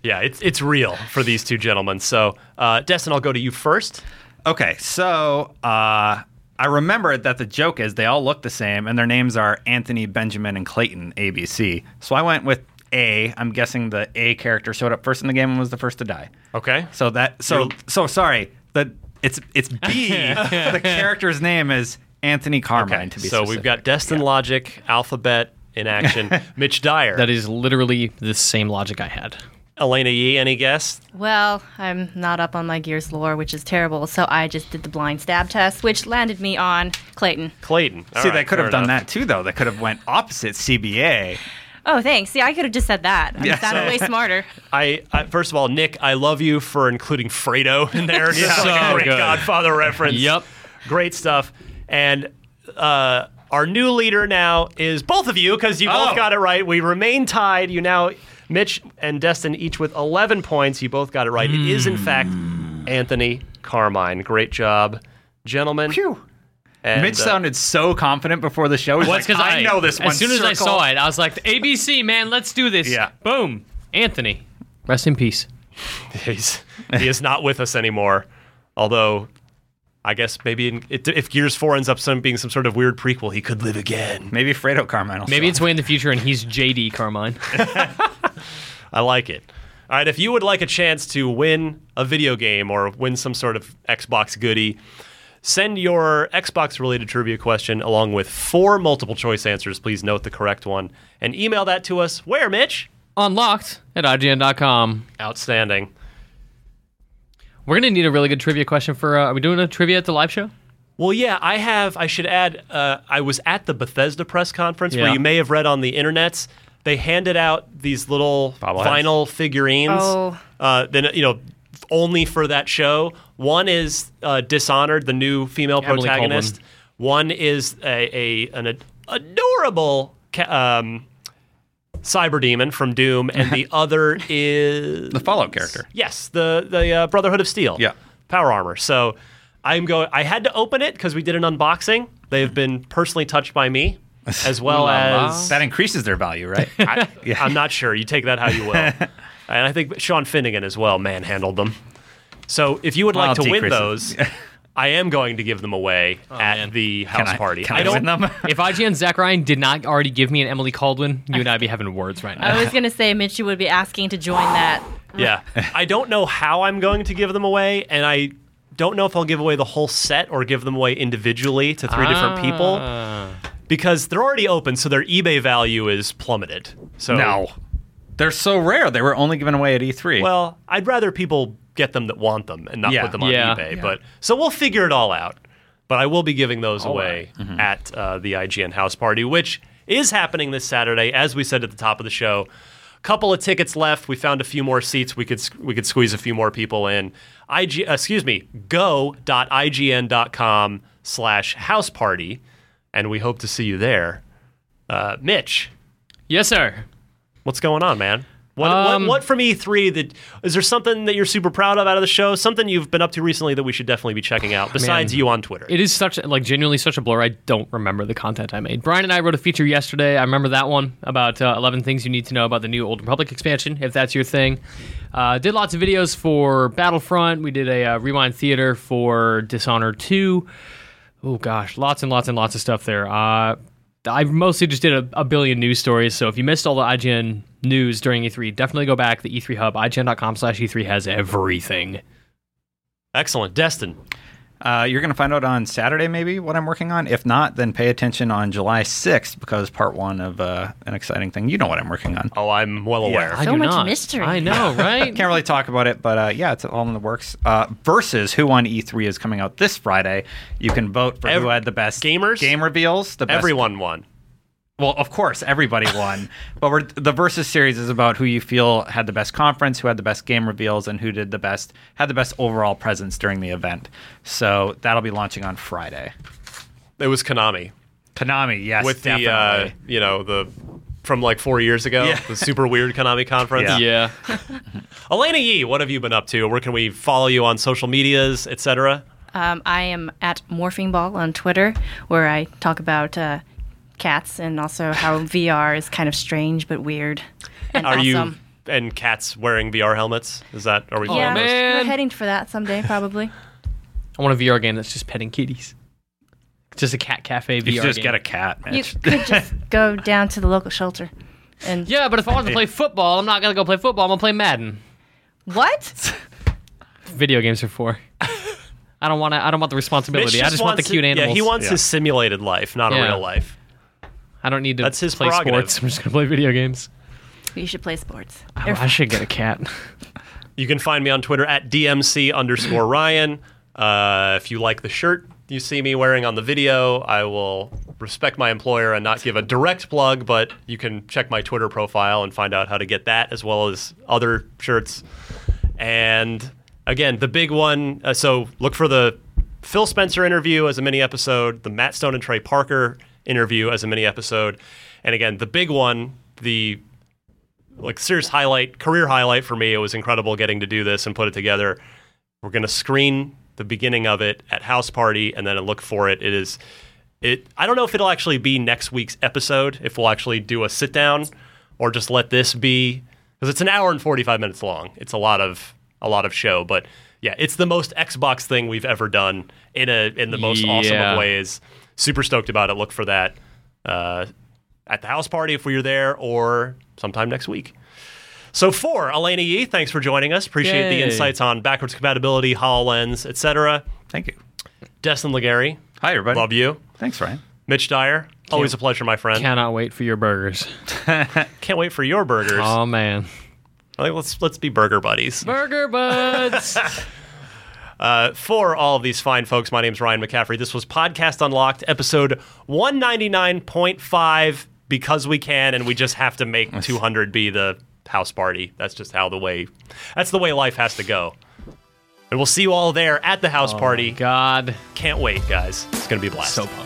S3: yeah, it's it's real for these two gentlemen. So, uh, Destin, I'll go to you first.
S6: Okay, so uh, I remember that the joke is they all look the same, and their names are Anthony, Benjamin, and Clayton, ABC. So I went with A. I'm guessing the A character showed up first in the game and was the first to die.
S3: Okay.
S6: So that so so sorry. That it's it's B. the character's name is Anthony Carmine. To be
S3: so
S6: specific.
S3: we've got Destin Logic, Alphabet in action, Mitch Dyer,
S4: That is literally the same logic I had.
S3: Elena Yee. Any guess?
S5: Well, I'm not up on my Gears lore, which is terrible, so I just did the blind stab test, which landed me on Clayton.
S3: Clayton. All
S6: See,
S3: right,
S6: they could have
S3: fair
S6: done
S3: enough.
S6: that too, though. They could have went opposite CBA.
S5: Oh, thanks. See, I could have just said that. I
S6: Yeah.
S5: sounded way smarter.
S3: I, I first of all, Nick, I love you for including Fredo in there. It's
S4: So
S3: like a great
S4: good.
S3: Godfather reference.
S4: Yep.
S3: great stuff. And uh, our new leader now is both of you because you both
S6: Oh.
S3: got it right. We remain tied. You now, Mitch and Destin, each with eleven points. You both got it right. It is in fact
S4: Hmm.
S3: Anthony Carmine. Great job, gentlemen.
S6: Phew.
S3: And,
S6: Mitch
S3: uh,
S6: sounded so confident before the show. He's
S4: Well, it's
S6: like,
S4: 'cause
S6: I, know this one.
S4: As soon as I saw it, I was like, ABC, man, let's do this.
S6: Yeah.
S4: Boom. Anthony. Rest in peace.
S3: He's, he is not with us anymore. Although, I guess maybe in, it, if Gears 4 ends up some, being some sort of weird prequel, he could live again.
S6: Maybe Fredo Carmine. will
S4: Maybe
S6: show
S4: it's way in the future and he's JD Carmine.
S3: I like it. All right, if you would like a chance to win a video game or win some sort of Xbox goodie, send your Xbox related trivia question along with four multiple choice answers. Please note the correct one and email that to us. Where, Mitch?
S4: Unlocked at IGN.com.
S3: Outstanding.
S4: We're going to need a really good trivia question for. Uh, are we doing a trivia at the live show?
S3: Well, yeah, I have. I should add, uh, I was at the Bethesda press conference where
S4: Yeah.
S3: you may have read on the internets. They handed out these little
S6: Bobbleheads.
S3: vinyl figurines.
S5: Oh.
S3: Uh, then you know, only for that show. One is uh, Dishonored, the new female
S4: Emily
S3: protagonist. One is a, a an ad- adorable ca- um, cyber demon from Doom, and the other is
S6: the Fallout character.
S3: Yes, the the uh, Brotherhood of Steel.
S6: Yeah.
S3: Power armor. So I'm going. I had to open it because we did an unboxing. They've been personally touched by me, as well as
S6: That increases their value, right?
S3: I, am not sure. You take that how you will. and I think Sean Finnegan as well manhandled them. So if you would like
S6: I'll
S3: to win
S6: decrease it.
S3: those, I am going to give them away at the house
S6: I-
S3: party.
S6: can I
S3: I don't.
S6: win them?
S4: If IGN Zach Ryan did not already give me an Emily Caldwin, you and I'd be having words right now.
S5: I was going to say, Mitch, you would be asking to join that.
S3: Yeah. I don't know how I'm going to give them away, and I don't know if I'll give away the whole set or give them away individually to three different people because they're already open, so their eBay value is plummeted. So
S6: no, they're so rare. They were only given away at E E3.
S3: Well, I'd rather people get them that want them and not
S6: Yeah.
S3: put them on
S4: Yeah.
S3: eBay.
S4: Yeah.
S3: But so we'll figure it all out. But I will be giving those away at uh, the IGN house party, which is happening this Saturday, as we said at the top of the show. Couple of tickets left. We found a few more seats. We could s- we could squeeze a few more people in. IG, excuse me, go.ign.com slash house party, and we hope to see you there. Uh, Mitch,
S4: yes, sir.
S3: What's going on, man? What,
S4: Um,
S3: what, what from E3 that is there something that you're super proud of out of the show? Something you've been up to recently that we should definitely be checking out besides you on Twitter.
S4: It is such like genuinely such a blur. I don't remember the content I made. Brian and I wrote a feature yesterday. I remember that one about uh, 11 things you need to know about the new Old Republic expansion, if that's your thing. Uh, did lots of videos for Battlefront. We did a uh, Rewind Theater for Dishonored 2. Oh gosh, lots and lots and lots of stuff there. Uh, I mostly just did a, a billion news stories. So if you missed all the IGN news during E3, definitely go back. The E3 Hub, IGN.com/E3 E has everything.
S3: Excellent, Destin.
S6: Uh, you're going to find out on Saturday, maybe, what I'm working on. If not, then pay attention on July 6th because part one of uh, an exciting thing. You know what I'm working on.
S3: Oh, I'm well aware.
S4: I
S5: So
S4: do
S5: much
S4: not.
S5: mystery.
S4: I know, right?
S6: Can't really talk about it, but uh, yeah, it's all in the works. Uh, versus Who on E3 is coming out this Friday. You can vote for who
S3: Ev-
S6: had the best
S3: gamers?
S6: game reveals. The best,
S3: Everyone won.
S6: Well, of course, everybody won. but we're, the versus series is about who you feel had the best conference, who had the best game reveals, and who did the best had the best overall presence during the event. So that'll be launching on Friday.
S3: It was Konami
S6: Konami, yes,
S3: with
S6: definitely.
S3: the uh, you know the from like four years ago,
S6: Yeah.
S3: the super weird Konami conference.
S6: Yeah.
S4: yeah.
S3: Elena Yee, what have you been up to? Where can we follow you on social medias, etc.?
S5: Um, I am at Morphing Ball on Twitter, where I talk about uh, cats and also how VR is kind of strange but weird. And
S3: Are you
S5: awesome.
S3: and cats wearing VR helmets? Is that are we?
S5: Yeah,
S3: following those?
S5: we're
S4: Oh, man.
S5: heading for that someday, probably.
S4: I want a VR game that's just petting kitties. Just a cat cafe VR
S6: You should just
S4: game.
S6: get a cat,
S5: you
S6: Mitch.
S5: could just go down to the local shelter. And
S4: Yeah, but if I want to play football, I'm not gonna go play football. I'm gonna play Madden.
S5: what?
S4: Video games are for. I don't want to. I don't want the
S3: Mitch
S4: responsibility. I just want the
S3: wants
S4: cute
S3: it-
S4: animals.
S3: Yeah, he wants
S8: Yeah.
S3: his simulated life, not
S4: Yeah.
S3: a real life.
S4: I don't need to
S3: That's his
S4: play
S3: prerogative.
S4: sports. I'm just gonna play video games.
S5: You should play sports.
S4: Oh,
S5: They're
S4: I should get a cat.
S3: You can find me on Twitter at DMC underscore Ryan. Uh, if you like the shirt you see me wearing on the video, I will respect my employer and not give a direct plug, but you can check my Twitter profile and find out how to get that as well as other shirts. And again, the big one. Uh, so look for the Phil Spencer interview as a mini episode, the Matt Stone and Trey Parker interview as a mini episode. And again, the big one, the like serious highlight, career highlight for me. It was incredible getting to do this and put it together. We're gonna screen the beginning of it at house party and then look for it. It is it I don't know if it'll actually be next week's episode, if we'll actually do a sit down or just let this be because it's an hour and forty five minutes long. It's a lot of a lot of show, but yeah, it's the most Xbox thing we've ever done in a in the most awesome
S4: Yeah.
S3: of ways. Super stoked about it. Look for that. Uh, at the house party if we are there or sometime next week. So for Elena Yee, thanks for joining us. Appreciate
S4: Yay.
S3: the insights on backwards compatibility, HoloLens, etc.
S6: Thank you.
S3: Destin Legary,
S6: Hi, everybody.
S3: love you.
S6: Thanks, Ryan.
S3: Mitch Dyer, always a pleasure, my friend. Can't,
S4: Cannot wait for your burgers.
S3: wait for your burgers.
S4: Oh man,
S3: I think let's let's be burger buddies.
S4: burger buds.
S3: Uh, for all of these fine folks, my name's Ryan McCaffrey. This was Podcast Unlocked, episode 199.5, because we can, and we just have to make 200 be the house party. That's just how the way, that's the way life has to go. And we'll see you all there at the house party.
S4: Oh God.
S3: Can't wait, guys. It's going to be a blast.
S4: So pumped.